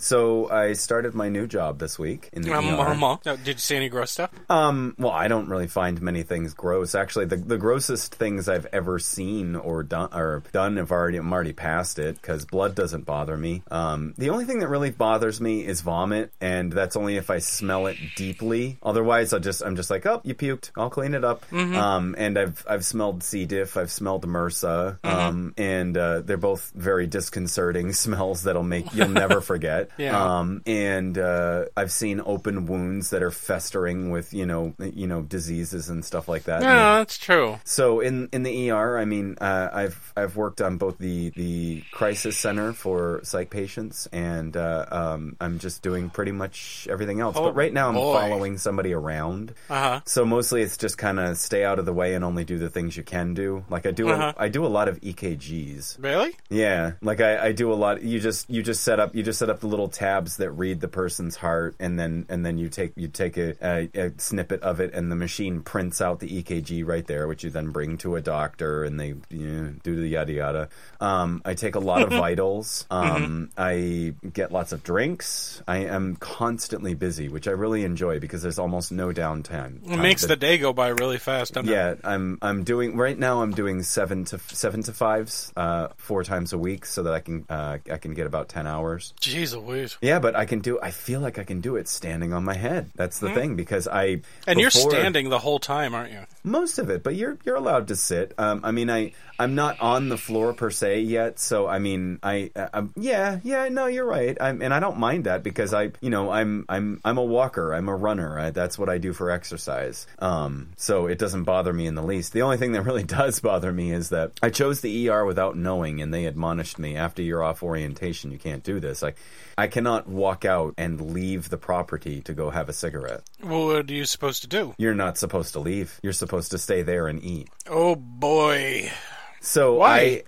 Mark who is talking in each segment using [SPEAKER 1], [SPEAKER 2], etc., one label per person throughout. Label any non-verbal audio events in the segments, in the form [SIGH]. [SPEAKER 1] So I started my new job this week in the
[SPEAKER 2] Um,
[SPEAKER 1] ER.
[SPEAKER 2] um, uh, did you see any gross stuff?
[SPEAKER 1] Um, well, I don't really find many things gross. Actually, the, the grossest things I've ever seen or done or done have already I'm already past it because blood doesn't bother me. Um, the only thing that really bothers me is vomit, and that's only if I smell it deeply. Otherwise, I'll just I'm just like, oh, you puked. I'll clean it up. Um, and I've I've smelled C diff. I've smelled MRSA. Um, and uh, they're both very disconcerting [LAUGHS] smells that'll make you'll never forget.
[SPEAKER 2] Yeah.
[SPEAKER 1] Um, um, and uh, I've seen open wounds that are festering with you know you know diseases and stuff like that.
[SPEAKER 2] No, no, that's true.
[SPEAKER 1] So in in the ER, I mean, uh, I've I've worked on both the the crisis center for psych patients, and uh, um, I'm just doing pretty much everything else.
[SPEAKER 2] Oh,
[SPEAKER 1] but right now, I'm
[SPEAKER 2] boy.
[SPEAKER 1] following somebody around.
[SPEAKER 2] Uh huh.
[SPEAKER 1] So mostly it's just kind of stay out of the way and only do the things you can do. Like I do,
[SPEAKER 2] Uh-huh.
[SPEAKER 1] a, I do a lot of E EKGs.
[SPEAKER 2] Really?
[SPEAKER 1] Yeah, like I, I do a lot. You just you just set up you just set up the little tabs that read the person's heart, and then and then you take you take a, a, a snippet of it, and the machine prints out the EKG right there, which you then bring to a doctor, and they you know, do the yada yada. Um, I take a lot
[SPEAKER 2] [LAUGHS]
[SPEAKER 1] of vitals.
[SPEAKER 2] Mm-hmm.
[SPEAKER 1] Um, I get lots of drinks. I am constantly busy, which I really enjoy because there's almost no downtime.
[SPEAKER 2] It makes the day go by really fast. Doesn't It?
[SPEAKER 1] Yeah, I'm I'm doing right now. I'm doing seven to seven to fives, uh, four times a week, so that I can uh, I can get about ten hours.
[SPEAKER 2] Jeez Louise.
[SPEAKER 1] Yeah, but I can do. I feel like I can do it standing on my head. That's the thing because I
[SPEAKER 2] Hmm. And you're
[SPEAKER 1] before-
[SPEAKER 2] standing the whole time, aren't you?
[SPEAKER 1] most of it, but you're you're allowed to sit. Um, I mean, I I'm not on the floor per se yet, so I mean, I, I I'm- yeah yeah no, you're right, I'm, and I don't mind that because I you know I'm I'm I'm a walker, I'm a runner, I, that's what I do for exercise. Um, so it doesn't bother me in the least. The only thing that [LAUGHS] really does bother me is that I chose the ER without knowing, and they admonished me after you're off orientation, you can't do this. Like, I cannot walk out and leave the property to go have a cigarette.
[SPEAKER 2] What are you supposed to do?
[SPEAKER 1] You're not supposed to leave. You're supposed to stay there and eat.
[SPEAKER 2] Oh boy.
[SPEAKER 1] So
[SPEAKER 2] Why?
[SPEAKER 1] I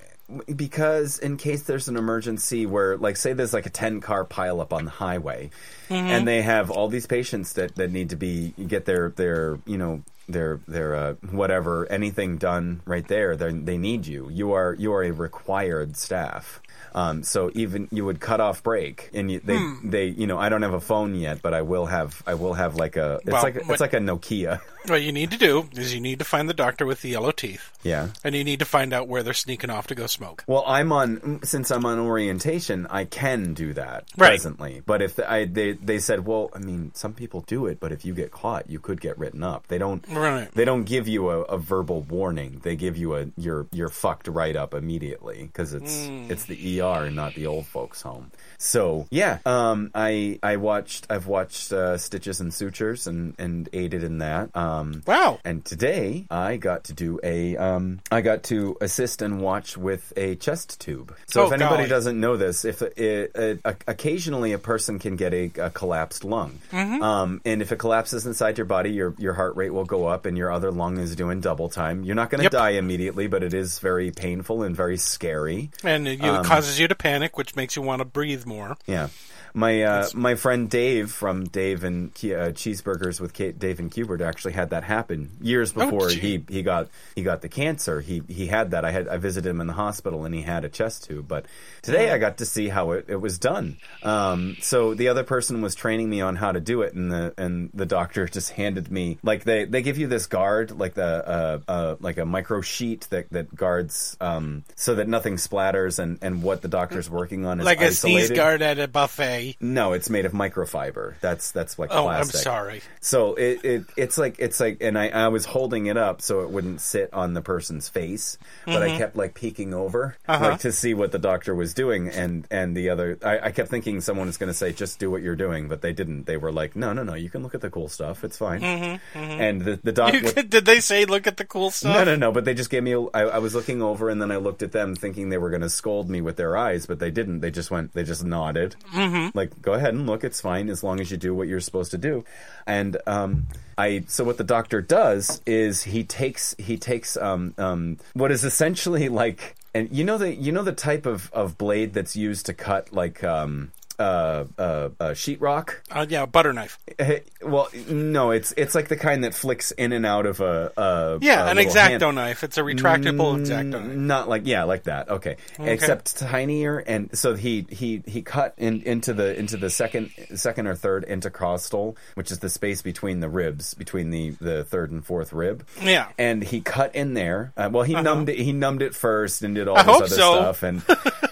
[SPEAKER 1] because in case there's an emergency where like say there's like a 10 car pileup on the highway
[SPEAKER 2] Mm-hmm.
[SPEAKER 1] and they have all these patients that that need to be get their their you know their their uh, whatever anything done right there then they need you you are you are a required staff um, so even you would cut off break and you, they
[SPEAKER 2] Hmm.
[SPEAKER 1] they you know I don't have a phone yet but I will have I will have like a it's
[SPEAKER 2] Well,
[SPEAKER 1] like
[SPEAKER 2] what-
[SPEAKER 1] it's like a Nokia [LAUGHS]
[SPEAKER 2] What you need to do is you need to find the doctor with the yellow teeth,
[SPEAKER 1] yeah
[SPEAKER 2] and you need to find out where they're sneaking off to go smoke.
[SPEAKER 1] Well, I'm on since I'm on orientation, I can do that
[SPEAKER 2] Right.
[SPEAKER 1] presently. But if I they they said, well, I mean, some people do it, but if you get caught, you could get written up. They don't
[SPEAKER 2] Right.
[SPEAKER 1] they don't give you a, a verbal warning. They give you a you're you're fucked right up immediately because it's
[SPEAKER 2] Mm.
[SPEAKER 1] it's the ER and not the old folks home. So yeah, um, I I watched I've watched uh, Stitches and Sutures and and aided in that. Um,
[SPEAKER 2] Wow.
[SPEAKER 1] and today I got to do a um, I got to assist and watch with a chest tube. So
[SPEAKER 2] Oh,
[SPEAKER 1] if anybody
[SPEAKER 2] golly.
[SPEAKER 1] doesn't know this, if it, it, occasionally a person can get a, a collapsed lung,
[SPEAKER 2] Mm-hmm.
[SPEAKER 1] um, and if it collapses inside your body, your your heart rate will go up, and your other lung is doing double time. You're not going to
[SPEAKER 2] Yep.
[SPEAKER 1] die immediately, but it is very painful and very scary.
[SPEAKER 2] And it
[SPEAKER 1] Um,
[SPEAKER 2] you- causes you to panic, which makes you want to breathe more.
[SPEAKER 1] Yeah. My uh, my friend Dave from Dave and Ke- uh, Cheeseburgers with Kate, Dave and Cubert actually had that happen years before he,
[SPEAKER 2] Oh, gee.
[SPEAKER 1] he got he got the cancer. He he had that. I had I visited him in the hospital and he had a chest tube. But today I got to see how it, it was done. Um, so the other person was training me on how to do it, and the and the doctor [LAUGHS] just handed me like they, they give you this guard like the uh, uh, like a micro sheet that that guards um, so that nothing splatters and and what the doctor's working on is
[SPEAKER 2] Like a
[SPEAKER 1] isolated.
[SPEAKER 2] sneeze guard at a buffet.
[SPEAKER 1] No, it's made of microfiber. That's that's like
[SPEAKER 2] Oh,
[SPEAKER 1] plastic.
[SPEAKER 2] I'm sorry.
[SPEAKER 1] So it, it it's like it's like, and I, I was holding it up so it wouldn't sit on the person's face, but
[SPEAKER 2] Mm-hmm.
[SPEAKER 1] I kept like peeking over
[SPEAKER 2] Uh-huh.
[SPEAKER 1] like to see what the doctor was doing, and and the other I, I kept thinking someone was going to say just do what you're doing, but they didn't. They were like, no, no, no, you can look at the cool stuff. It's fine. And the the doc.
[SPEAKER 2] Mm-hmm, You
[SPEAKER 1] looked-
[SPEAKER 2] could, [LAUGHS] did they say look at the cool stuff?
[SPEAKER 1] Uh, no, no, no. But they just gave me. A, I, I was looking over, and then I looked at them, thinking they were going to scold me with their eyes, but they didn't. They just went. They just nodded. Mm-hmm. Like, go ahead and look. It's fine as long as you do what you're supposed to do. And um, I. So what the doctor does is he takes he takes um um what is essentially like. And you know the you know the type of, of blade that's used to cut like um uh, uh, uh, sheetrock.
[SPEAKER 2] Uh, yeah, butter knife.
[SPEAKER 1] Eh, Well, no, it's it's like the kind that flicks in and out of a, a
[SPEAKER 2] Yeah,
[SPEAKER 1] a
[SPEAKER 2] an
[SPEAKER 1] little
[SPEAKER 2] exacto
[SPEAKER 1] hand.
[SPEAKER 2] knife. It's a retractable exacto
[SPEAKER 1] Mm,
[SPEAKER 2] knife.
[SPEAKER 1] Not like yeah, like that. Okay. except tinier, and so he he he cut in, into the into the second second or third intercostal, which is the space between the ribs, between the the third and fourth rib.
[SPEAKER 2] Yeah. Uh-huh.
[SPEAKER 1] and he cut in there. Uh, well, he numbed it. He numbed it first and did all
[SPEAKER 2] I
[SPEAKER 1] this
[SPEAKER 2] hope
[SPEAKER 1] other
[SPEAKER 2] so.
[SPEAKER 1] stuff,
[SPEAKER 2] [LAUGHS]
[SPEAKER 1] and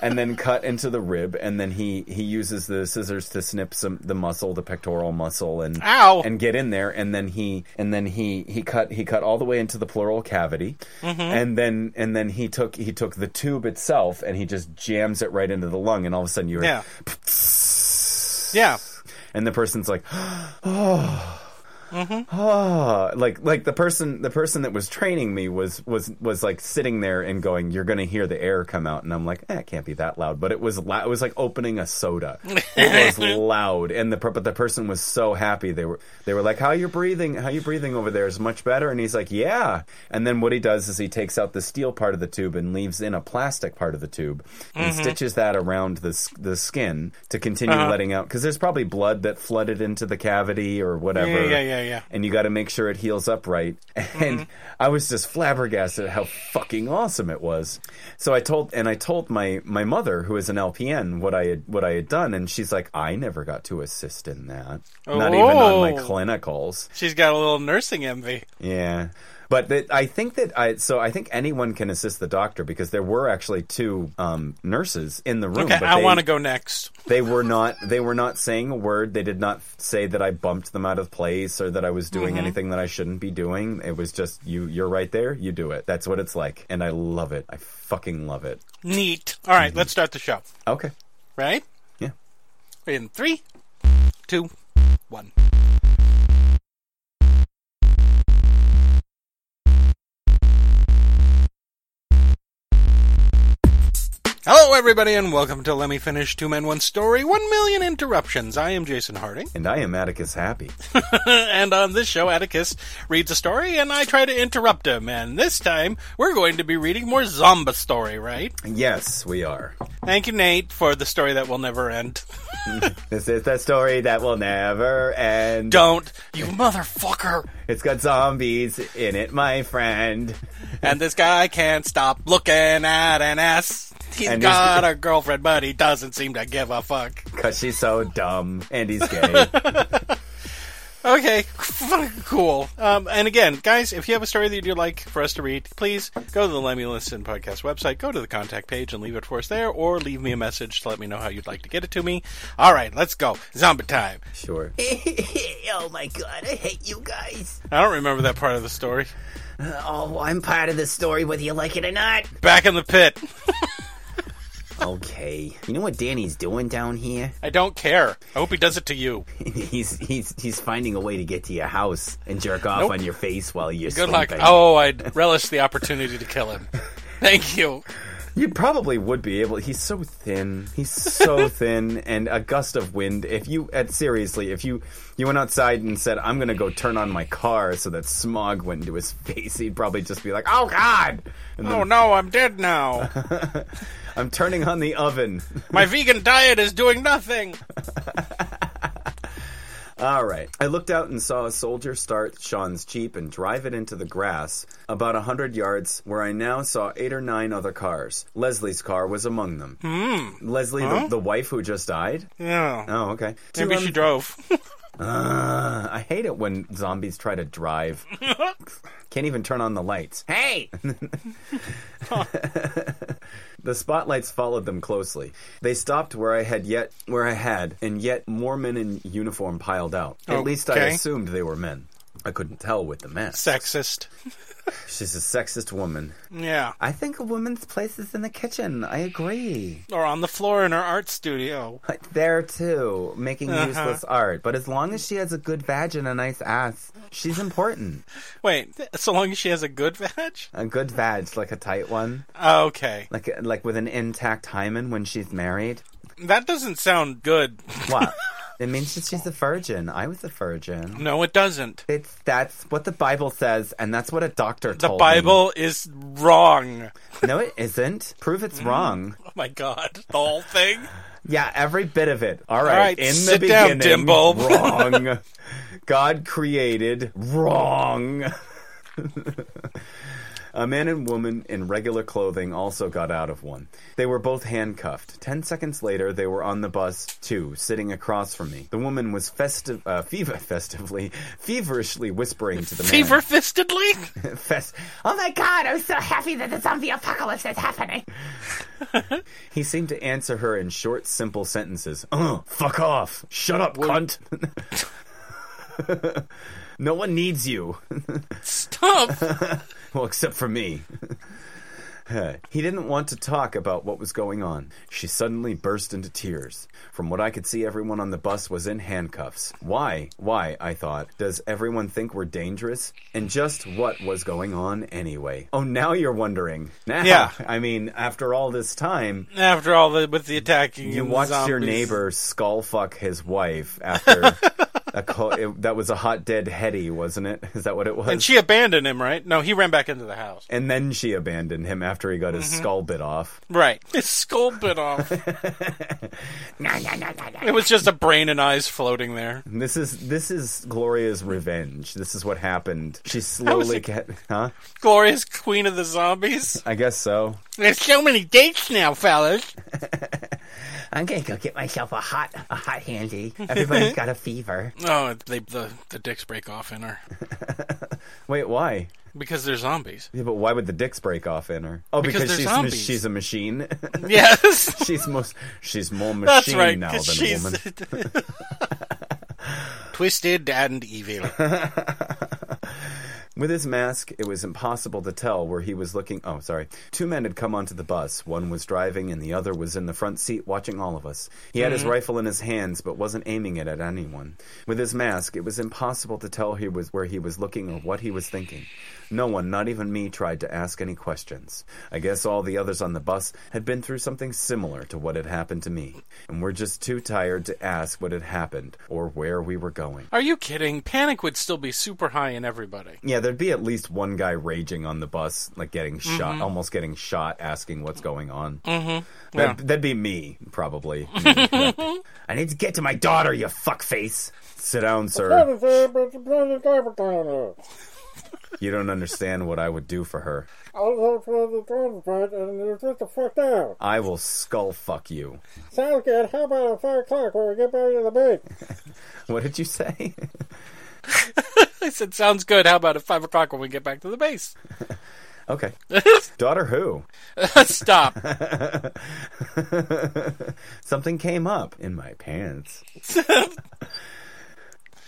[SPEAKER 1] and then cut into the rib, and then he he uses the scissors to snip some the muscle, the pectoral muscle, and
[SPEAKER 2] Ow.
[SPEAKER 1] and get in there and then he and then he he cut he cut all the way into the pleural cavity and then and then he took he took the tube itself and he just jams it right into the lung and all of a sudden you're
[SPEAKER 2] Yeah. Yeah.
[SPEAKER 1] [LAUGHS] and the person's like oh, like like the person the person that was training me was was was like sitting there and going, "You're gonna hear the air come out," and I'm like, eh, "It can't be that loud," but it was loud. It was like opening a soda. It was
[SPEAKER 2] [LAUGHS]
[SPEAKER 1] loud, and the per- but the person was so happy. They were they were like, "How you breathing? How you breathing over there is much better." And he's like, "Yeah." And then what he does is he takes out the steel part of the tube and leaves in a plastic part of the tube and
[SPEAKER 2] Mm-hmm.
[SPEAKER 1] stitches that around the s- the skin to continue
[SPEAKER 2] Uh-huh.
[SPEAKER 1] letting out because there's probably blood that flooded into the cavity or whatever
[SPEAKER 2] Yeah, yeah, yeah, yeah.
[SPEAKER 1] and you got to make sure it heals up right. [LAUGHS] And
[SPEAKER 2] Mm-hmm.
[SPEAKER 1] I was just flabbergasted at how fucking awesome it was. So I told and I told my my mother, who is an LPN, what I had what I had done, and she's like, I never got to assist in that, not even on my
[SPEAKER 2] Oh.
[SPEAKER 1] clinicals.
[SPEAKER 2] She's got a little nursing envy.
[SPEAKER 1] Yeah. But that I think that I so I think anyone can assist the doctor because there were actually two um, nurses in the room.
[SPEAKER 2] Okay,
[SPEAKER 1] but
[SPEAKER 2] I
[SPEAKER 1] they-
[SPEAKER 2] want to go next.
[SPEAKER 1] they were not they were not saying a word they did not say that i bumped them out of place or that i was doing anything that i shouldn't be doing it was just you you're right there you do it that's what it's like and i love it i fucking love it
[SPEAKER 2] Neat. All right, let's start the show.
[SPEAKER 1] okay
[SPEAKER 2] Right?
[SPEAKER 1] Mm-hmm. yeah
[SPEAKER 2] In three, two, one. Hello, everybody, and welcome to Let Me Finish Two Men One Story One Million Interruptions. I am Jason Harding,
[SPEAKER 1] and i am atticus happy
[SPEAKER 2] [LAUGHS] and on this show, Atticus reads a story, and I try to interrupt him. And this time, we're going to be reading more Zomba story, right?
[SPEAKER 1] yes we are
[SPEAKER 2] Thank you, Nate, for the story that will never end.
[SPEAKER 1] this is the story that will never end
[SPEAKER 2] Don't, you motherfucker!
[SPEAKER 1] it's got zombies in it my friend
[SPEAKER 2] And this guy can't stop looking at an ass. He's
[SPEAKER 1] And he's-
[SPEAKER 2] got a girlfriend, but he doesn't seem to give a fuck.
[SPEAKER 1] because she's so dumb and he's gay
[SPEAKER 2] Okay, [LAUGHS] fucking cool. Um, and again, guys, if you have a story that you'd like for us to read, please go to the Let Me Listen podcast website, go to the contact page, and leave it for us there, or leave me a message to let me know how you'd like to get it to me. All right, let's go. Zombie time.
[SPEAKER 1] sure
[SPEAKER 3] [LAUGHS] oh my god, I hate you guys.
[SPEAKER 2] I don't remember that part of the story.
[SPEAKER 3] Oh, I'm part of the story whether you like it or not.
[SPEAKER 2] Back in the pit.
[SPEAKER 3] Okay. You know what Danny's doing down here? [LAUGHS]
[SPEAKER 2] I don't care. I hope he does it to you.
[SPEAKER 3] he's he's he's finding a way to get to your house and jerk off
[SPEAKER 2] Nope.
[SPEAKER 3] on your face while you're
[SPEAKER 2] Good luck.
[SPEAKER 3] sleeping.
[SPEAKER 2] Oh, I'd relish the opportunity to kill him. Thank you.
[SPEAKER 1] You probably would be able. He's so thin. He's
[SPEAKER 3] [LAUGHS]
[SPEAKER 1] so thin, and a gust of wind. If you, at seriously, if you you went outside and said, "I'm gonna go turn on my car," so that smog went into his [LAUGHS] face, he'd probably just be like, "Oh God!" And then,
[SPEAKER 2] Oh no, I'm dead now.
[SPEAKER 1] I'm turning on the oven. [LAUGHS]
[SPEAKER 2] My vegan diet is doing nothing.
[SPEAKER 1] All right. I looked out and saw a soldier start Sean's jeep and drive it into the grass about a hundred yards, where I now saw eight or nine other cars. Leslie's car was among them. Leslie, the, the wife who just died.
[SPEAKER 2] Hmm. Yeah.
[SPEAKER 1] Oh, okay.
[SPEAKER 2] Maybe
[SPEAKER 1] Two
[SPEAKER 2] she
[SPEAKER 1] un-
[SPEAKER 2] drove. [LAUGHS]
[SPEAKER 1] Uh, I hate it when zombies try to
[SPEAKER 2] [LAUGHS]
[SPEAKER 1] drive. Can't even turn on the lights.
[SPEAKER 3] Hey!
[SPEAKER 1] [LAUGHS] The spotlights followed them closely. They stopped where I had yet where I had and yet more men in uniform piled out. At least I
[SPEAKER 2] Okay.
[SPEAKER 1] assumed they were men. I couldn't tell with the mask.
[SPEAKER 2] Sexist.
[SPEAKER 1] She's a sexist woman.
[SPEAKER 2] Yeah.
[SPEAKER 1] I think a woman's place is in the kitchen. I agree.
[SPEAKER 2] Or on the floor in her art studio.
[SPEAKER 1] There too, making
[SPEAKER 2] Uh-huh.
[SPEAKER 1] useless art. But as long as she has a good vag and a nice ass, she's important.
[SPEAKER 2] Wait, th- so long as she has a good vag?
[SPEAKER 1] A good vag, like a tight one.
[SPEAKER 2] Okay.
[SPEAKER 1] like like with an intact hymen when she's married.
[SPEAKER 2] That doesn't sound good.
[SPEAKER 1] What? It means that she's a virgin. I was a virgin.
[SPEAKER 2] No, it doesn't.
[SPEAKER 1] It's that's what the Bible says, and that's what a doctor
[SPEAKER 2] The
[SPEAKER 1] told me.
[SPEAKER 2] Bible is wrong.
[SPEAKER 1] No, it isn't. Prove it's wrong.
[SPEAKER 2] Oh my god, the whole thing.
[SPEAKER 1] [LAUGHS] Yeah, every bit of it. All right.
[SPEAKER 2] right,
[SPEAKER 1] In
[SPEAKER 2] sit
[SPEAKER 1] the
[SPEAKER 2] down,
[SPEAKER 1] beginning,
[SPEAKER 2] Dimble. [LAUGHS]
[SPEAKER 1] wrong. God created wrong. A man and woman in regular clothing also got out of one. They were both handcuffed. Ten seconds later, they were on the bus, too, sitting across from me. The woman was festive, uh, fever, [LAUGHS] festively, feverishly whispering to the man.
[SPEAKER 2] Fever fistedly.
[SPEAKER 1] Fest-
[SPEAKER 4] Oh my god, I'm so happy that the zombie apocalypse is happening.
[SPEAKER 1] He seemed to answer her in short, simple sentences. Uh, fuck off. Shut up, cunt. [LAUGHS] no one needs you. [LAUGHS]
[SPEAKER 2] Stop.
[SPEAKER 1] well, except for me. [LAUGHS] he didn't want to talk about what was going on. She suddenly burst into tears. From what I could see, everyone on the bus was in handcuffs. Why? Why, I thought. Does everyone think we're dangerous? And just what was going on anyway? Oh, now you're wondering. Now,
[SPEAKER 2] Yeah.
[SPEAKER 1] [LAUGHS] I mean, after all this time,
[SPEAKER 2] After all the with the attacking,
[SPEAKER 1] you
[SPEAKER 2] and the
[SPEAKER 1] watched your
[SPEAKER 2] zombies.
[SPEAKER 1] neighbor skull fuck his wife after
[SPEAKER 2] [LAUGHS]
[SPEAKER 1] a co- it, that was a hot dead Hetty, wasn't it? Is that what it was?
[SPEAKER 2] and she abandoned him. Right? No, he ran back into the house.
[SPEAKER 1] And then she abandoned him after he got his
[SPEAKER 2] Mm-hmm.
[SPEAKER 1] skull bit off.
[SPEAKER 2] Right. His skull bit off.
[SPEAKER 4] No, no, no, no, no.
[SPEAKER 2] It was just a brain and eyes floating there.
[SPEAKER 1] And this is this is Gloria's revenge. This is what happened.
[SPEAKER 2] [LAUGHS]
[SPEAKER 1] She
[SPEAKER 2] was
[SPEAKER 1] slowly
[SPEAKER 2] it-
[SPEAKER 1] kept, huh?
[SPEAKER 2] Gloria's queen of the zombies.
[SPEAKER 1] I guess so.
[SPEAKER 2] There's so many dates now, fellas.
[SPEAKER 4] I'm gonna go get myself a hot, a hot handy. Everybody's got a fever.
[SPEAKER 2] Oh, they, the the dicks break off in her
[SPEAKER 1] Wait, why?
[SPEAKER 2] because
[SPEAKER 1] [LAUGHS]
[SPEAKER 2] they're zombies.
[SPEAKER 1] Yeah, but why would the dicks break off in her? Oh,
[SPEAKER 2] Because
[SPEAKER 1] because,
[SPEAKER 2] they're
[SPEAKER 1] she's
[SPEAKER 2] zombies.
[SPEAKER 1] she's a machine. [LAUGHS]
[SPEAKER 2] Yes, [LAUGHS]
[SPEAKER 1] she's most she's more machine
[SPEAKER 2] that's right.
[SPEAKER 1] now
[SPEAKER 2] 'cause
[SPEAKER 1] than a woman.
[SPEAKER 2] she's [LAUGHS] twisted
[SPEAKER 1] [LAUGHS]
[SPEAKER 2] and evil.
[SPEAKER 1] With his mask, it was impossible to tell where he was looking. Oh, sorry. Two men had come onto the bus. One was driving, and the other was in the front seat watching all of us. He had his rifle in his hands, but wasn't aiming it at anyone. With his mask, it was impossible to tell he was where he was looking or what he was thinking. No one, not even me, tried to ask any questions. I guess all the others on the bus had been through something similar to what had happened to me, and were just too tired to ask what had happened or where we were going.
[SPEAKER 2] Are you kidding? Panic would still be super high in everybody.
[SPEAKER 1] Yeah, there'd be at least one guy raging on the bus, like getting shot, almost getting shot, asking what's going on. Mm-hmm. That'd, that'd be me, probably. I need to get to my daughter, you fuckface. Sit down, sir. You don't understand what I would do for her.
[SPEAKER 5] Sounds
[SPEAKER 1] I will skull fuck you. [LAUGHS]
[SPEAKER 5] good. How about at five o'clock when we get back to the beach?
[SPEAKER 1] What did you say? [LAUGHS]
[SPEAKER 2] I said, sounds good. How about at five o'clock when we get back to the base? [LAUGHS]
[SPEAKER 1] okay. daughter who?
[SPEAKER 2] Stop.
[SPEAKER 1] [LAUGHS] Something came up in my pants.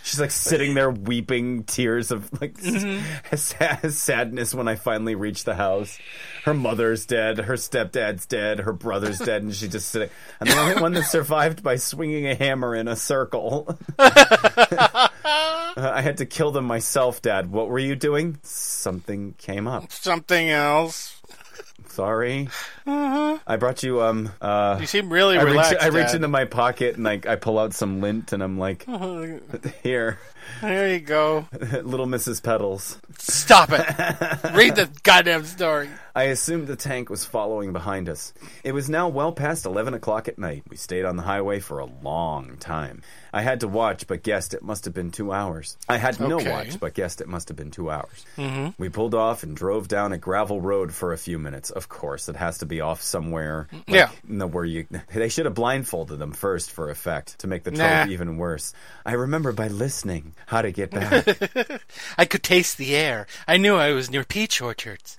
[SPEAKER 1] She's like sitting there weeping tears of like s- [LAUGHS] sad- sadness when I finally reach the house. Her mother's dead, her stepdad's dead, her brother's dead, and she's just sitting. I'm the only one that survived by swinging a hammer in a circle. Uh, I had to kill them myself, Dad. What were you doing? Something came up.
[SPEAKER 2] Something else.
[SPEAKER 1] Sorry. I brought you um uh
[SPEAKER 2] You seem really
[SPEAKER 1] I reach,
[SPEAKER 2] relaxed.
[SPEAKER 1] I reach
[SPEAKER 2] Dad.
[SPEAKER 1] into my pocket and I, I pull out some lint and I'm like, here,
[SPEAKER 2] [LAUGHS]
[SPEAKER 1] [LAUGHS]
[SPEAKER 2] There you go.
[SPEAKER 1] little Mrs. Petals.
[SPEAKER 2] Stop
[SPEAKER 1] [LAUGHS]
[SPEAKER 2] it. Read the goddamn story.
[SPEAKER 1] I assumed the tank was following behind us. It was now well past 11 o'clock at night. We stayed on the highway for a long time. I had to watch, but guessed it must have been two hours. I had no
[SPEAKER 2] Okay. Mm-hmm.
[SPEAKER 1] watch, but guessed it must have been two hours. We pulled off and drove down a gravel road for a few minutes. Of course, it has to be off somewhere. like,
[SPEAKER 2] Yeah.
[SPEAKER 1] in the- where you, [LAUGHS] they should have blindfolded them first for effect to make the trope
[SPEAKER 2] Nah.
[SPEAKER 1] even worse. I remember by listening how to get back.
[SPEAKER 2] [LAUGHS] I could taste the air. I knew I was near peach orchards.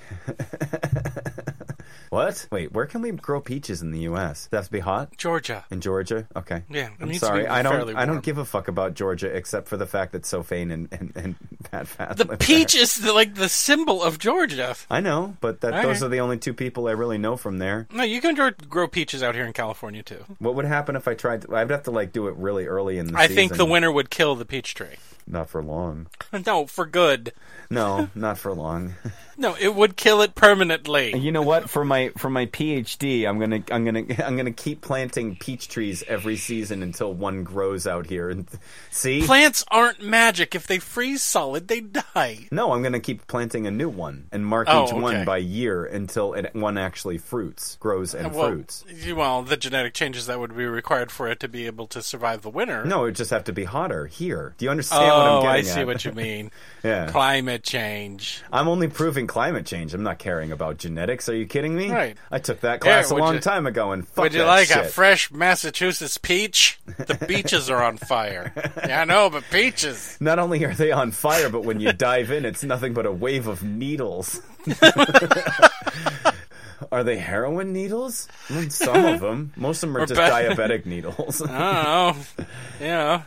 [SPEAKER 1] what? Wait, where can we grow peaches in the U.S.? Does it have to be hot?
[SPEAKER 2] Georgia.
[SPEAKER 1] In Georgia? Okay.
[SPEAKER 2] Yeah, it
[SPEAKER 1] I'm
[SPEAKER 2] needs to
[SPEAKER 1] sorry.
[SPEAKER 2] be
[SPEAKER 1] I don't.
[SPEAKER 2] fairly
[SPEAKER 1] I
[SPEAKER 2] warm.
[SPEAKER 1] don't give a fuck about Georgia except for the fact that Sophane and and, and [LAUGHS] Pat Fat.
[SPEAKER 2] The
[SPEAKER 1] [LAUGHS] live
[SPEAKER 2] peach
[SPEAKER 1] there.
[SPEAKER 2] is the, like the symbol of Georgia.
[SPEAKER 1] I know, but that
[SPEAKER 2] Okay.
[SPEAKER 1] those are the only two people I really know from there.
[SPEAKER 2] No, you can grow- grow peaches out here in California too.
[SPEAKER 1] What would happen if I tried? To, I'd have to like do it really early in the
[SPEAKER 2] I
[SPEAKER 1] season.
[SPEAKER 2] think the winter would kill the peach tree. [LAUGHS]
[SPEAKER 1] Not for long.
[SPEAKER 2] No, for good. [LAUGHS]
[SPEAKER 1] No, not for long.
[SPEAKER 2] No, it would kill it permanently.
[SPEAKER 1] You know what? For for my for my PhD, I'm gonna I'm gonna I'm gonna keep planting peach trees every season until one grows out here. And [LAUGHS] see,
[SPEAKER 2] Plants aren't magic. If they freeze solid, they die.
[SPEAKER 1] no, I'm gonna keep planting a new one and mark
[SPEAKER 2] Oh,
[SPEAKER 1] each
[SPEAKER 2] okay.
[SPEAKER 1] one by year until it, one actually fruits, grows, and
[SPEAKER 2] Well,
[SPEAKER 1] fruits.
[SPEAKER 2] y- well, the genetic changes that would be required for it to be able to survive the winter.
[SPEAKER 1] No, it would just have to be hotter here. Do you understand what I'm
[SPEAKER 2] Oh,
[SPEAKER 1] getting
[SPEAKER 2] I see
[SPEAKER 1] at?
[SPEAKER 2] what
[SPEAKER 1] [LAUGHS]
[SPEAKER 2] you mean.
[SPEAKER 1] yeah.
[SPEAKER 2] Climate change.
[SPEAKER 1] I'm only proving climate change. I'm not caring about genetics. Are you kidding me?
[SPEAKER 2] Right.
[SPEAKER 1] I took that class
[SPEAKER 2] Yeah,
[SPEAKER 1] a
[SPEAKER 2] would
[SPEAKER 1] long
[SPEAKER 2] you-
[SPEAKER 1] time ago and fuck
[SPEAKER 2] Would you
[SPEAKER 1] that
[SPEAKER 2] like
[SPEAKER 1] shit.
[SPEAKER 2] a fresh Massachusetts peach? The
[SPEAKER 1] [LAUGHS]
[SPEAKER 2] beaches are on fire. Yeah, I know, but peaches.
[SPEAKER 1] not only are they on fire, but when you dive in, it's nothing but a wave of
[SPEAKER 2] [LAUGHS]
[SPEAKER 1] needles. are they heroin needles? Mm, Some of them. Most of them are just
[SPEAKER 2] ba-
[SPEAKER 1] diabetic
[SPEAKER 2] [LAUGHS]
[SPEAKER 1] needles.
[SPEAKER 2] I don't know. You know,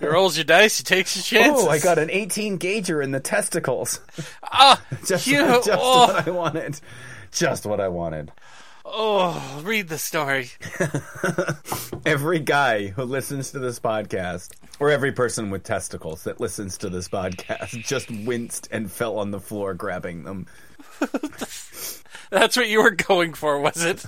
[SPEAKER 2] you rolls Oh, your dice, you take your chances.
[SPEAKER 1] oh, I got an 18 gauger in the testicles. [LAUGHS]
[SPEAKER 2] Ah,
[SPEAKER 1] Just,
[SPEAKER 2] you,
[SPEAKER 1] just
[SPEAKER 2] oh,
[SPEAKER 1] what I wanted. Just what I wanted.
[SPEAKER 2] oh, read the story.
[SPEAKER 1] every guy who listens to this podcast, or every person with testicles that listens to this podcast, [LAUGHS] just winced and fell on the floor grabbing them.
[SPEAKER 2] That's what you were going for, was it?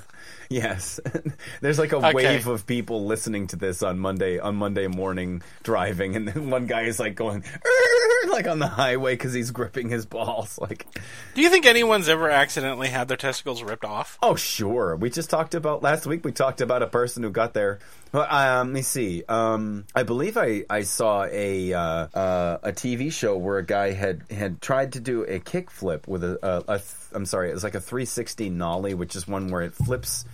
[SPEAKER 1] Yes, [LAUGHS] there's like a
[SPEAKER 2] Okay.
[SPEAKER 1] wave of people listening to this on Monday on Monday morning driving, and then [LAUGHS] one guy is like going "Arr," like on the highway because he's gripping his balls. [LAUGHS] Like,
[SPEAKER 2] Do you think anyone's ever accidentally had their testicles ripped off?
[SPEAKER 1] oh sure, we just talked about last week. We talked about a person who got there. Well, um, let me see. Um, I believe I, I saw a uh, uh, a TV show where a guy had had tried to do a kickflip with a, a, a th- I'm sorry, it was like a 360 nollie, which is one where it flips.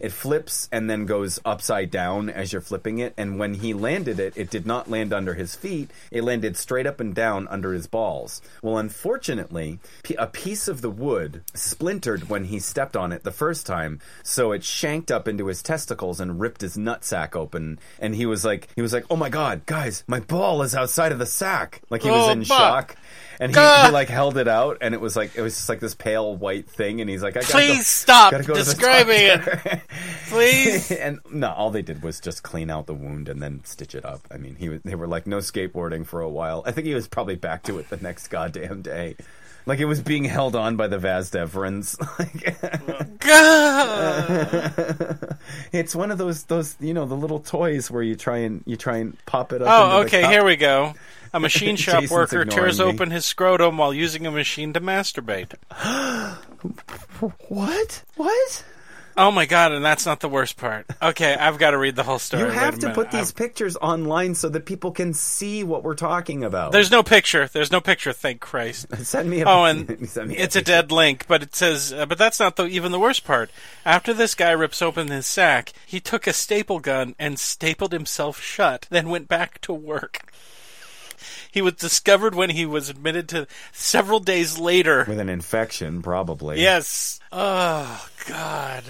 [SPEAKER 1] It flips and then goes upside down as you're flipping it. And when he landed it, it did not land under his feet. It landed straight up and down under his balls. Well, unfortunately, p- a piece of the wood splintered when he stepped on it the first time, so it shanked up into his testicles and ripped his nutsack open. And he was like, he was like, "Oh my god, guys, my ball is outside of the sack!" Like he was
[SPEAKER 2] Oh,
[SPEAKER 1] in
[SPEAKER 2] fuck.
[SPEAKER 1] shock. And he,
[SPEAKER 2] Ah.
[SPEAKER 1] he like held it out, and it was like it was just like this pale white thing, and he's like, I gotta go-
[SPEAKER 2] Please stop
[SPEAKER 1] gotta go to the
[SPEAKER 2] describing it.
[SPEAKER 1] doctor. [LAUGHS]
[SPEAKER 2] Please.
[SPEAKER 1] and no, all they did was just clean out the wound and then stitch it up. I mean, he was, they were like no skateboarding for a while. I think he was probably back to it the next goddamn day. Like it was being held on by the Vazdevrins. [LAUGHS] Like
[SPEAKER 2] Gah!
[SPEAKER 1] it's one of those those you know the little toys where you try and you try and pop it up.
[SPEAKER 2] Oh,
[SPEAKER 1] into the
[SPEAKER 2] okay,
[SPEAKER 1] cup.
[SPEAKER 2] here we go.
[SPEAKER 1] [LAUGHS]
[SPEAKER 2] A machine shop
[SPEAKER 1] Jason's
[SPEAKER 2] worker
[SPEAKER 1] ignoring
[SPEAKER 2] tears
[SPEAKER 1] me.
[SPEAKER 2] open his scrotum while using a machine to masturbate.
[SPEAKER 1] What? What?
[SPEAKER 2] Oh my god, and that's not the worst part. Okay, I've got to read the whole story.
[SPEAKER 1] You
[SPEAKER 2] Wait
[SPEAKER 1] have
[SPEAKER 2] a
[SPEAKER 1] to
[SPEAKER 2] minute.
[SPEAKER 1] put these
[SPEAKER 2] I've-
[SPEAKER 1] pictures online so that people can see what we're talking about.
[SPEAKER 2] There's no picture. There's no picture, thank Christ.
[SPEAKER 1] [LAUGHS] send me a [LAUGHS]
[SPEAKER 2] Oh, and
[SPEAKER 1] send me
[SPEAKER 2] it's a
[SPEAKER 1] a
[SPEAKER 2] dead link, but it says, uh, but that's not the, even the worst part. After this guy rips open his sack, he took a staple gun and stapled himself shut, then went back to work. He was discovered when he was admitted to several days later.
[SPEAKER 1] with an infection probably.
[SPEAKER 2] Yes. Oh, God.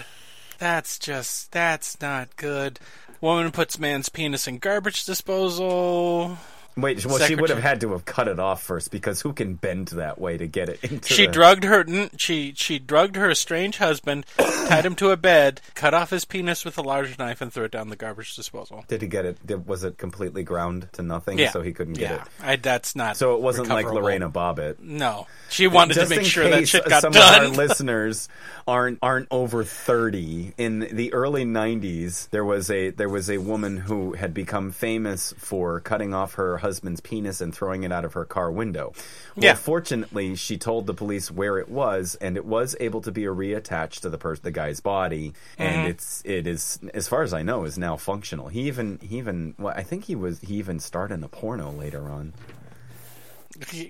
[SPEAKER 2] That's just, that's not good. Woman puts man's penis in garbage disposal.
[SPEAKER 1] Wait, well, she
[SPEAKER 2] Secretary.
[SPEAKER 1] would have had to have cut it off first because who can bend that way to get it into?
[SPEAKER 2] She
[SPEAKER 1] the...
[SPEAKER 2] drugged her. n- She she drugged her estranged
[SPEAKER 1] [COUGHS]
[SPEAKER 2] husband, tied him to a bed, cut off his penis with a large knife, and threw it down the garbage disposal.
[SPEAKER 1] Did he get it? Did, was it completely ground to nothing?
[SPEAKER 2] Yeah,
[SPEAKER 1] So he couldn't get it.
[SPEAKER 2] yeah. I, that's not.
[SPEAKER 1] So it wasn't like
[SPEAKER 2] recoverable.
[SPEAKER 1] Lorena Bobbitt.
[SPEAKER 2] No, she wanted
[SPEAKER 1] Just
[SPEAKER 2] to
[SPEAKER 1] in
[SPEAKER 2] make sure that
[SPEAKER 1] case
[SPEAKER 2] shit got
[SPEAKER 1] some
[SPEAKER 2] [LAUGHS] done.
[SPEAKER 1] of our listeners aren't aren't over thirty. In the early '90s, there was a there was a woman who had become famous for cutting off her husband's penis and throwing it out of her car window. Well,
[SPEAKER 2] Yeah.
[SPEAKER 1] fortunately, she told the police where it was, and it was able to be reattached to the pers- the guy's body, and
[SPEAKER 2] Mm-hmm.
[SPEAKER 1] it's it is as far as I know is now functional. He even he even well, I think he was he even starred in a porno later on.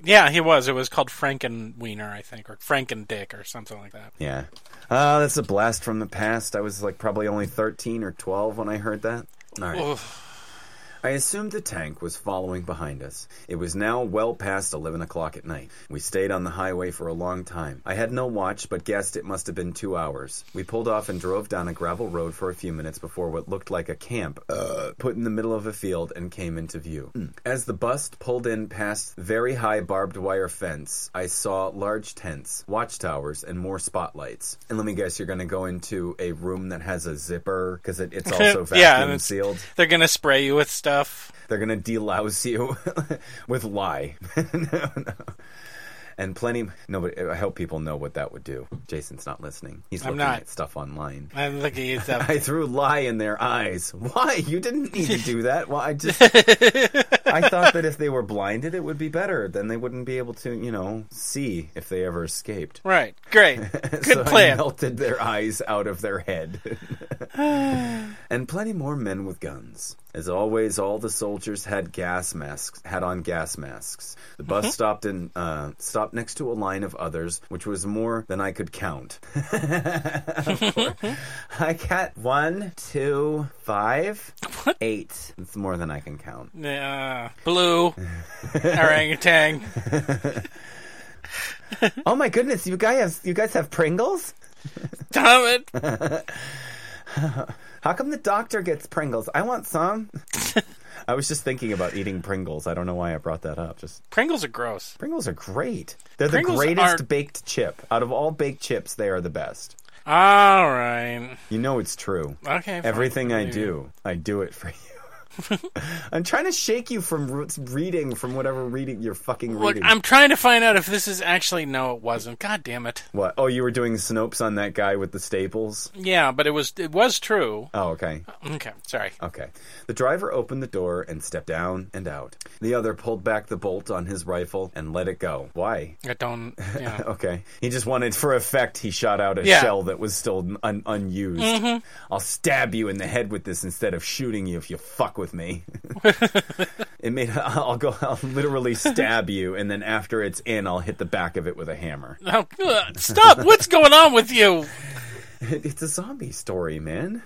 [SPEAKER 2] yeah, he was. It was called Frankenwiener, I think, or Frankendick, or something like that.
[SPEAKER 1] Yeah. Ah, that's a blast from the past. I was like probably only 13 or 12 when I heard that. All right.
[SPEAKER 2] Oof.
[SPEAKER 1] I assumed the tank was following behind us. It was now well past 11 o'clock at night. We stayed on the highway for a long time. I had no watch, but guessed it must have been two hours. We pulled off and drove down a gravel road for a few minutes before what looked like a camp uh, put in the middle of a field and came into view. As the bus pulled in past very high barbed wire fence, I saw large tents, watchtowers, and more spotlights. And let me guess, you're going to go into a room that has a zipper because it,
[SPEAKER 2] [LAUGHS]
[SPEAKER 1] it's also vacuum
[SPEAKER 2] Yeah, and it's-
[SPEAKER 1] sealed.
[SPEAKER 2] They're gonna spray you with stuff.
[SPEAKER 1] [LAUGHS] They're gonna delouse you with lie. No, no. and plenty. Nobody. I hope people know what that would do. Jason's not listening. He's
[SPEAKER 2] I'm
[SPEAKER 1] looking
[SPEAKER 2] not.
[SPEAKER 1] at stuff online.
[SPEAKER 2] I'm looking at that.
[SPEAKER 1] [LAUGHS] I threw lie in their eyes. Why? You didn't need to
[SPEAKER 2] [LAUGHS]
[SPEAKER 1] do that. Well, I just I thought that if they were blinded, it would be better. Then they wouldn't be able to, you know, see if they ever escaped.
[SPEAKER 2] Right. Great.
[SPEAKER 1] [LAUGHS]
[SPEAKER 2] Good
[SPEAKER 1] so I
[SPEAKER 2] plan.
[SPEAKER 1] melted their eyes out of their head. [LAUGHS] and plenty more men with guns. As always, all the soldiers had gas masks. Had on gas masks. The bus
[SPEAKER 2] Mm-hmm.
[SPEAKER 1] stopped and uh, stopped next to a line of others, which was more than I could count.
[SPEAKER 2] Mm-hmm.
[SPEAKER 1] [LAUGHS] I got one, two, five, eight. It's more than I can count.
[SPEAKER 2] Mm-hmm. Yeah.
[SPEAKER 1] [LAUGHS]
[SPEAKER 2] Blue. Orangutan.
[SPEAKER 1] Oh my goodness, you guys! You guys have Pringles?
[SPEAKER 2] Damn it.
[SPEAKER 1] How come the doctor gets Pringles? I want
[SPEAKER 2] [LAUGHS]
[SPEAKER 1] some. I was just thinking about eating Pringles. I don't know why I brought that up. Just
[SPEAKER 2] Pringles are gross.
[SPEAKER 1] Pringles are great. They're
[SPEAKER 2] Pringles
[SPEAKER 1] the greatest
[SPEAKER 2] are-
[SPEAKER 1] baked chip. Out of all baked chips, they are the best.
[SPEAKER 2] All right.
[SPEAKER 1] You know it's true.
[SPEAKER 2] Okay. fine.
[SPEAKER 1] Everything I do, I do it for you.
[SPEAKER 2] [LAUGHS]
[SPEAKER 1] [LAUGHS] I'm trying to shake you from re- reading from whatever reading you're fucking
[SPEAKER 2] Look,
[SPEAKER 1] reading.
[SPEAKER 2] I'm trying to find out if this is actually no, it wasn't. God damn it.
[SPEAKER 1] What? Oh, you were doing Snopes on that guy with the staples.
[SPEAKER 2] Yeah, but it was it was true.
[SPEAKER 1] Oh, okay.
[SPEAKER 2] Okay, sorry.
[SPEAKER 1] Okay. The driver opened the door and stepped down and out. The other pulled back the bolt on his rifle and let it go. Why?
[SPEAKER 2] I don't. Yeah. [LAUGHS]
[SPEAKER 1] Okay. He just wanted, for effect, he shot out a
[SPEAKER 2] Yeah.
[SPEAKER 1] shell that was still un- unused. I'll stab you in the head with this instead of shooting you if you fuck with me. it made. [LAUGHS] I'll go. I'll literally stab you, and then after it's in, I'll hit the back of it with a hammer.
[SPEAKER 2] Oh, ugh, stop! What's going on with you?
[SPEAKER 1] it's a zombie story, man.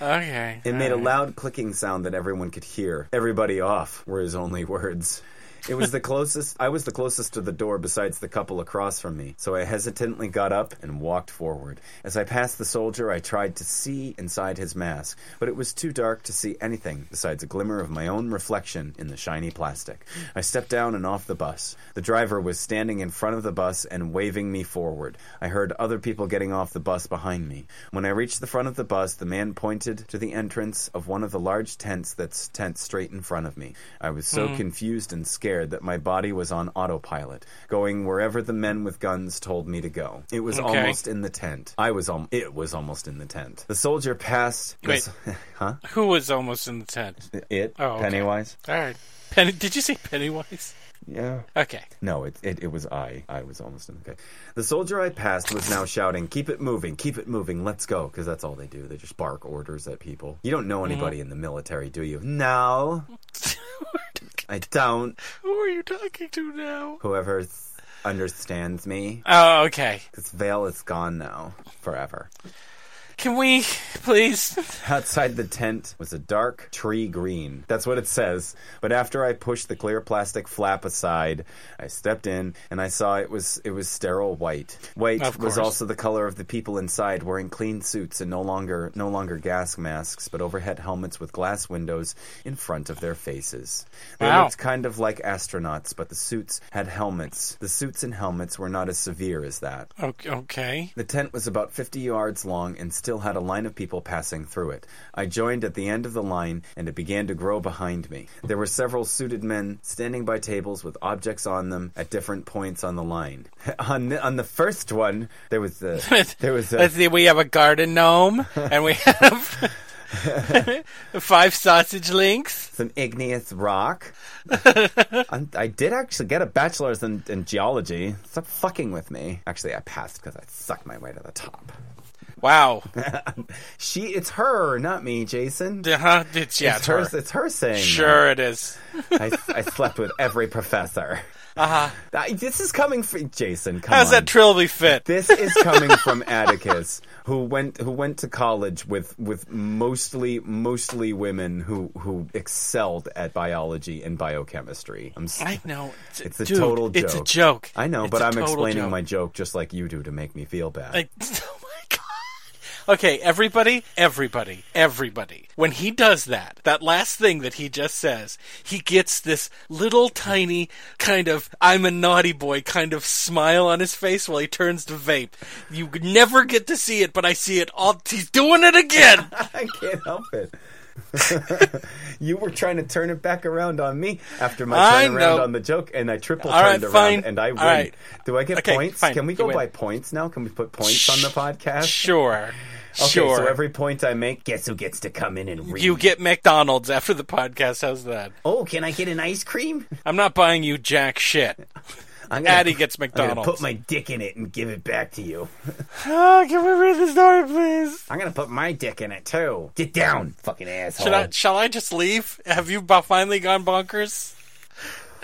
[SPEAKER 2] Okay.
[SPEAKER 1] It made a loud clicking sound that everyone could hear. Everybody off were his only words. It was the [LAUGHS] closest I was the closest to the door besides the couple across from me, so I hesitantly got up and walked forward. As I passed the soldier, I tried to see inside his mask, but it was too dark to see anything besides a glimmer of my own reflection in the shiny plastic. I stepped down and off the bus. The driver was standing in front of the bus and waving me forward. I heard other people getting off the bus behind me. When I reached the front of the bus, the man pointed to the entrance of one of the large tents that's tent straight in front of me. I was so
[SPEAKER 2] Hmm.
[SPEAKER 1] confused and scared that my body was on autopilot, going wherever the men with guns told me to go. It was
[SPEAKER 2] Okay.
[SPEAKER 1] almost in the tent. I was al- it was almost in the tent. The soldier passed
[SPEAKER 2] Wait.
[SPEAKER 1] [LAUGHS] huh?
[SPEAKER 2] Uh, Who was almost in the tent?
[SPEAKER 1] It
[SPEAKER 2] Oh, okay.
[SPEAKER 1] Pennywise?
[SPEAKER 2] All right. Penny, did you say Pennywise?
[SPEAKER 1] Yeah.
[SPEAKER 2] Okay. [LAUGHS]
[SPEAKER 1] No, it, it, it was I. I was almost in. Okay. The soldier I passed was now shouting, Keep it moving, keep it moving, let's go. Because that's all they do. They just bark orders at people. You don't know anybody in the military, do you? No, I don't.
[SPEAKER 2] Who are you talking to now?
[SPEAKER 1] Whoever s- understands me.
[SPEAKER 2] Oh, okay.
[SPEAKER 1] Because Vale is gone now. Forever.
[SPEAKER 2] Can we please? [LAUGHS]
[SPEAKER 1] [LAUGHS] Outside the tent was a dark tree green. That's what it says. But after I pushed the clear plastic flap aside, I stepped in and I saw it was it was sterile white.
[SPEAKER 2] Of
[SPEAKER 1] White was
[SPEAKER 2] course.
[SPEAKER 1] also the color of the people inside wearing clean suits and no longer no longer gas masks, but overhead helmets with glass windows in front of their faces. They
[SPEAKER 2] Wow.
[SPEAKER 1] looked kind of like astronauts, but the suits had helmets. The suits and helmets were not as severe as that.
[SPEAKER 2] O- Okay.
[SPEAKER 1] The tent was about 50 yards long and still had a line of people passing through it. I joined at the end of the line and it began to grow behind me. There were several suited men standing by tables with objects on them at different points on the line. [LAUGHS] on, the, on the first one, there was the there was a,
[SPEAKER 2] Let's see. We have a garden gnome, and we have [LAUGHS] five sausage links.
[SPEAKER 1] some igneous rock. I'm, I did actually get a bachelor's in, in geology. Stop fucking with me. Actually, I passed because I sucked my way to the top.
[SPEAKER 2] Wow.
[SPEAKER 1] She, it's her, not me, Jason.
[SPEAKER 2] Uh-huh. It's, yeah,
[SPEAKER 1] it's
[SPEAKER 2] it's
[SPEAKER 1] her.
[SPEAKER 2] her.
[SPEAKER 1] It's her saying.
[SPEAKER 2] Sure, it is.
[SPEAKER 1] that. I, I slept with every professor. Uh huh. This is coming from Jason. Come
[SPEAKER 2] Uh-huh. How's
[SPEAKER 1] on.
[SPEAKER 2] that trilby fit?
[SPEAKER 1] This is coming from Atticus, who went who went to college with with mostly mostly women who who excelled at biology and biochemistry. I'm s-
[SPEAKER 2] I know.
[SPEAKER 1] It's a
[SPEAKER 2] dude,
[SPEAKER 1] total
[SPEAKER 2] It's a
[SPEAKER 1] joke.
[SPEAKER 2] joke.
[SPEAKER 1] I know,
[SPEAKER 2] It's
[SPEAKER 1] but
[SPEAKER 2] a
[SPEAKER 1] I'm
[SPEAKER 2] total
[SPEAKER 1] explaining
[SPEAKER 2] joke.
[SPEAKER 1] my joke just like you do to make me feel bad.
[SPEAKER 2] Like, [LAUGHS] oh my god. Okay, everybody, everybody, everybody. When he does that, that last thing that he just says, he gets this little tiny kind of I'm a naughty boy kind of smile on his face while he turns to vape.
[SPEAKER 1] [LAUGHS]
[SPEAKER 2] You could never get to see it, but I see it all he's doing it again.
[SPEAKER 1] I can't help it. you were trying to turn it back around on me after my
[SPEAKER 2] I
[SPEAKER 1] turnaround
[SPEAKER 2] know.
[SPEAKER 1] on the joke, and I triple
[SPEAKER 2] All
[SPEAKER 1] turned
[SPEAKER 2] right,
[SPEAKER 1] around
[SPEAKER 2] fine.
[SPEAKER 1] and I
[SPEAKER 2] All
[SPEAKER 1] win.
[SPEAKER 2] right.
[SPEAKER 1] Do I get
[SPEAKER 2] Okay,
[SPEAKER 1] points?
[SPEAKER 2] fine.
[SPEAKER 1] Can we
[SPEAKER 2] You
[SPEAKER 1] go
[SPEAKER 2] win.
[SPEAKER 1] by points now? Can we put points on the podcast?
[SPEAKER 2] [LAUGHS] Sure.
[SPEAKER 1] Okay,
[SPEAKER 2] sure.
[SPEAKER 1] so every point I make, get-
[SPEAKER 3] Guess who gets to come in and read?
[SPEAKER 2] You get McDonald's after the podcast. How's that?
[SPEAKER 3] Oh, can I get an ice cream?
[SPEAKER 2] I'm not buying you jack shit. [LAUGHS]
[SPEAKER 3] I'm gonna,
[SPEAKER 2] Addie gets
[SPEAKER 3] I'm gonna
[SPEAKER 2] McDonald's.
[SPEAKER 3] put my dick in it and give it back to you.
[SPEAKER 2] oh, can we read the story, please?
[SPEAKER 3] I'm gonna put my dick in it too. Get down, fucking asshole.
[SPEAKER 2] Should I, shall I just leave? Have you bo- finally gone bonkers?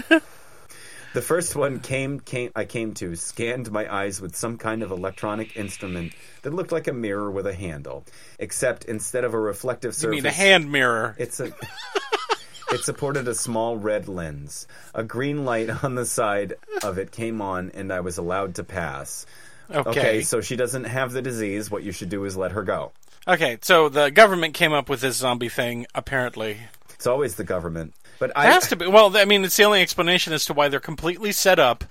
[SPEAKER 1] the first one came, came. I came to scanned my eyes with some kind of electronic instrument that looked like a mirror with a handle, except instead of a reflective
[SPEAKER 2] I
[SPEAKER 1] surface,
[SPEAKER 2] mean, a hand mirror.
[SPEAKER 1] It's a. it supported a small red lens. A green light on the side of it came on, and I was allowed to pass.
[SPEAKER 2] Okay.
[SPEAKER 1] so she doesn't have the disease. What you should do is let her go.
[SPEAKER 2] Okay, so the government came up with this zombie thing, apparently.
[SPEAKER 1] It's always the government, but
[SPEAKER 2] It
[SPEAKER 1] I.
[SPEAKER 2] has to be. Well, I mean, it's the only explanation as to why they're completely set up.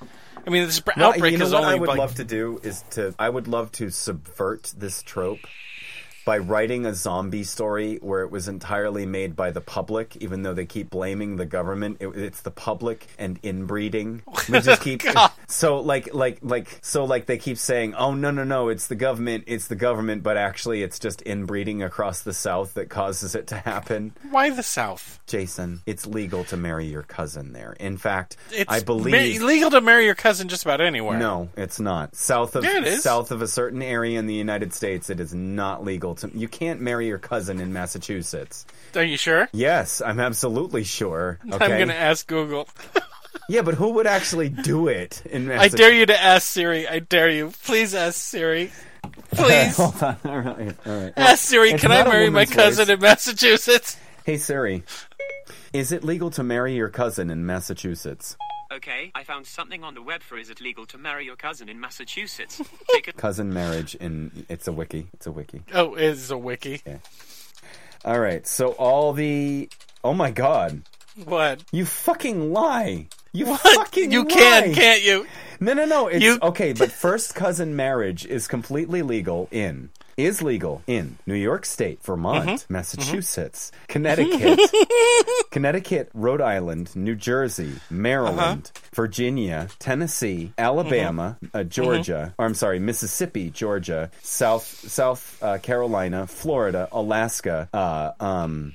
[SPEAKER 2] I mean, this
[SPEAKER 1] No,
[SPEAKER 2] outbreak
[SPEAKER 1] you know
[SPEAKER 2] is
[SPEAKER 1] what
[SPEAKER 2] only
[SPEAKER 1] I would
[SPEAKER 2] like,
[SPEAKER 1] love to do is to. I would love to subvert this trope. By writing a zombie story where it was entirely made by the public, even though they keep blaming the government, it, it's the public and inbreeding. We
[SPEAKER 2] [LAUGHS]
[SPEAKER 1] just keep
[SPEAKER 2] God.
[SPEAKER 1] so like like like so like they keep saying, "Oh no no no, it's the government, it's the government," but actually it's just inbreeding across the South that causes it to happen.
[SPEAKER 2] why the South?
[SPEAKER 1] Jason, it's legal to marry your cousin there. In fact,
[SPEAKER 2] It's
[SPEAKER 1] I believe
[SPEAKER 2] ma- legal to marry your cousin just about anywhere.
[SPEAKER 1] no, it's not. South of
[SPEAKER 2] Yeah, it is.
[SPEAKER 1] south of a certain area in the United States, it is not legal to you can't marry your cousin in Massachusetts.
[SPEAKER 2] Are you sure?
[SPEAKER 1] Yes, I'm absolutely sure. Okay.
[SPEAKER 2] [LAUGHS] I'm going to ask Google.
[SPEAKER 1] Yeah, but who would actually do it in
[SPEAKER 2] [LAUGHS] I
[SPEAKER 1] Massachusetts?
[SPEAKER 2] dare you to ask Siri. I dare you. Please ask Siri. Please.
[SPEAKER 1] [LAUGHS] Hold on. All right. All right.
[SPEAKER 2] ask Siri,
[SPEAKER 1] it's
[SPEAKER 2] can I
[SPEAKER 1] not a
[SPEAKER 2] marry my
[SPEAKER 1] woman's
[SPEAKER 2] cousin
[SPEAKER 1] voice.
[SPEAKER 2] in Massachusetts?
[SPEAKER 1] Hey Siri. Is it legal to marry your cousin in Massachusetts?
[SPEAKER 6] Okay, I found something on the web for is it legal to marry your cousin in Massachusetts? Take a
[SPEAKER 1] Cousin marriage in it's a wiki. It's a wiki.
[SPEAKER 2] Oh, it is a wiki.
[SPEAKER 1] All right. So all the Oh my god.
[SPEAKER 2] What?
[SPEAKER 1] You fucking lie. You fucking
[SPEAKER 2] you
[SPEAKER 1] lie.
[SPEAKER 2] can, can't you?
[SPEAKER 1] No, no, no. It's
[SPEAKER 2] You-
[SPEAKER 1] okay, but first cousin marriage is completely legal in is legal in New York State, Vermont, Massachusetts, Connecticut, Connecticut, Rhode Island, New Jersey, Maryland, Virginia, Tennessee, Alabama, uh, Georgia. Or, I'm sorry, Mississippi, Georgia, South South uh, Carolina, Florida, Alaska, uh, um,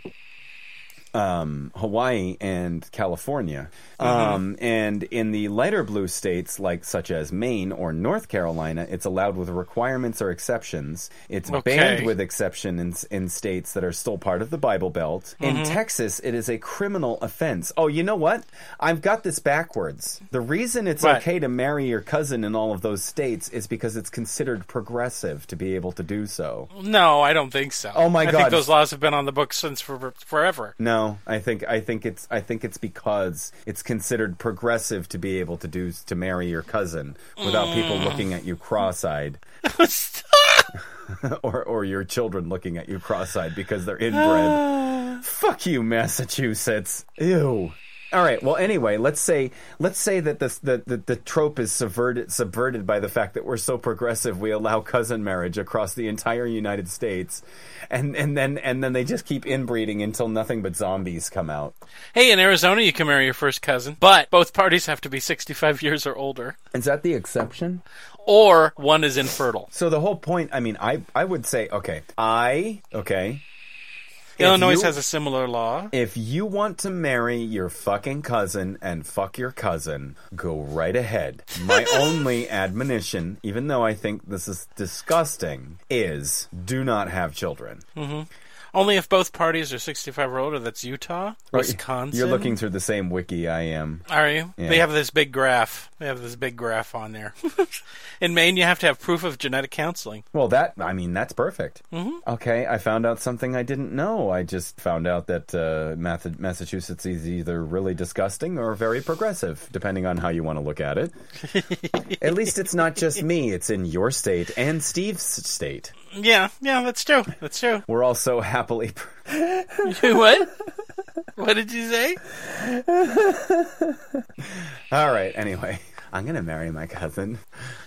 [SPEAKER 1] um, Hawaii and California. Um, and in the lighter blue states, like such as Maine or North Carolina, it's allowed with requirements or exceptions. It's
[SPEAKER 2] Okay.
[SPEAKER 1] banned with exception in, in states that are still part of the Bible Belt. In Texas, it is a criminal offense. Oh, you know what? I've got this backwards. The reason it's
[SPEAKER 2] What?
[SPEAKER 1] okay to marry your cousin in all of those states is because it's considered progressive to be able to do so.
[SPEAKER 2] No, I don't think so.
[SPEAKER 1] Oh my
[SPEAKER 2] I think
[SPEAKER 1] God.
[SPEAKER 2] those laws have been on the books since for, forever.
[SPEAKER 1] No, I think I think it's I think it's because it's considered progressive to be able to do to marry your cousin without people looking at you cross-eyed [LAUGHS] or or your children looking at you cross-eyed because they're inbred. Fuck you, Massachusetts. Ew. All right. Well, anyway, let's say let's say that this the, the, the trope is subverted subverted by the fact that we're so progressive we allow cousin marriage across the entire United States, and and then and then they just keep inbreeding until nothing but zombies come out.
[SPEAKER 2] Hey, in Arizona, you can marry your first cousin, but both parties have to be 65 years or older,
[SPEAKER 1] Is that the exception?
[SPEAKER 2] or one is infertile.
[SPEAKER 1] So the whole point. I mean, I I would say okay. I okay. If
[SPEAKER 2] Illinois
[SPEAKER 1] you-
[SPEAKER 2] has a similar law.
[SPEAKER 1] If you want to marry your fucking cousin and fuck your cousin, go right ahead. My only admonition, even though I think this is disgusting, is do not have children.
[SPEAKER 2] Only if both parties are 65 or older. That's Utah, Wisconsin.
[SPEAKER 1] You're looking through the same wiki I am.
[SPEAKER 2] Are you? They have this big graph. They have this big graph
[SPEAKER 1] [LAUGHS]
[SPEAKER 2] on there. in Maine, you have to have proof of genetic counseling.
[SPEAKER 1] Well, that I mean, that's perfect. Okay, I found out something I didn't know. I just found out that uh, Math- Massachusetts is either really disgusting or very progressive, depending on how you want to look at it. at least it's not just me; it's in your state and Steve's state.
[SPEAKER 2] Yeah, yeah, that's true. That's
[SPEAKER 1] [LAUGHS]
[SPEAKER 2] true. [LAUGHS]
[SPEAKER 1] We're also happily. [LAUGHS]
[SPEAKER 2] what? What did you say?
[SPEAKER 1] All right. Anyway, I'm gonna marry my cousin.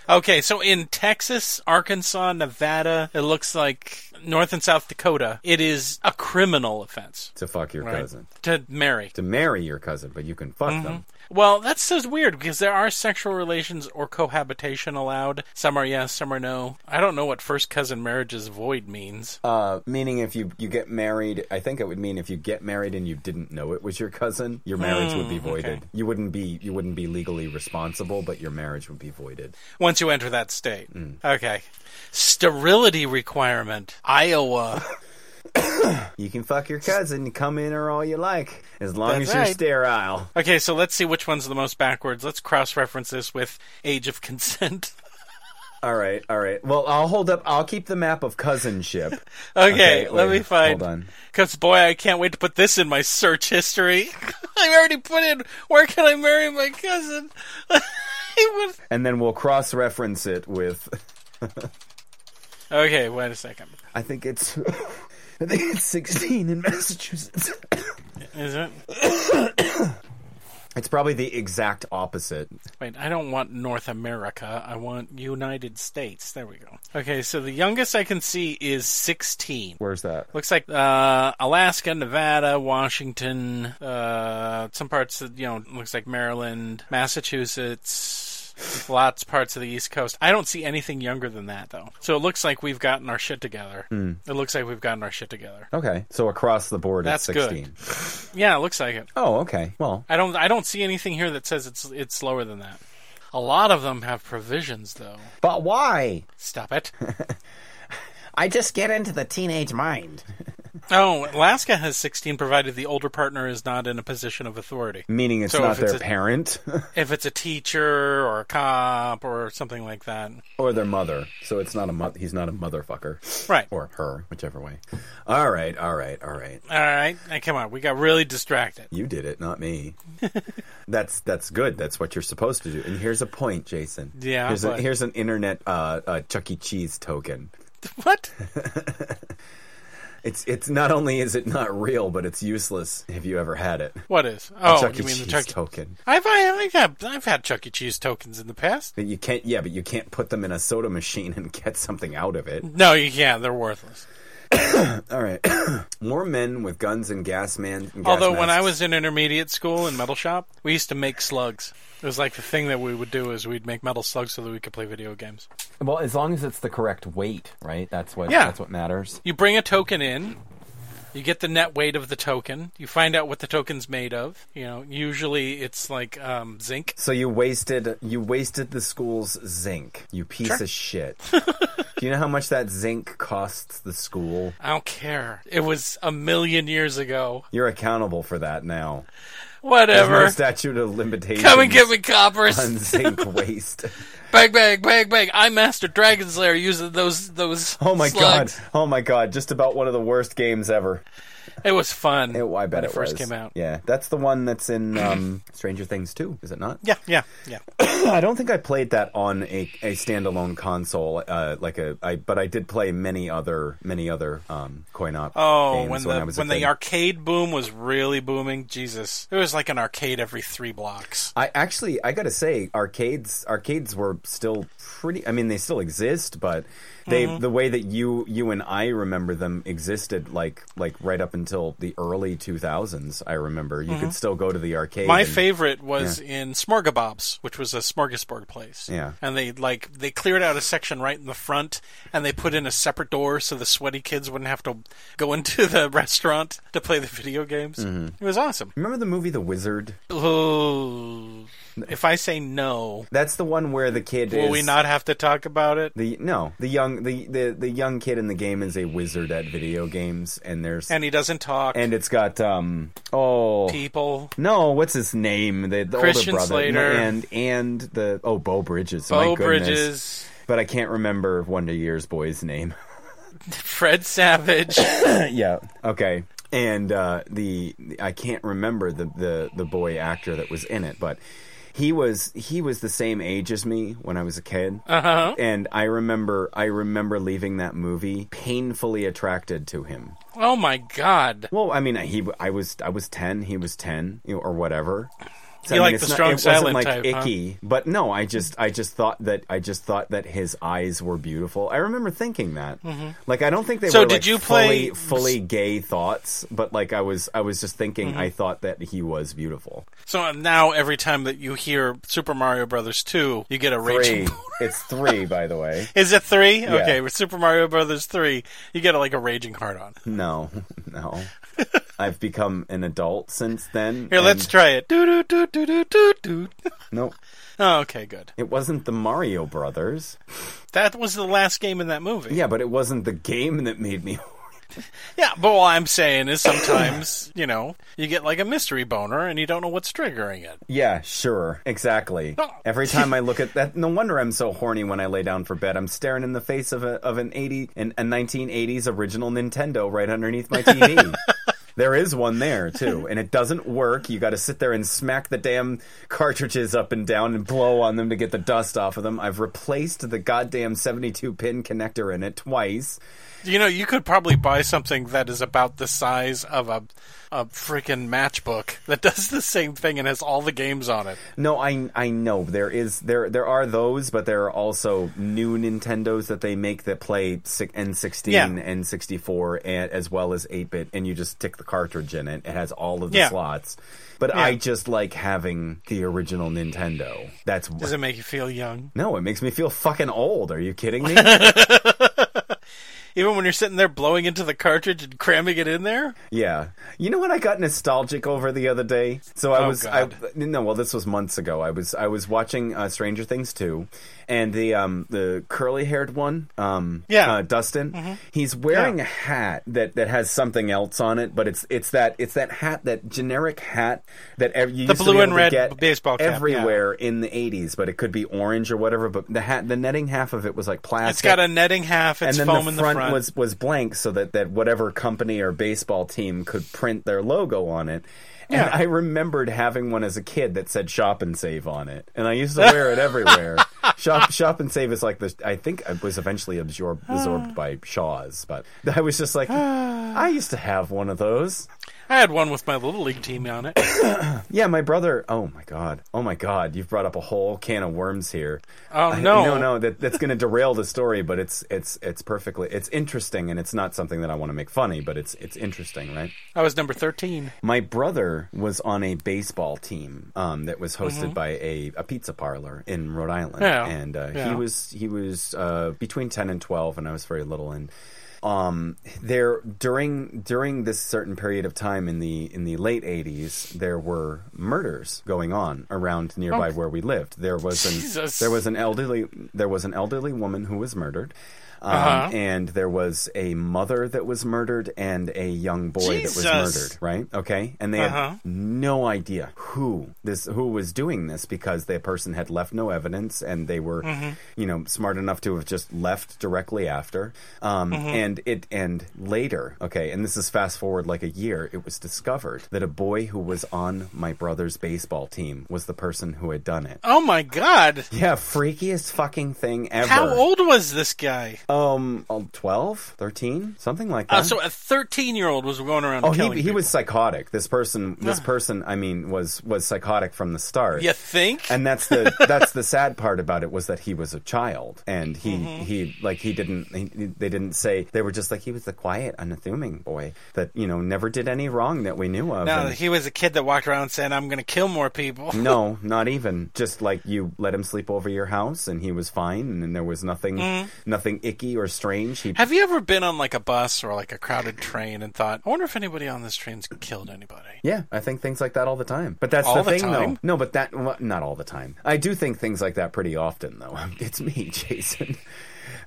[SPEAKER 2] Okay, so in Texas, Arkansas, Nevada, it looks like North and South Dakota, it is a criminal offense
[SPEAKER 1] to fuck your
[SPEAKER 2] right?
[SPEAKER 1] cousin,
[SPEAKER 2] to marry.
[SPEAKER 1] to marry your cousin, but you can fuck them.
[SPEAKER 2] Well, that's so weird because there are sexual relations or cohabitation allowed. Some are yes, some are no. I don't know what first cousin marriages void means.
[SPEAKER 1] Uh, meaning, if you, you get married, I think it would mean if you get married and you didn't know it was your cousin, your marriage would
[SPEAKER 2] Hmm,
[SPEAKER 1] be voided. You wouldn't be you wouldn't be legally responsible, but your marriage would be voided.
[SPEAKER 2] once you enter that state.
[SPEAKER 1] mm.
[SPEAKER 2] Okay. Sterility requirement.
[SPEAKER 1] [LAUGHS]
[SPEAKER 2] Iowa.
[SPEAKER 1] You can fuck your cousin, come in her all you like, as long
[SPEAKER 2] That's
[SPEAKER 1] as you're
[SPEAKER 2] right.
[SPEAKER 1] sterile.
[SPEAKER 2] Okay, so let's see which one's the most backwards. Let's cross reference this with age of consent. [LAUGHS]
[SPEAKER 1] All right, all right. Well, I'll hold up. I'll keep the map of cousinship.
[SPEAKER 2] [LAUGHS] Okay, let
[SPEAKER 1] wait,
[SPEAKER 2] me find.
[SPEAKER 1] hold on.
[SPEAKER 2] Because, boy, I can't wait to put this in my search history. [LAUGHS] I already put in, where can I marry my cousin? [LAUGHS] It would-
[SPEAKER 1] and then we'll cross-reference it with. [LAUGHS]
[SPEAKER 2] okay, wait a second.
[SPEAKER 1] I think it's. [LAUGHS] I think it's 16 in Massachusetts. [LAUGHS]
[SPEAKER 2] Is it?
[SPEAKER 1] It's probably the exact opposite.
[SPEAKER 2] Wait, I don't want North America. I want United States. There we go. Okay, so the youngest I can see is 16.
[SPEAKER 1] Where's that?
[SPEAKER 2] Looks like uh, Alaska, Nevada, Washington, uh, some parts of, you know, looks like Maryland, Massachusetts, lots parts of the East Coast. I don't see anything younger than that, though. So it looks like we've gotten our shit together. It looks like we've gotten our shit together.
[SPEAKER 1] Okay, so across the board,
[SPEAKER 2] That's
[SPEAKER 1] it's
[SPEAKER 2] good.
[SPEAKER 1] 16.
[SPEAKER 2] Yeah, it looks like it.
[SPEAKER 1] Oh, okay. Well,
[SPEAKER 2] I don't, I don't see anything here that says it's, it's lower than that. A lot of them have provisions, though.
[SPEAKER 1] but why?
[SPEAKER 2] Stop it.
[SPEAKER 4] I just get into the teenage mind.
[SPEAKER 2] Oh, Alaska has 16, provided the older partner is not in a position of authority.
[SPEAKER 1] Meaning it's
[SPEAKER 2] So
[SPEAKER 1] not
[SPEAKER 2] if it's
[SPEAKER 1] their
[SPEAKER 2] a-
[SPEAKER 1] parent [LAUGHS]
[SPEAKER 2] If it's a teacher or a cop or something like that.
[SPEAKER 1] or their mother. So it's not a mo- he's not a motherfucker
[SPEAKER 2] Right.
[SPEAKER 1] or her, whichever way. All right, all right, all right.
[SPEAKER 2] All right. Now, come on. We got really distracted. [LAUGHS]
[SPEAKER 1] You did it, not me. that's that's good. That's what you're supposed to do. And here's a point, Jason.
[SPEAKER 2] Yeah,
[SPEAKER 1] Here's, a,
[SPEAKER 2] but-
[SPEAKER 1] here's an internet uh, uh, Chuck E. Cheese token.
[SPEAKER 2] What?
[SPEAKER 1] It's it's not only is it not real, but it's useless if you ever had it.
[SPEAKER 2] What is? Oh,
[SPEAKER 1] Chuck E.
[SPEAKER 2] you mean
[SPEAKER 1] Cheese
[SPEAKER 2] the Chuck E.
[SPEAKER 1] token.
[SPEAKER 2] I've, I've, had, I've had Chuck E. Cheese tokens in the past.
[SPEAKER 1] But you can't. Yeah, but you can't put them in a soda machine and [LAUGHS] get something out of it.
[SPEAKER 2] No, you can't. They're worthless.
[SPEAKER 1] All right. More men with guns and gas man. and gas
[SPEAKER 2] Although, when I
[SPEAKER 1] masks.
[SPEAKER 2] was in intermediate school in metal shop, we used to make slugs. It was like the thing that we would do is we'd make metal slugs so that we could play video games.
[SPEAKER 1] well, as long as it's the correct weight, right? That's what.
[SPEAKER 2] Yeah.
[SPEAKER 1] That's what matters.
[SPEAKER 2] You bring a token in. You get the net weight of the token. You find out what the token's made of. You know, usually it's like um, zinc.
[SPEAKER 1] So you wasted you wasted the school's zinc. You piece of shit.
[SPEAKER 2] [LAUGHS]
[SPEAKER 1] Do you know how much that zinc costs the school?
[SPEAKER 2] I don't care. It was a million years ago.
[SPEAKER 1] You're accountable for that now. There's
[SPEAKER 2] Whatever.
[SPEAKER 1] no statute of limitations.
[SPEAKER 2] Come and give me coppers.
[SPEAKER 1] on zinc
[SPEAKER 2] [LAUGHS]
[SPEAKER 1] waste.
[SPEAKER 2] Bang, bang, bang, bang. I mastered Dragon Slayer using those those.
[SPEAKER 1] Oh my
[SPEAKER 2] slugs.
[SPEAKER 1] god! Oh my god! Just about one of the worst games ever.
[SPEAKER 2] It was fun.
[SPEAKER 1] It, I bet
[SPEAKER 2] when
[SPEAKER 1] it,
[SPEAKER 2] it first
[SPEAKER 1] was.
[SPEAKER 2] came out.
[SPEAKER 1] Yeah, that's the one that's in um, Stranger Things too, is it not?
[SPEAKER 2] Yeah, yeah, yeah.
[SPEAKER 1] I don't think I played that on a, a standalone console, uh, like a. I but I did play many other many other um, coin op.
[SPEAKER 2] Oh,
[SPEAKER 1] games
[SPEAKER 2] when the
[SPEAKER 1] I
[SPEAKER 2] when,
[SPEAKER 1] was a
[SPEAKER 2] the
[SPEAKER 1] kid.
[SPEAKER 2] arcade boom was really booming, Jesus, it was like an arcade every three blocks.
[SPEAKER 1] I actually, I gotta say, arcades arcades were still pretty. I mean, they still exist, but they
[SPEAKER 2] Mm-hmm.
[SPEAKER 1] the way that you you and I remember them existed like like right up until the early two thousands. I remember you could still go to the arcade.
[SPEAKER 2] Mm-hmm. My
[SPEAKER 1] and-
[SPEAKER 2] favorite was in Smorgabob's, which was a smorgasbord place.
[SPEAKER 1] Yeah.
[SPEAKER 2] and they like they cleared out a section right in the front, and they put in a separate door so the sweaty kids wouldn't have to go [LAUGHS] into the restaurant to play the video games.
[SPEAKER 1] Mm-hmm.
[SPEAKER 2] It was awesome.
[SPEAKER 1] Remember the movie The Wizard?
[SPEAKER 2] Oh, if I say no,
[SPEAKER 1] That's the one where the kid
[SPEAKER 2] will
[SPEAKER 1] is.
[SPEAKER 2] we not have to talk about it?
[SPEAKER 1] The no, the young the, the the young kid in the game is a wizard at video games, and there's and,
[SPEAKER 2] And he doesn't talk.
[SPEAKER 1] it's got um oh
[SPEAKER 2] people.
[SPEAKER 1] no, what's his name? The, the
[SPEAKER 2] Christian
[SPEAKER 1] older brother
[SPEAKER 2] Slater.
[SPEAKER 1] and and the oh Bo Bridges, my
[SPEAKER 2] Bo
[SPEAKER 1] goodness.
[SPEAKER 2] Bridges,
[SPEAKER 1] but I can't remember Wonder Years boy's name.
[SPEAKER 2] Fred Savage. [LAUGHS]
[SPEAKER 1] yeah, okay. And uh, the I can't remember the, the the boy actor that was in it, but he was he was the same age as me when I was a kid.
[SPEAKER 2] Uh-huh.
[SPEAKER 1] and I remember I remember leaving that movie painfully attracted to him.
[SPEAKER 2] Oh my god.
[SPEAKER 1] Well, I mean, he I was I was ten, he was ten, you know, or whatever. So,
[SPEAKER 2] You
[SPEAKER 1] I mean,
[SPEAKER 2] like
[SPEAKER 1] it's
[SPEAKER 2] the
[SPEAKER 1] not-
[SPEAKER 2] strong
[SPEAKER 1] it wasn't
[SPEAKER 2] silent
[SPEAKER 1] like
[SPEAKER 2] type, huh?
[SPEAKER 1] icky, but no, I just I just thought that I just thought that his eyes were beautiful. I remember thinking that. Like I don't think they
[SPEAKER 2] Mm-hmm. So
[SPEAKER 1] were
[SPEAKER 2] did
[SPEAKER 1] like,
[SPEAKER 2] you play-
[SPEAKER 1] fully fully gay thoughts, but like I was I was just thinking
[SPEAKER 2] Mm-hmm.
[SPEAKER 1] I thought that he was beautiful.
[SPEAKER 2] So now every time that you hear Super Mario Brothers 2, you get a
[SPEAKER 1] Three.
[SPEAKER 2] raging.
[SPEAKER 1] it's three, by the way.
[SPEAKER 2] Is it three? Okay, with Super Mario Brothers 3, you get like a raging heart on.
[SPEAKER 1] No, [LAUGHS]
[SPEAKER 2] [LAUGHS]
[SPEAKER 1] no. I've become an adult since then.
[SPEAKER 2] Here, let's
[SPEAKER 1] and-
[SPEAKER 2] try it. Do do do do do do do.
[SPEAKER 1] No,
[SPEAKER 2] [LAUGHS] Oh, okay, good.
[SPEAKER 1] it wasn't the Mario Brothers.
[SPEAKER 2] That was the last game in that movie.
[SPEAKER 1] Yeah, but it wasn't the game that made me.
[SPEAKER 2] Yeah, but all I'm saying is sometimes, [COUGHS] you know, you get like a mystery boner and you don't know what's triggering it.
[SPEAKER 1] Yeah, sure, exactly.
[SPEAKER 2] No.
[SPEAKER 1] Every time I look at that, no wonder I'm so horny when I lay down for bed. I'm staring in the face of a of an eighty an, a 1980s original Nintendo right underneath my TV. There is one there too, and it doesn't work. You got to sit there and smack the damn cartridges up and down and blow on them to get the dust off of them. I've replaced the goddamn 72 pin connector in it twice.
[SPEAKER 2] You know, you could probably buy something that is about the size of a a freaking matchbook that [LAUGHS] does the same thing and has all the games on it.
[SPEAKER 1] No, I I know there is there there are those, but there are also new Nintendos that they make that play si- N16,
[SPEAKER 2] Yeah.
[SPEAKER 1] N64, and as well as 8-bit, and you just stick the cartridge in it. It has all of the
[SPEAKER 2] Yeah.
[SPEAKER 1] slots. But
[SPEAKER 2] Yeah.
[SPEAKER 1] I just like having the original Nintendo. That's
[SPEAKER 2] Does it make you feel young?
[SPEAKER 1] no, it makes me feel fucking old. Are you kidding
[SPEAKER 2] [LAUGHS]
[SPEAKER 1] me?
[SPEAKER 2] Even when you're sitting there blowing into the cartridge and cramming it in there?
[SPEAKER 1] Yeah. You know what I got nostalgic over the other day? So I
[SPEAKER 2] Oh,
[SPEAKER 1] was
[SPEAKER 2] God.
[SPEAKER 1] I no, well this was months ago. I was I was watching uh, Stranger Things 2 and the um the curly-haired one, um
[SPEAKER 2] Yeah. Mm-hmm.
[SPEAKER 1] uh, Dustin, he's wearing a hat that that has something else on it, but it's it's that it's that hat that generic hat that ev- you
[SPEAKER 2] The
[SPEAKER 1] used to
[SPEAKER 2] blue
[SPEAKER 1] be
[SPEAKER 2] and
[SPEAKER 1] able to
[SPEAKER 2] red
[SPEAKER 1] get
[SPEAKER 2] baseball cap, yeah.
[SPEAKER 1] everywhere in the 80s, but it could be orange or whatever, but the hat the netting half of it was like plastic
[SPEAKER 2] It's got a netting half, it's
[SPEAKER 1] and then
[SPEAKER 2] foam
[SPEAKER 1] the
[SPEAKER 2] in the
[SPEAKER 1] front,
[SPEAKER 2] front.
[SPEAKER 1] was was blank so that that whatever company or baseball team could print their logo on it and
[SPEAKER 2] Yeah.
[SPEAKER 1] i remembered having one as a kid that said shop and save on it and i used to wear it
[SPEAKER 2] [LAUGHS]
[SPEAKER 1] everywhere shop shop and save is like the i think it was eventually absorbed absorbed by shaw's but i was just like
[SPEAKER 2] [SIGHS]
[SPEAKER 1] i used to have one of those
[SPEAKER 2] I had one with my little league team on it.
[SPEAKER 1] yeah my brother oh my god oh my god you've brought up a whole can of worms here
[SPEAKER 2] Oh
[SPEAKER 1] I-
[SPEAKER 2] no.
[SPEAKER 1] no, no, that, that's going to derail the story, but it's it's it's perfectly it's interesting, and it's not something that I want to make funny, but it's it's interesting, right?
[SPEAKER 2] I was number 13.
[SPEAKER 1] My brother was on a baseball team um, that was hosted by a, a pizza parlor in Rhode Island,
[SPEAKER 2] Mm-hmm. Yeah.
[SPEAKER 1] and uh,
[SPEAKER 2] Yeah.
[SPEAKER 1] he was he was uh, between ten and twelve, and I was very little, and um, there during during this certain period of time in the in the late eighties, there were murders going on around nearby where we lived. There was an
[SPEAKER 2] Oh. Jesus.
[SPEAKER 1] there was an elderly there was an elderly woman who was murdered. Um,
[SPEAKER 2] Uh-huh.
[SPEAKER 1] And there was a mother that was murdered and a young boy that was
[SPEAKER 2] Jesus.
[SPEAKER 1] murdered right? Okay, and they
[SPEAKER 2] Uh-huh.
[SPEAKER 1] had no idea who this who was doing this because the person had left no evidence, and they were,
[SPEAKER 2] Mm-hmm.
[SPEAKER 1] you know, smart enough to have just left directly after. Um,
[SPEAKER 2] Mm-hmm.
[SPEAKER 1] And it and later, okay, and this is fast forward like a year, it was discovered that a boy who was on my brother's baseball team was the person who had done it.
[SPEAKER 2] Oh my god.
[SPEAKER 1] Yeah, freakiest fucking thing ever.
[SPEAKER 2] How old was this guy?
[SPEAKER 1] Um, 12, 13, something like that.
[SPEAKER 2] Uh, so a 13-year-old was going around
[SPEAKER 1] Oh,
[SPEAKER 2] killing
[SPEAKER 1] he, he
[SPEAKER 2] people. Ah.
[SPEAKER 1] was psychotic. This person, this person, I mean, was was psychotic from the start.
[SPEAKER 2] You think?
[SPEAKER 1] And that's
[SPEAKER 2] [LAUGHS]
[SPEAKER 1] the that's the sad part about it was that he was a child, and he
[SPEAKER 2] Mm-hmm.
[SPEAKER 1] he like he didn't he, they didn't say they were just like he was the quiet, unassuming boy that you know never did any wrong that we knew of.
[SPEAKER 2] No,
[SPEAKER 1] and-
[SPEAKER 2] he was a kid that walked around saying, "I'm going to kill more
[SPEAKER 1] [LAUGHS]
[SPEAKER 2] people."
[SPEAKER 1] no, not even. Just like you let him sleep over your house, and he was fine, and, there was nothing
[SPEAKER 2] Mm.
[SPEAKER 1] nothing icky or strange. He
[SPEAKER 2] Have you ever been on like a bus or like a crowded train and thought, "I wonder if anybody on this train's killed anybody"?
[SPEAKER 1] Yeah, I think things like that all the time. But that's
[SPEAKER 2] All
[SPEAKER 1] the
[SPEAKER 2] the
[SPEAKER 1] thing,
[SPEAKER 2] time?
[SPEAKER 1] though. No, but that well, not all the time. I do think things like that pretty often, though. [LAUGHS] It's me, Jason.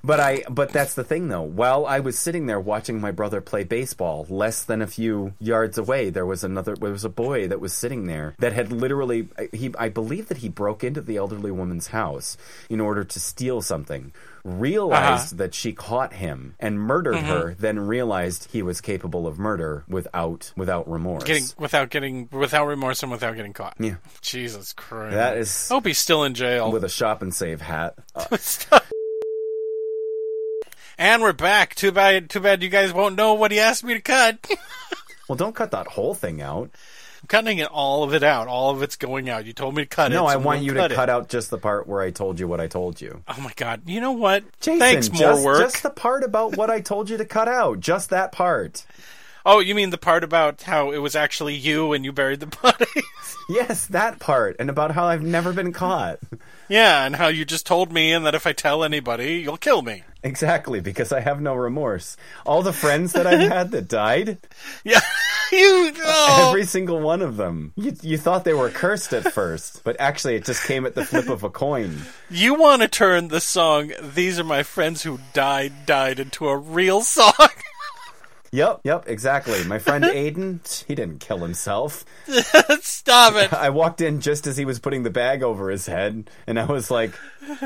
[SPEAKER 1] But I, but that's the thing, though. While I was sitting there watching my brother play baseball, less than a few yards away, there was another. There was a boy that was sitting there that had literally. He, I believe that he broke into the elderly woman's house in order to steal something. Realized that she caught him and murdered her, then realized he was capable of murder without without remorse.
[SPEAKER 2] Getting without getting without remorse and without getting caught.
[SPEAKER 1] Yeah.
[SPEAKER 2] Jesus Christ.
[SPEAKER 1] That is-
[SPEAKER 2] I hope he's still in jail.
[SPEAKER 1] with a shop and save hat. Uh,
[SPEAKER 2] and we're back. Too bad. Too bad you guys won't know what he asked me to cut.
[SPEAKER 1] well, don't cut that whole thing out.
[SPEAKER 2] I'm cutting it all of it out. All of it's going out. You told me to cut it.
[SPEAKER 1] No,
[SPEAKER 2] so
[SPEAKER 1] I
[SPEAKER 2] I'm
[SPEAKER 1] want
[SPEAKER 2] gonna
[SPEAKER 1] you to cut out just the part where I told you what I told you.
[SPEAKER 2] Oh my god! You know what?
[SPEAKER 1] Jason,
[SPEAKER 2] Thanks, more
[SPEAKER 1] just,
[SPEAKER 2] work.
[SPEAKER 1] Just the part about what I told you to cut out. Just that part.
[SPEAKER 2] Oh, you mean the part about how it was actually you and you buried the [LAUGHS] body?
[SPEAKER 1] Yes, that part, and about how I've never been caught. [LAUGHS]
[SPEAKER 2] yeah, and how you just told me, and that if I tell anybody, you'll kill me.
[SPEAKER 1] Exactly, because I have no remorse. All the friends that I've had that died,
[SPEAKER 2] Yeah, [LAUGHS] you. Oh.
[SPEAKER 1] every single one of them. You, you thought they were cursed at first, but actually it just came at the flip of a coin.
[SPEAKER 2] You want to turn the song "These Are My Friends Who Died" died into a real song? [LAUGHS]
[SPEAKER 1] Yep, yep, exactly. My friend Aiden, he didn't kill himself.
[SPEAKER 2] Stop it!
[SPEAKER 1] I walked in just as he was putting the bag over his head, and I was like,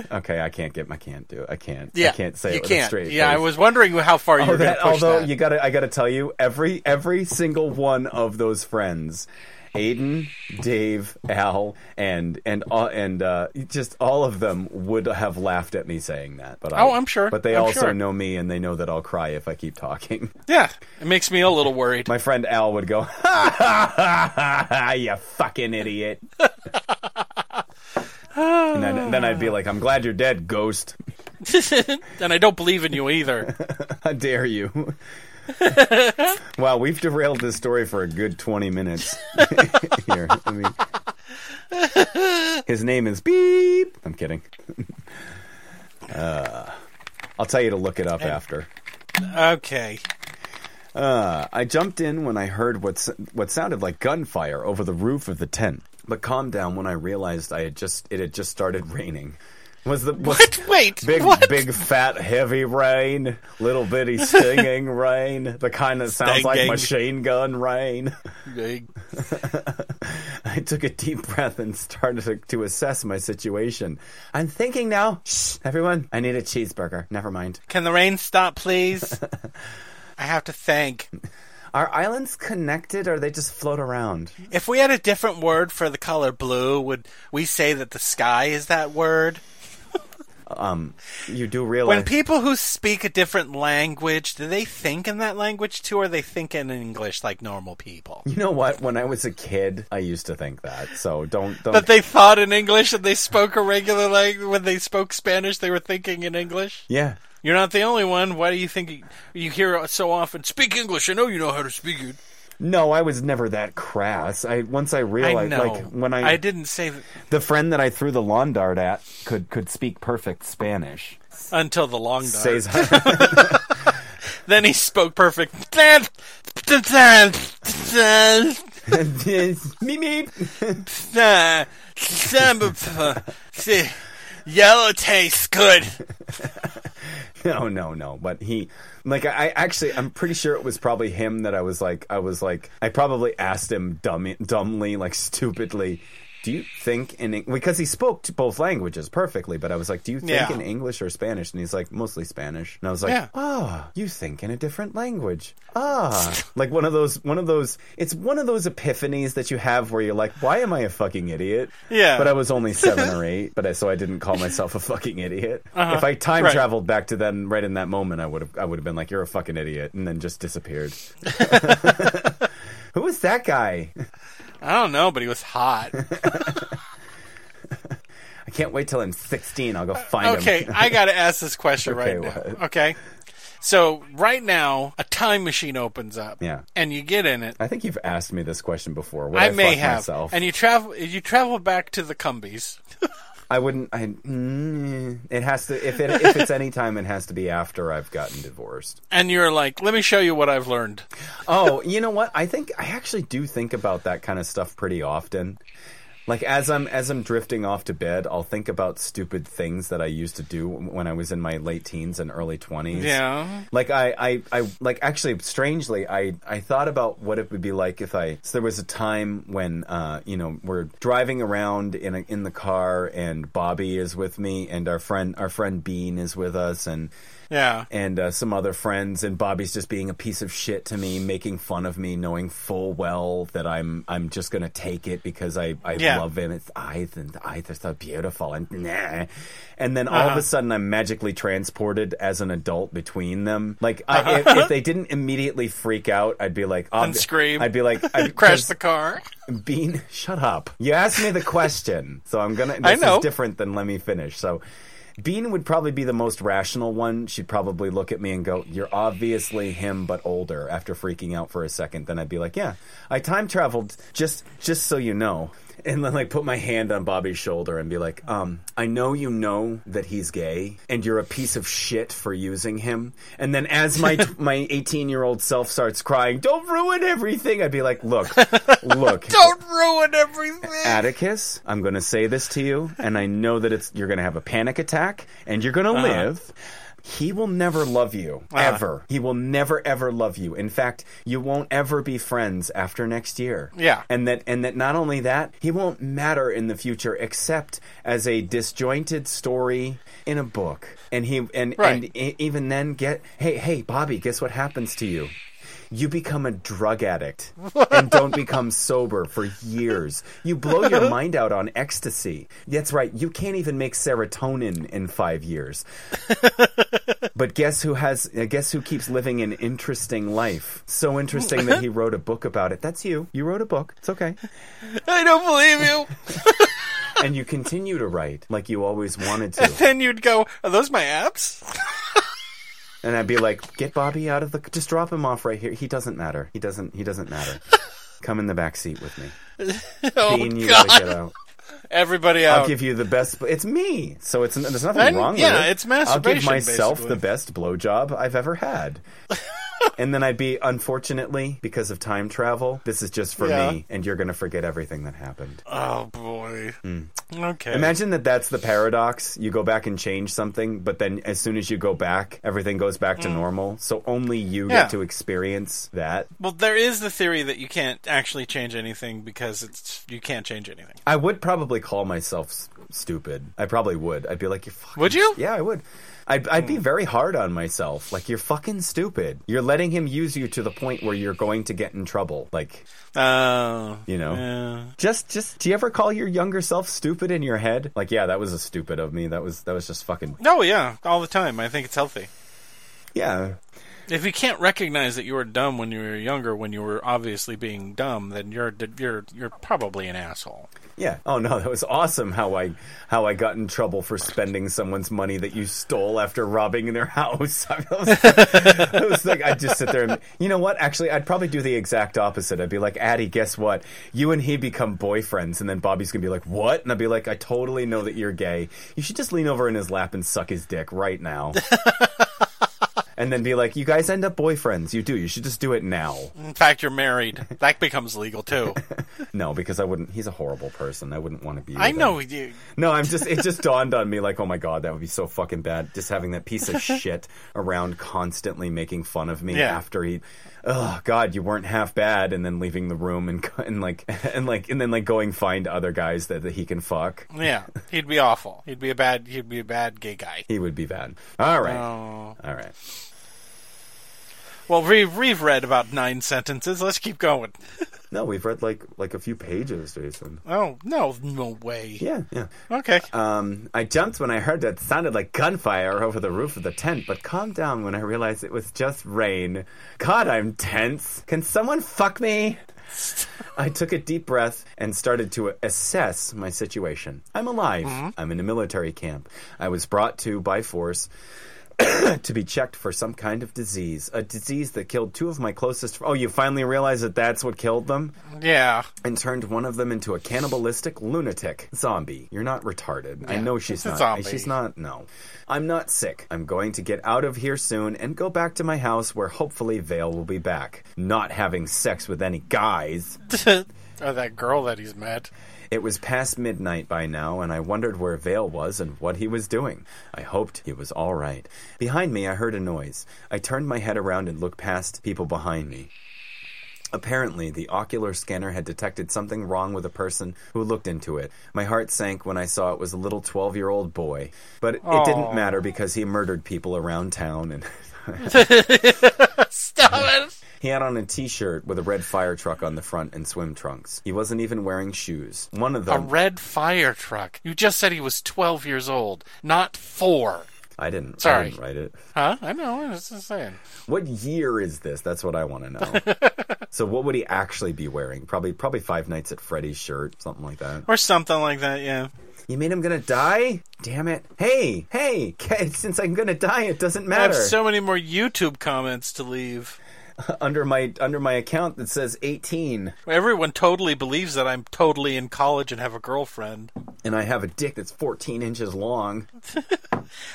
[SPEAKER 1] "Okay, I can't get, I can't do, it. I can't,
[SPEAKER 2] Yeah,
[SPEAKER 1] I can't say
[SPEAKER 2] you
[SPEAKER 1] it with a
[SPEAKER 2] can't.
[SPEAKER 1] straight
[SPEAKER 2] yeah, I
[SPEAKER 1] face.
[SPEAKER 2] was wondering how far you
[SPEAKER 1] Oh,
[SPEAKER 2] were going
[SPEAKER 1] that,
[SPEAKER 2] to push
[SPEAKER 1] although
[SPEAKER 2] that.
[SPEAKER 1] you gotta, I gotta tell you, every every single one of those friends, Aiden, Dave, Al, and and all and uh, just all of them would have laughed at me saying that. But
[SPEAKER 2] Oh,
[SPEAKER 1] I,
[SPEAKER 2] I'm sure.
[SPEAKER 1] But they
[SPEAKER 2] I'm
[SPEAKER 1] also
[SPEAKER 2] sure.
[SPEAKER 1] know me, and they know that I'll cry if I keep talking. [LAUGHS]
[SPEAKER 2] Yeah, it makes me a little worried. [LAUGHS]
[SPEAKER 1] My friend Al would go, [LAUGHS] "Ha ha ha ha ha! You fucking idiot!" and then, then I'd be like, "I'm glad you're dead, ghost.
[SPEAKER 2] and I don't believe in you either.
[SPEAKER 1] How dare you?" wow, we've derailed this story for a good twenty minutes. Here, I mean, his name is Beep. I'm kidding. [LAUGHS] uh, I'll tell you to look it up after. [LAUGHS]
[SPEAKER 2] Okay.
[SPEAKER 1] Uh, I jumped in when I heard what s- what sounded like gunfire over the roof of the tent, but calmed down when I realized I had just it had just started raining. Was the was
[SPEAKER 2] What? Wait.
[SPEAKER 1] big
[SPEAKER 2] what?
[SPEAKER 1] big fat heavy rain, little
[SPEAKER 2] [LAUGHS]
[SPEAKER 1] bitty stinging rain, the kind that sounds like
[SPEAKER 2] Stinging.
[SPEAKER 1] machine gun rain? [LAUGHS]
[SPEAKER 2] Big-
[SPEAKER 1] I took a deep breath and started to, to assess my situation. I'm thinking now. Shh, everyone, I need a cheeseburger. Never mind.
[SPEAKER 2] Can the rain
[SPEAKER 1] [LAUGHS]
[SPEAKER 2] stop, please? I have to thank.
[SPEAKER 1] Are islands connected, or they just float around?
[SPEAKER 2] If we had a different word for the color blue, would we say that the sky is that word?
[SPEAKER 1] Um, you do realize
[SPEAKER 2] When people who speak a different language, do they think in that language too, or they think in English like normal people?
[SPEAKER 1] You know what? When I was a kid, I used to think that. So don't don't.
[SPEAKER 2] But they thought in English and they spoke a regular language. When they spoke Spanish, they were thinking in English.
[SPEAKER 1] yeah.
[SPEAKER 2] You're not the only one. Why do you think you, you hear it so often? Speak English. I know you know how to speak it.
[SPEAKER 1] No, I was never that crass. I once I
[SPEAKER 2] I
[SPEAKER 1] realized,
[SPEAKER 2] know.
[SPEAKER 1] like when I,
[SPEAKER 2] didn't say th-
[SPEAKER 1] the friend that I threw the lawn dart at could could speak perfect Spanish.
[SPEAKER 2] until the long dart.
[SPEAKER 1] Says
[SPEAKER 2] Then he spoke perfect. Samba-
[SPEAKER 1] [LAUGHS] me me.
[SPEAKER 2] See, [LAUGHS] Yellow tastes good.
[SPEAKER 1] [LAUGHS] No, no, no. But he, like, I, I actually, I'm pretty sure it was probably him that I was like, I was like, I probably asked him dumb, dumbly, like, stupidly. Do you think in Eng-" because he spoke to both languages perfectly, but I was like, "Do you think
[SPEAKER 2] Yeah.
[SPEAKER 1] in English or Spanish?" And he's like, "Mostly Spanish." And I was like,
[SPEAKER 2] Yeah.
[SPEAKER 1] "Ah, you think in a different language." Ah, like one of those, one of those. It's one of those epiphanies that you have where you're like, "Why am I a fucking idiot?"
[SPEAKER 2] Yeah.
[SPEAKER 1] But I was only
[SPEAKER 2] [LAUGHS]
[SPEAKER 1] seven or eight, but I, so I didn't call myself a fucking idiot.
[SPEAKER 2] Uh-huh.
[SPEAKER 1] If I time
[SPEAKER 2] right.
[SPEAKER 1] traveled back to then, right in that moment, I would have I would have been like, "You're a fucking idiot," and then just disappeared. [LAUGHS] Who is that guy?
[SPEAKER 2] I don't know, but he was hot.
[SPEAKER 1] I can't wait till I'm 16. I'll go find
[SPEAKER 2] Uh, Okay,
[SPEAKER 1] him. [LAUGHS]
[SPEAKER 2] I gotta ask this question
[SPEAKER 1] Okay,
[SPEAKER 2] right now.
[SPEAKER 1] what?
[SPEAKER 2] Okay. So right now, a time machine opens up.
[SPEAKER 1] Yeah.
[SPEAKER 2] And you get in it.
[SPEAKER 1] I think you've asked me this question before. Would
[SPEAKER 2] I,
[SPEAKER 1] I,
[SPEAKER 2] may
[SPEAKER 1] fuck
[SPEAKER 2] have.
[SPEAKER 1] myself?
[SPEAKER 2] And you travel you travel back to the Cumbies.
[SPEAKER 1] I wouldn't. I, mm, it has to. If it if it's any time, it has to be after I've gotten divorced.
[SPEAKER 2] And you're like, let me show you what I've learned.
[SPEAKER 1] Oh, you know what? I think I actually do think about that kind of stuff pretty often. Like as I'm as I'm drifting off to bed, I'll think about stupid things that I used to do when I was in my late teens and early 20s.
[SPEAKER 2] Yeah.
[SPEAKER 1] Like I, I, I like actually strangely I, I thought about what it would be like if I so there was a time when uh you know we're driving around in a, in the car and Bobby is with me and our friend our friend Bean is with us and
[SPEAKER 2] Yeah.
[SPEAKER 1] and uh, some other friends and Bobby's just being a piece of shit to me, making fun of me, knowing full well that I'm I'm just gonna take it because I I
[SPEAKER 2] Yeah. Yeah.
[SPEAKER 1] love in its eyes, and the eyes are so beautiful, and nah. And then all
[SPEAKER 2] Uh-huh.
[SPEAKER 1] of a sudden, I'm magically transported as an adult between them. Like, I, if, if they didn't immediately freak out, I'd be like, ob-
[SPEAKER 2] Uh-huh. And scream.
[SPEAKER 1] I'd be
[SPEAKER 2] [LAUGHS]
[SPEAKER 1] like, I,
[SPEAKER 2] Crash the car.
[SPEAKER 1] [LAUGHS] Bean, shut up. You asked
[SPEAKER 2] [LAUGHS]
[SPEAKER 1] me the question, so I'm gonna. This
[SPEAKER 2] I know.
[SPEAKER 1] is different than let me finish. So, Bean would probably be the most rational one. She'd probably look at me and go, "You're obviously him, but older." After freaking out for a second, then I'd be like, "Yeah, I time traveled just just so you know." And then like put my hand on Bobby's shoulder and be like, um, I know you know that he's gay and you're a piece of shit for using him. And then as my
[SPEAKER 2] [LAUGHS]
[SPEAKER 1] my 18 year old self starts crying, don't ruin everything. I'd be like, look, look,
[SPEAKER 2] [LAUGHS] Don't ruin everything.
[SPEAKER 1] Atticus, I'm going to say this to you, and I know that it's you're going to have a panic attack, and you're going to live. He will never love you ever. He will never ever love you. In fact, you won't ever be friends after next year.
[SPEAKER 2] Yeah.
[SPEAKER 1] and that and that not only that, he won't matter in the future except as a disjointed story in a book. And he and
[SPEAKER 2] Right.
[SPEAKER 1] and e- even then, get hey hey Bobby, guess what happens to you? you become a drug addict and don't become sober for years. You blow your mind out on ecstasy. That's right, you can't even make serotonin in five years. But guess who has? uh, Guess who keeps living an interesting life? So interesting that he wrote a book about it. That's you. You wrote a book. It's okay,
[SPEAKER 2] I don't believe you.
[SPEAKER 1] and you continue to write like you always wanted
[SPEAKER 2] [LAUGHS]
[SPEAKER 1] to.
[SPEAKER 2] Then you'd go, Are those my abs?
[SPEAKER 1] And I'd be like, "Get Bobby out of the. Just drop him off right here. He doesn't matter. He doesn't. He doesn't
[SPEAKER 2] [LAUGHS]
[SPEAKER 1] matter. Come in the back seat with me.
[SPEAKER 2] Oh,
[SPEAKER 1] Dean, you
[SPEAKER 2] God.
[SPEAKER 1] gotta get
[SPEAKER 2] [LAUGHS]
[SPEAKER 1] out."
[SPEAKER 2] Everybody
[SPEAKER 1] I'll
[SPEAKER 2] out.
[SPEAKER 1] give you the best. It's me, so it's there's nothing
[SPEAKER 2] And,
[SPEAKER 1] wrong with
[SPEAKER 2] yeah,
[SPEAKER 1] it.
[SPEAKER 2] it's
[SPEAKER 1] I'll give
[SPEAKER 2] masturbation,
[SPEAKER 1] myself
[SPEAKER 2] basically.
[SPEAKER 1] the best blowjob I've ever
[SPEAKER 2] [LAUGHS]
[SPEAKER 1] had. and then I'd be, unfortunately, because of time travel, this is just for
[SPEAKER 2] Yeah.
[SPEAKER 1] me, and you're going to forget everything that happened.
[SPEAKER 2] oh, boy. Okay.
[SPEAKER 1] Hmm. Imagine that that's the paradox. You go back and change something, but then as soon as you go back, everything goes back to normal. So only you
[SPEAKER 2] Mm. Yeah.
[SPEAKER 1] get to experience that.
[SPEAKER 2] well, there is the theory that you can't actually change anything because it's you can't change anything.
[SPEAKER 1] I would probably call myself s- stupid. I probably would. I'd be like, you're fucking.
[SPEAKER 2] Would you? Hmm.
[SPEAKER 1] Yeah, I would. I'd, I'd be very hard on myself. Like, you're fucking stupid. You're letting him use you to the point where you're going to get in trouble. Like,
[SPEAKER 2] Oh.
[SPEAKER 1] you know?
[SPEAKER 2] Yeah.
[SPEAKER 1] Just, just, do you ever call your younger self stupid in your head? Like, yeah, that was a stupid of me. That was, that was just fucking,
[SPEAKER 2] No, Oh, yeah, all the time. I think it's healthy.
[SPEAKER 1] yeah.
[SPEAKER 2] If you can't recognize that you were dumb when you were younger, when you were obviously being dumb, then you're you're you're probably an asshole.
[SPEAKER 1] Yeah. Oh no, that was awesome how I how I got in trouble for spending someone's money that you stole after robbing their [LAUGHS] house. I was, I was like I'd just sit there and you know what? Actually I'd probably do the exact opposite. I'd be like, Addie, guess what? You and he become boyfriends and then Bobby's gonna be like, What? And I'd be like, I totally know that you're gay. You should just lean over in his lap and suck his dick right
[SPEAKER 2] [LAUGHS]
[SPEAKER 1] now. And then be like, you guys end up boyfriends. You do. You should just do it now.
[SPEAKER 2] In fact, you're married. That becomes legal too.
[SPEAKER 1] No, because I wouldn't. He's a horrible person. I wouldn't want to be.
[SPEAKER 2] I
[SPEAKER 1] with him.
[SPEAKER 2] know you.
[SPEAKER 1] No, I'm just it just dawned on me like, oh my god, that would be so fucking bad. Just having that piece of shit around constantly making fun of me
[SPEAKER 2] Yeah.
[SPEAKER 1] after he Oh god, you weren't half bad and then leaving the room and [LAUGHS] and like and like and then like going find other guys that, that he can fuck.
[SPEAKER 2] Yeah, he'd be awful. He'd be a bad. He'd be a bad gay guy.
[SPEAKER 1] He would be bad. All right.
[SPEAKER 2] Oh.
[SPEAKER 1] All right.
[SPEAKER 2] Well, we've, we've read about nine sentences. Let's keep going.
[SPEAKER 1] No, we've read like like a few pages, Jason.
[SPEAKER 2] Oh no, no way.
[SPEAKER 1] Yeah, yeah.
[SPEAKER 2] Okay.
[SPEAKER 1] Um, I jumped when I heard that sounded like gunfire over the roof of the tent, but calmed down when I realized it was just rain. God, I'm tense. Can someone fuck me? I took a deep breath and started to assess my situation. I'm alive. I'm in a military camp. I was brought to by force [COUGHS] to be checked for some kind of disease, a disease that killed two of my closest. Oh, you finally realized that that's what killed them?
[SPEAKER 2] yeah. [LAUGHS]
[SPEAKER 1] and turned one of them into a cannibalistic lunatic zombie. You're not retarded. I know she's
[SPEAKER 2] it's a
[SPEAKER 1] not.
[SPEAKER 2] zombie.
[SPEAKER 1] She's not. No, I'm not sick. I'm going to get out of here soon and go back to my house where hopefully Vale will be back. Not having sex with any guys.
[SPEAKER 2] oh, that girl that he's met.
[SPEAKER 1] It was past midnight by now, and I wondered where Vale was and what he was doing. I hoped he was all right. Behind me, I heard a noise. I turned my head around and looked past people behind me. Apparently, the ocular scanner had detected something wrong with a person who looked into it. My heart sank when I saw it was a little 12 year old boy. But it, it didn't matter because he murdered people around town and.
[SPEAKER 2] Stop it.
[SPEAKER 1] [LAUGHS] He had on a T-shirt with a red fire truck on the front and swim trunks. He wasn't even wearing shoes. One of
[SPEAKER 2] A
[SPEAKER 1] them.
[SPEAKER 2] red fire truck. You just said he was 12 years old, not four.
[SPEAKER 1] I didn't.
[SPEAKER 2] Sorry.
[SPEAKER 1] I didn't write it.
[SPEAKER 2] Huh? I know. I was just saying.
[SPEAKER 1] What year is this? That's what I want to know.
[SPEAKER 2] [LAUGHS]
[SPEAKER 1] so what would he actually be wearing? Probably probably Five Nights at Freddy's shirt, something like that.
[SPEAKER 2] Or something like that, yeah.
[SPEAKER 1] You mean I'm gonna die? Damn it! Hey, hey! [LAUGHS] Kid, since I'm gonna die, it doesn't
[SPEAKER 2] I have
[SPEAKER 1] matter.
[SPEAKER 2] so many more YouTube comments to leave.
[SPEAKER 1] [LAUGHS] under my under my account that says 18,
[SPEAKER 2] Everyone totally believes that I'm totally in college and have a girlfriend.
[SPEAKER 1] and I have a dick that's 14 inches long.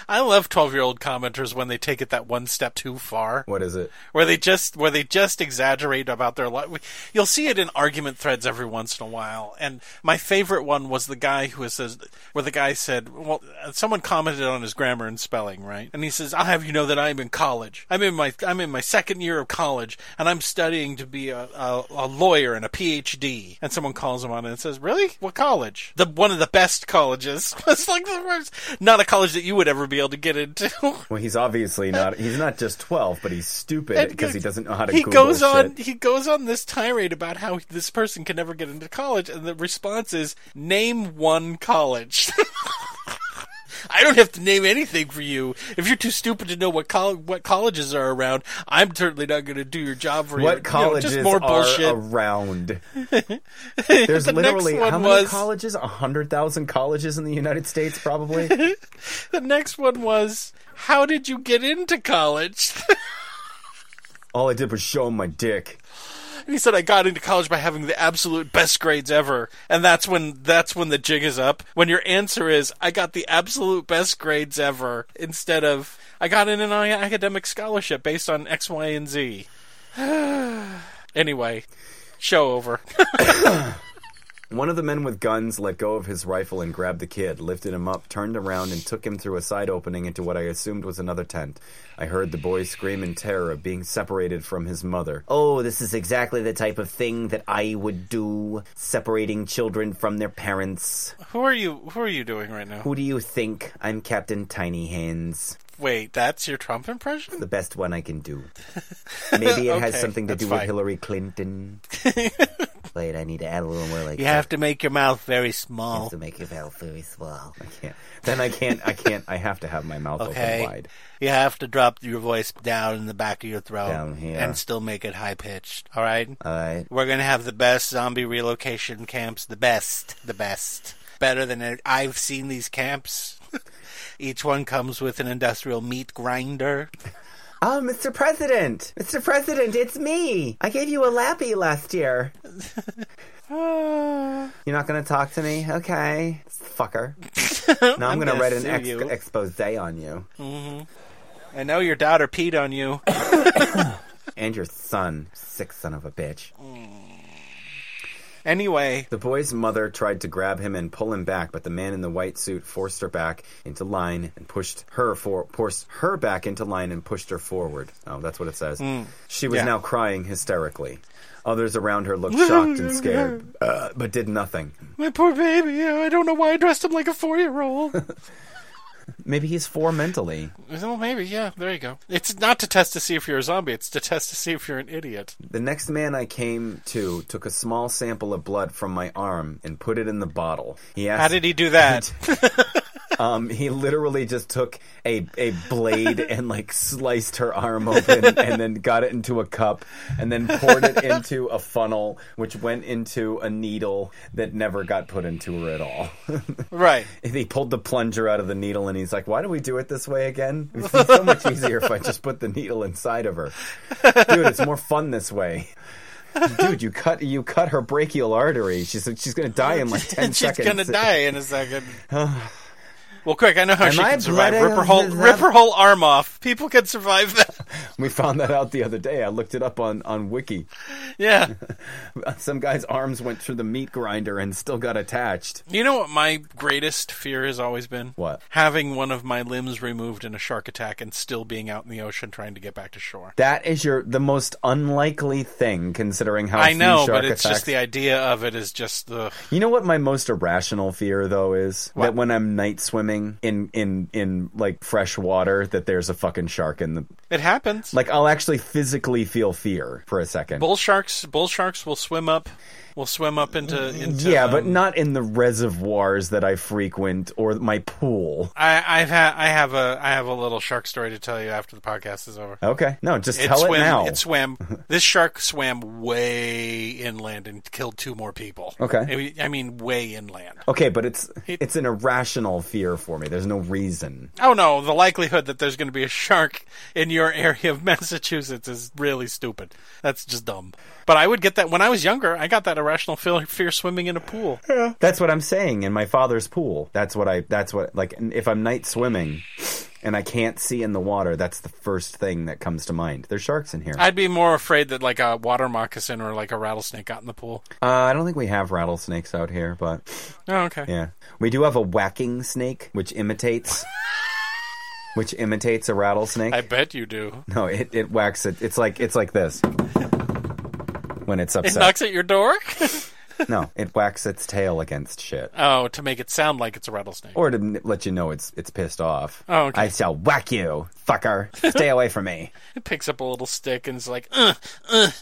[SPEAKER 2] I love 12 year old commenters when they take it that one step too far.
[SPEAKER 1] What is it?
[SPEAKER 2] where they just where they just exaggerate about their life. You'll see it in argument threads every once in a while. And my favorite one was the guy who says where the guy said, well, someone commented on his grammar and spelling, right? And he says, "I'll have you know that I'm in college. I'm in my I'm in my second year of college, and I'm studying to be a, a, a lawyer and a PhD." And someone calls him on it and says, "Really? What college? The one of the best colleges. [LAUGHS] it's like the worst. Not a college that you would ever be able to get into." [LAUGHS]
[SPEAKER 1] Well, he's obviously not. He's not just 12, but he's
[SPEAKER 2] [LAUGHS]
[SPEAKER 1] stupid
[SPEAKER 2] And
[SPEAKER 1] because he doesn't know how to.
[SPEAKER 2] He
[SPEAKER 1] Google
[SPEAKER 2] goes on.
[SPEAKER 1] shit.
[SPEAKER 2] He goes on this tirade about how this person can never get into college, and the response is, "Name one college." [LAUGHS] I don't have to name anything for you. If you're too stupid to know what col- what colleges are around, I'm certainly not going to do your job for you. you.
[SPEAKER 1] What
[SPEAKER 2] know,
[SPEAKER 1] colleges
[SPEAKER 2] just more
[SPEAKER 1] are
[SPEAKER 2] bullshit. [LAUGHS]
[SPEAKER 1] around? There's
[SPEAKER 2] The next
[SPEAKER 1] literally
[SPEAKER 2] one
[SPEAKER 1] how many
[SPEAKER 2] was-
[SPEAKER 1] colleges? hundred thousand colleges in the United States,
[SPEAKER 2] [LAUGHS]
[SPEAKER 1] probably.
[SPEAKER 2] The next one was, "How did you get into college?" [LAUGHS]
[SPEAKER 1] All I did was show him my dick.
[SPEAKER 2] And he said, "I got into college by having the absolute best grades ever." And that's when that's when the jig is up. When your answer is, "I got the absolute best grades ever," instead of, "I got in an academic scholarship based on X, Y, and Z." [SIGHS] anyway, show over. [LAUGHS]
[SPEAKER 1] One of the men with guns let go of his rifle and grabbed the kid, lifted him up, turned around, and took him through a side opening into what I assumed was another tent. I heard the boy scream in terror of being separated from his mother.
[SPEAKER 3] Oh, this is exactly the type of thing that I would do, separating children from their parents.
[SPEAKER 2] who are you? Who are you doing right now?
[SPEAKER 3] Who do you think? I'm Captain Tiny Hands,
[SPEAKER 2] Wait, that's your Trump impression?
[SPEAKER 3] the best one I
[SPEAKER 2] [LAUGHS]
[SPEAKER 3] can do. Maybe it has
[SPEAKER 2] Okay,
[SPEAKER 3] something to
[SPEAKER 2] that's
[SPEAKER 3] do
[SPEAKER 2] fine.
[SPEAKER 3] with Hillary
[SPEAKER 2] [LAUGHS]
[SPEAKER 3] Clinton. Wait, I need to add a little more like
[SPEAKER 2] You have to make your mouth very small.
[SPEAKER 3] to make your mouth very small.
[SPEAKER 1] Can't- Then I can't. I can't. I have to have my mouth
[SPEAKER 2] Okay.
[SPEAKER 1] open wide.
[SPEAKER 2] You have to drop your voice down in the back of your throat
[SPEAKER 1] Down here.
[SPEAKER 2] and still make it high pitched. All right.
[SPEAKER 3] All right.
[SPEAKER 2] We're going to have the best zombie relocation camps, the best, the best. Better than it- I've seen these camps. [LAUGHS] Each one comes with an industrial meat grinder.
[SPEAKER 3] Oh, Mr. President! Mr. President, it's me! I gave you a lappy last
[SPEAKER 2] [LAUGHS]
[SPEAKER 3] year. You're not gonna talk to me? Okay.
[SPEAKER 2] [LAUGHS]
[SPEAKER 3] Fucker. Now I'm, gonna,
[SPEAKER 2] gonna
[SPEAKER 3] write an
[SPEAKER 2] sue
[SPEAKER 3] ex-
[SPEAKER 2] you.
[SPEAKER 3] expose on you.
[SPEAKER 2] I know your daughter peed on you.
[SPEAKER 3] And your son. Sick son of a bitch.
[SPEAKER 2] Anyway,
[SPEAKER 1] The boy's mother tried to grab him and pull him back, but the man in the white suit forced her back into line and pushed her for forced her back into line and pushed her forward. Oh, that's what it says. She was
[SPEAKER 2] yeah.
[SPEAKER 1] now crying hysterically. Others around her looked shocked and scared, uh, but did nothing.
[SPEAKER 2] my poor baby. I don't know why I dressed him like a four year old.
[SPEAKER 1] Maybe he's four mentally.
[SPEAKER 2] well, maybe, yeah, there you go. It's not to test to see if you're a zombie, it's to test to see if you're an idiot.
[SPEAKER 1] The next man I came to took a small sample of blood from my arm and put it in the bottle. He asked
[SPEAKER 2] How did he
[SPEAKER 1] [LAUGHS]
[SPEAKER 2] do that? [LAUGHS]
[SPEAKER 1] Um, he literally just took a a blade and like sliced her arm open, and then got it into a cup, and then poured it into a funnel, which went into a needle that never got put into her at all. [LAUGHS]
[SPEAKER 2] right.
[SPEAKER 1] And he pulled the plunger out of the needle, and he's like, "Why do we do it this way again? It would be so much easier if I just put the needle inside of her, dude. It's more fun this way." Dude, you cut you cut her brachial artery. She's she's gonna die in like ten
[SPEAKER 2] [LAUGHS] And she's
[SPEAKER 1] seconds.
[SPEAKER 2] gonna die in
[SPEAKER 1] [SIGHS]
[SPEAKER 2] a second. well, quick! I know how
[SPEAKER 1] Am
[SPEAKER 2] she
[SPEAKER 1] I
[SPEAKER 2] can survive.
[SPEAKER 1] blooded
[SPEAKER 2] Rip her whole,
[SPEAKER 1] with
[SPEAKER 2] rip
[SPEAKER 1] that?
[SPEAKER 2] her whole arm off. People can
[SPEAKER 1] [LAUGHS]
[SPEAKER 2] survive that.
[SPEAKER 1] We found that out the other day. I looked it up on on Wiki. [LAUGHS]
[SPEAKER 2] Yeah.
[SPEAKER 1] Some guy's arms went through the meat grinder and still got attached.
[SPEAKER 2] You know what my greatest fear has always been?
[SPEAKER 1] What?
[SPEAKER 2] Having one of my limbs removed in a shark attack and still being out in the ocean trying to get back to shore.
[SPEAKER 1] That is your the most unlikely thing, considering how
[SPEAKER 2] I
[SPEAKER 1] few
[SPEAKER 2] know,
[SPEAKER 1] shark
[SPEAKER 2] but it's
[SPEAKER 1] attacks.
[SPEAKER 2] just the idea of it is just the.
[SPEAKER 1] You know what my most irrational fear though is that when I'm night swimming in in in like fresh water, that there's a fucking shark in the
[SPEAKER 2] It happens.
[SPEAKER 3] Like I'll actually physically feel fear for a second.
[SPEAKER 2] bull sharks, bull sharks will swim up, will swim up into into.
[SPEAKER 3] yeah, but
[SPEAKER 2] um,
[SPEAKER 3] not in the reservoirs that I frequent or my pool.
[SPEAKER 2] I, I've had I have a I have a little shark story to tell you after the podcast is over.
[SPEAKER 3] Okay, no, just tell
[SPEAKER 2] swam,
[SPEAKER 3] it now.
[SPEAKER 2] It
[SPEAKER 3] [LAUGHS]
[SPEAKER 2] swam. This shark swam way inland and killed two more people.
[SPEAKER 3] Okay.
[SPEAKER 2] I mean, I mean way inland.
[SPEAKER 3] Okay, but it's it's an irrational fear for me. There's no reason.
[SPEAKER 2] Oh no, the likelihood that there's going to be a shark in your area of [LAUGHS] Massachusetts is really stupid. That's just dumb. But I would get that when I was younger. I got that irrational fe- fear swimming in a pool.
[SPEAKER 3] That's what I'm saying in my father's pool. That's what I that's what like if I'm night swimming and I can't see in the water, that's the first thing that comes to mind. There's sharks in here.
[SPEAKER 2] I'd be more afraid that like a water moccasin or like a rattlesnake got in the pool.
[SPEAKER 3] Uh, I don't think we have rattlesnakes out here, but
[SPEAKER 2] Oh, okay.
[SPEAKER 3] yeah. We do have a whacking snake
[SPEAKER 2] [LAUGHS]
[SPEAKER 3] which imitates which imitates a rattlesnake.
[SPEAKER 2] I bet you do.
[SPEAKER 3] No, it, it whacks it. It's like it's like this. When it's
[SPEAKER 2] It
[SPEAKER 3] upset.
[SPEAKER 2] knocks at your door. [LAUGHS]
[SPEAKER 3] no, it whacks its tail against shit.
[SPEAKER 2] oh, to make it sound like it's a rattlesnake.
[SPEAKER 3] or to n- let you know it's it's pissed off.
[SPEAKER 2] Oh, okay.
[SPEAKER 3] Oh, I shall whack you, fucker. Stay away from me.
[SPEAKER 2] It picks up a little stick and is like, "Uh, "Ugh."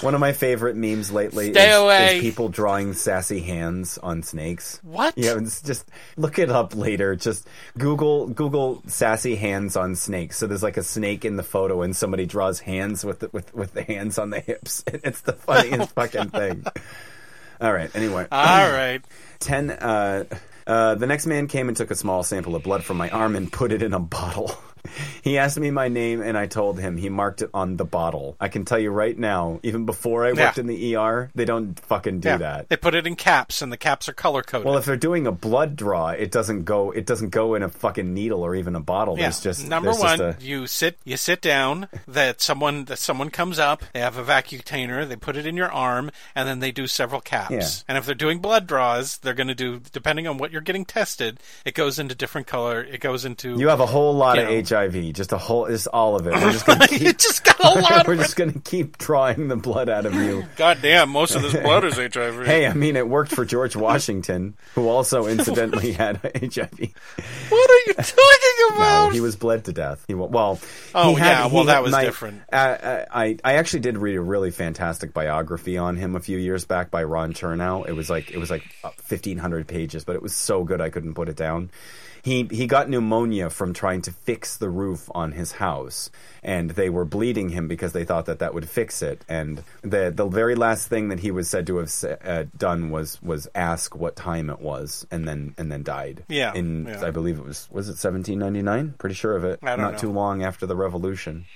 [SPEAKER 3] One of my favorite memes lately
[SPEAKER 2] Stay
[SPEAKER 3] is,
[SPEAKER 2] away.
[SPEAKER 3] is people drawing sassy hands on snakes.
[SPEAKER 2] What?
[SPEAKER 3] Yeah, it's just look it up later. Just Google Google sassy hands on snakes. So there's like a snake in the photo, and somebody draws hands with the, with with the hands on the hips. [LAUGHS] It's
[SPEAKER 2] [LAUGHS]
[SPEAKER 3] the funniest
[SPEAKER 2] Oh,
[SPEAKER 3] fucking thing. All right. Anyway. [CLEARS THROAT]
[SPEAKER 2] All right.
[SPEAKER 3] Ten. Uh, uh, the next man came and took a small sample of blood from my arm and put it in a bottle. [LAUGHS] he asked me my name, and I told him. He marked it on the bottle. I can tell you right now, even before I worked
[SPEAKER 2] Yeah.
[SPEAKER 3] in the ER, they don't fucking do
[SPEAKER 2] Yeah.
[SPEAKER 3] that.
[SPEAKER 2] They put it in caps, and the caps are color coded.
[SPEAKER 3] Well, if they're doing a blood draw, it doesn't go. It doesn't go in a fucking needle or even a bottle.
[SPEAKER 2] yeah.
[SPEAKER 3] There's just
[SPEAKER 2] number
[SPEAKER 3] there's
[SPEAKER 2] one,
[SPEAKER 3] Just a,
[SPEAKER 2] you sit you sit down. That someone that someone comes up. They have a vacuum container. They put it in your arm, and then they do several caps.
[SPEAKER 3] Yeah.
[SPEAKER 2] And if they're doing blood draws, they're going to do depending on what you're getting tested. It goes into different color. It goes into [LAUGHS]
[SPEAKER 3] you have a whole lot
[SPEAKER 2] You
[SPEAKER 3] of
[SPEAKER 2] know.
[SPEAKER 3] HIV. Just a whole. Just all of it.
[SPEAKER 2] [LAUGHS]
[SPEAKER 3] We're just gonna
[SPEAKER 2] you
[SPEAKER 3] keep.
[SPEAKER 2] just got
[SPEAKER 3] [LAUGHS]
[SPEAKER 2] a lot
[SPEAKER 3] we're
[SPEAKER 2] of.
[SPEAKER 3] just gonna keep drawing the blood out
[SPEAKER 2] [LAUGHS]
[SPEAKER 3] of you.
[SPEAKER 2] God damn, most
[SPEAKER 3] [LAUGHS]
[SPEAKER 2] of this blood is HIV.
[SPEAKER 3] Hey, I mean, it worked for George Washington, who
[SPEAKER 2] [LAUGHS]
[SPEAKER 3] also incidentally had HIV.
[SPEAKER 2] what are you talking about?
[SPEAKER 3] No, he was bled to death. He wa- well,
[SPEAKER 2] Oh,
[SPEAKER 3] he had-
[SPEAKER 2] yeah,
[SPEAKER 3] he
[SPEAKER 2] well,
[SPEAKER 3] had-
[SPEAKER 2] that was
[SPEAKER 3] my-
[SPEAKER 2] different.
[SPEAKER 3] Uh, uh, I I actually did read a really fantastic biography on him a few years back by Ron Chernow. It was like it was like uh, fifteen hundred pages, but it was so good I couldn't put it down. He he got pneumonia from trying to fix the roof on his house, and they were bleeding him because they thought that that would fix it. And the the very last thing that he was said to have s- uh, done was was ask what time it was, and then and then died.
[SPEAKER 2] Yeah,
[SPEAKER 3] in
[SPEAKER 2] yeah.
[SPEAKER 3] I believe it was was it 1799? Pretty sure of it.
[SPEAKER 2] I don't
[SPEAKER 3] Not
[SPEAKER 2] know.
[SPEAKER 3] too long after the revolution.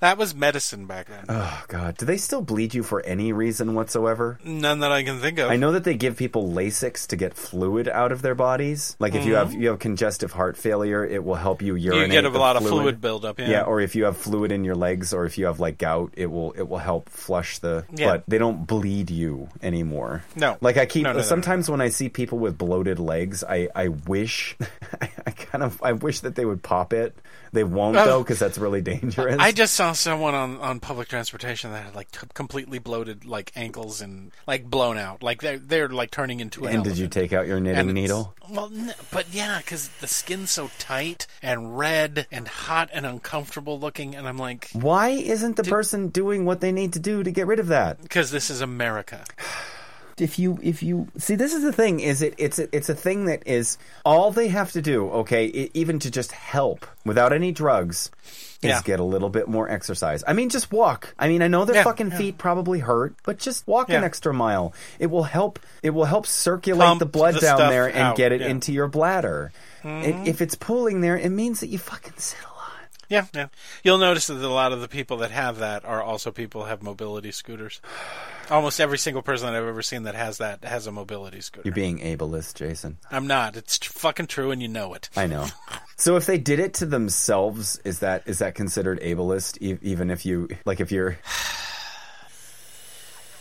[SPEAKER 2] That was medicine back then.
[SPEAKER 3] Oh god, do they still bleed you for any reason whatsoever?
[SPEAKER 2] None that I can think of.
[SPEAKER 3] I know that they give people Lasix to get fluid out of their bodies. Like if you have you have congestive heart failure, it will help you
[SPEAKER 2] Mm-hmm. you
[SPEAKER 3] urinate.
[SPEAKER 2] get a
[SPEAKER 3] the
[SPEAKER 2] lot of fluid buildup. Yeah.
[SPEAKER 3] Yeah. or if you have fluid in your legs, or if you have like gout, it will it will help flush the.
[SPEAKER 2] Yeah.
[SPEAKER 3] But they don't bleed you anymore.
[SPEAKER 2] No.
[SPEAKER 3] like I keep
[SPEAKER 2] No, no, no,
[SPEAKER 3] sometimes when I see people with bloated legs, I I wish, [LAUGHS] I, kind of I wish that they would pop it. They won't though,
[SPEAKER 2] Oh.
[SPEAKER 3] 'cause though, because that's really dangerous.
[SPEAKER 2] I just saw someone on, on public transportation that had like t- completely bloated like ankles and like blown out. Like they're they're like turning into an.
[SPEAKER 3] and did you
[SPEAKER 2] elephant.
[SPEAKER 3] take out your knitting
[SPEAKER 2] And it's-
[SPEAKER 3] needle?
[SPEAKER 2] Well, n- but yeah, because the skin's so tight and red and hot and uncomfortable looking, and I'm like,
[SPEAKER 3] Why isn't the person doing what they need to do to get rid of that?
[SPEAKER 2] because this is America.
[SPEAKER 3] if you if you see this is the thing is it it's a, it's a thing that is all they have to do okay i even to just help without any drugs is
[SPEAKER 2] Yeah.
[SPEAKER 3] get a little bit more exercise i mean just walk i mean i know their
[SPEAKER 2] Yeah,
[SPEAKER 3] fucking feet probably hurt but just walk an
[SPEAKER 2] Yeah.
[SPEAKER 3] extra mile it will help it will help circulate
[SPEAKER 2] Pump
[SPEAKER 3] the blood
[SPEAKER 2] the
[SPEAKER 3] down
[SPEAKER 2] stuff
[SPEAKER 3] there and
[SPEAKER 2] out,
[SPEAKER 3] get it
[SPEAKER 2] yeah. Mm-hmm.
[SPEAKER 3] into your bladder it, if it's pooling there it means that you fucking sit a lot
[SPEAKER 2] Yeah, yeah. You'll notice that a lot of the people that have that are also people who have mobility scooters. Almost every single person that I've ever seen that has that has a mobility scooter.
[SPEAKER 3] you're being ableist jason
[SPEAKER 2] I'm not. It's t- fucking true, and you know it.
[SPEAKER 3] I know. So if they did it to themselves, is that is that considered ableist? E- even if you like, if you're
[SPEAKER 2] I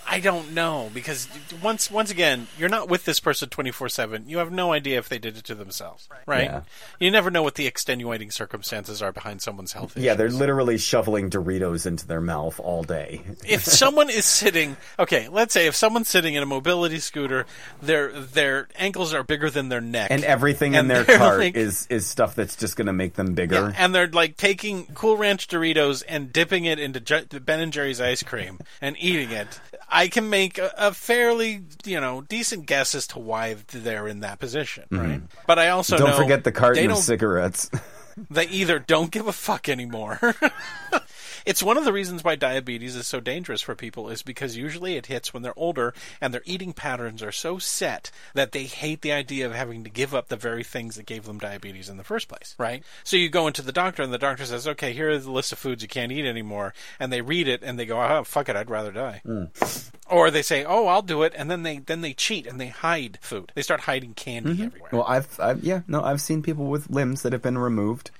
[SPEAKER 2] I don't know because once once again, you're not with this person 24/7. You have no idea if they did it to themselves, right?
[SPEAKER 3] Yeah.
[SPEAKER 2] You never know what the extenuating circumstances are behind someone's health issues.
[SPEAKER 3] Yeah, they're literally shoveling Doritos into their mouth all day.
[SPEAKER 2] if someone is sitting, okay, let's say if someone's sitting in a mobility scooter, their their ankles are bigger than their neck,
[SPEAKER 3] And everything
[SPEAKER 2] And
[SPEAKER 3] in
[SPEAKER 2] [LAUGHS]
[SPEAKER 3] their
[SPEAKER 2] they're
[SPEAKER 3] cart
[SPEAKER 2] like-
[SPEAKER 3] is is stuff that's just going to make them
[SPEAKER 2] Yeah,
[SPEAKER 3] bigger.
[SPEAKER 2] and they're like taking Cool Ranch Doritos and dipping it into J- Ben and Jerry's ice
[SPEAKER 3] [LAUGHS]
[SPEAKER 2] cream and eating it. I can make a, a fairly, you know, decent guess as to why they're in that position, right? But I also
[SPEAKER 3] Mm-hmm. don't
[SPEAKER 2] know
[SPEAKER 3] forget the
[SPEAKER 2] they
[SPEAKER 3] carton of
[SPEAKER 2] don't-
[SPEAKER 3] cigarettes. [LAUGHS]
[SPEAKER 2] they either don't give a fuck anymore. [LAUGHS] it's one of the reasons why diabetes is so dangerous for people is because usually it hits when they're older and their eating patterns are so set that they hate the idea of having to give up the very things that gave them diabetes in the first place, right? So you go into the doctor and the doctor says, "Okay, here is the list of foods you can't eat anymore." And they read it and they go, "Oh, fuck it, I'd rather die." Or they say, "Oh, I'll do it." And then they then they cheat and they hide food. They start hiding candy everywhere.
[SPEAKER 3] Well, I've, I've yeah, no, I've seen people with limbs that have been removed,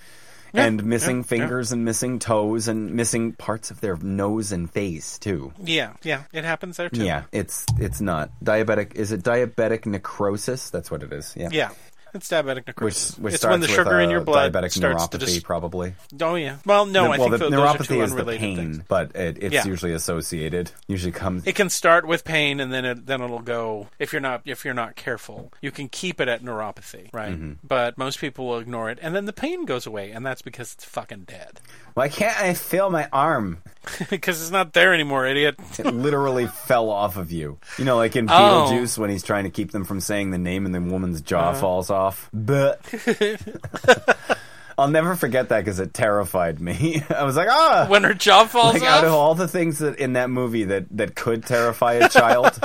[SPEAKER 3] and missing fingers and missing toes and missing parts of their nose and face too.
[SPEAKER 2] yeah, yeah, it happens there too.
[SPEAKER 3] Yeah, it's it's not diabetic. Is it diabetic necrosis? That's what it is. Yeah.
[SPEAKER 2] Yeah. It's diabetic
[SPEAKER 3] Which,
[SPEAKER 2] necrosis.
[SPEAKER 3] which
[SPEAKER 2] it's
[SPEAKER 3] starts
[SPEAKER 2] when the
[SPEAKER 3] with,
[SPEAKER 2] sugar in
[SPEAKER 3] uh,
[SPEAKER 2] your blood
[SPEAKER 3] diabetic
[SPEAKER 2] starts
[SPEAKER 3] neuropathy,
[SPEAKER 2] to just.
[SPEAKER 3] probably.
[SPEAKER 2] Oh yeah. Well, no, I
[SPEAKER 3] well,
[SPEAKER 2] think
[SPEAKER 3] the
[SPEAKER 2] tho- those are
[SPEAKER 3] neuropathy
[SPEAKER 2] two
[SPEAKER 3] is the
[SPEAKER 2] unrelated
[SPEAKER 3] pain,
[SPEAKER 2] things.
[SPEAKER 3] but it, it's
[SPEAKER 2] Yeah.
[SPEAKER 3] usually associated. Usually comes.
[SPEAKER 2] It can start with pain, and then it, then it'll go. If you're not if you're not careful, you can keep it at neuropathy, right?
[SPEAKER 3] Mm-hmm.
[SPEAKER 2] But most people will ignore it, and then the pain goes away, and that's because it's fucking dead, [LAUGHS]
[SPEAKER 3] Why can't I feel my arm? [LAUGHS]
[SPEAKER 2] because it's not there anymore, idiot.
[SPEAKER 3] It literally fell off of you. You know, like in
[SPEAKER 2] Oh. Uh-huh.
[SPEAKER 3] Beetlejuice when he's trying to keep them from saying the name and the woman's jaw falls
[SPEAKER 2] [LAUGHS]
[SPEAKER 3] off. But [LAUGHS] I'll never forget that because it terrified me. [LAUGHS] I was like, ah.
[SPEAKER 2] When her jaw falls
[SPEAKER 3] [LAUGHS] like
[SPEAKER 2] off.
[SPEAKER 3] out of all the things that in that movie that that could terrify
[SPEAKER 2] [LAUGHS]
[SPEAKER 3] a child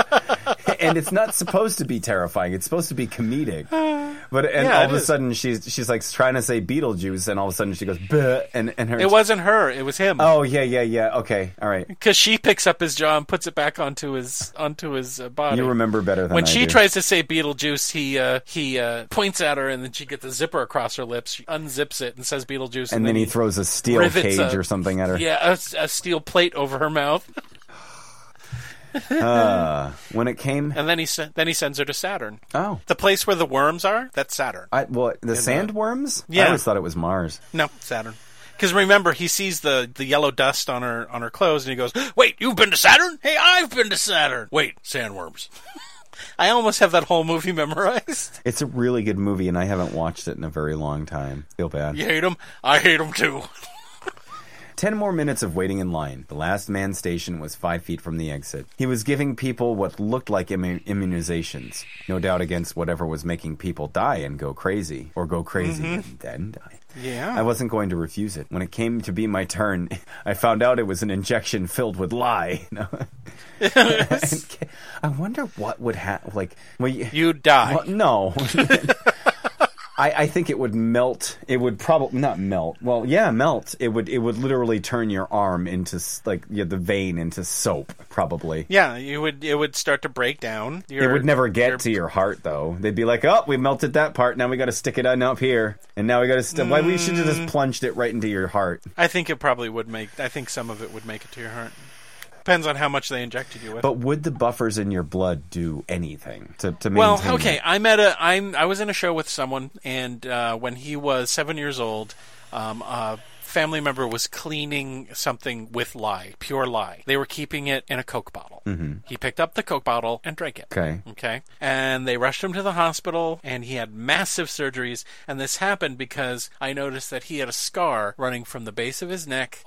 [SPEAKER 3] and it's not supposed to be terrifying it's supposed to be comedic
[SPEAKER 2] [SIGHS]
[SPEAKER 3] but and
[SPEAKER 2] Yeah,
[SPEAKER 3] all
[SPEAKER 2] it
[SPEAKER 3] of a
[SPEAKER 2] is.
[SPEAKER 3] sudden she's she's like trying to say beetlejuice and all of a sudden she goes Bleh, and and her
[SPEAKER 2] it wasn't her; it was him.
[SPEAKER 3] oh yeah yeah yeah okay all right
[SPEAKER 2] Because she picks up his jaw and puts it back onto his onto his uh, body.
[SPEAKER 3] you remember better than
[SPEAKER 2] when
[SPEAKER 3] I
[SPEAKER 2] she
[SPEAKER 3] do.
[SPEAKER 2] tries to say Beetlejuice, he uh, he uh, points at her, and then she gets a zipper across her lips. She unzips it and says Beetlejuice,
[SPEAKER 3] and then he throws a steel
[SPEAKER 2] rivets
[SPEAKER 3] cage
[SPEAKER 2] a-
[SPEAKER 3] or something at her
[SPEAKER 2] yeah a s- a, steel plate over her mouth, [LAUGHS]
[SPEAKER 3] uh, when it came
[SPEAKER 2] and then he se- then he sends her to Saturn,
[SPEAKER 3] oh
[SPEAKER 2] the place where the worms are. That's Saturn.
[SPEAKER 3] I, well, the sandworms? I
[SPEAKER 2] uh, Yeah.
[SPEAKER 3] always thought it was Mars.
[SPEAKER 2] No, Saturn. Because remember, he sees the, the yellow dust on her on her clothes, and he goes, [GASPS] "Wait, you've been to Saturn? Hey, I've been to Saturn. Wait, sandworms." [LAUGHS] I almost have that whole movie [LAUGHS] memorized.
[SPEAKER 3] It's a really good movie, and I haven't watched it in a very long time. Feel bad.
[SPEAKER 2] You hate them. I hate them too. [LAUGHS]
[SPEAKER 3] Ten more minutes of waiting in line. The last man stationed was five feet from the exit. He was giving people what looked like immu- immunizations, no doubt against whatever was making people die and go crazy, or go crazy and then die.
[SPEAKER 2] Yeah.
[SPEAKER 3] I wasn't going to refuse it. When it came to be my turn, [LAUGHS] I found out it was an injection filled with [LAUGHS] lie. No. I wonder what would happen. Like, well, you,
[SPEAKER 2] You'd die.
[SPEAKER 3] well, no. [LAUGHS] I, I think it would melt. It would probably not melt. Well, yeah, melt. It would. It would literally turn your arm into s- like yeah, the vein into soap. Probably.
[SPEAKER 2] Yeah, you would. It would start to break down.
[SPEAKER 3] It
[SPEAKER 2] Your-
[SPEAKER 3] would never get
[SPEAKER 2] your-
[SPEAKER 3] to your heart though. They'd be like, "Oh, we melted that part. Now we got to stick it on up here, and now we got to. St- Why we should have
[SPEAKER 2] Mm.
[SPEAKER 3] just plunged it right into your heart."
[SPEAKER 2] I think it probably would make. I think some of it would make it to your heart. Depends on how much they injected you with.
[SPEAKER 3] But would the buffers in your blood do anything to to maintain?
[SPEAKER 2] well,
[SPEAKER 3] it?
[SPEAKER 2] okay. I'm at a. I'm. I was in a show with someone, and uh, when he was seven years old, um, a family member was cleaning something with lye, pure lye. They were keeping it in a Coke bottle. Mm-hmm. He picked up the Coke bottle and drank it.
[SPEAKER 3] Okay.
[SPEAKER 2] Okay. And they rushed him to the hospital, and he had massive surgeries. And this happened because I noticed that he had a scar running from the base of his neck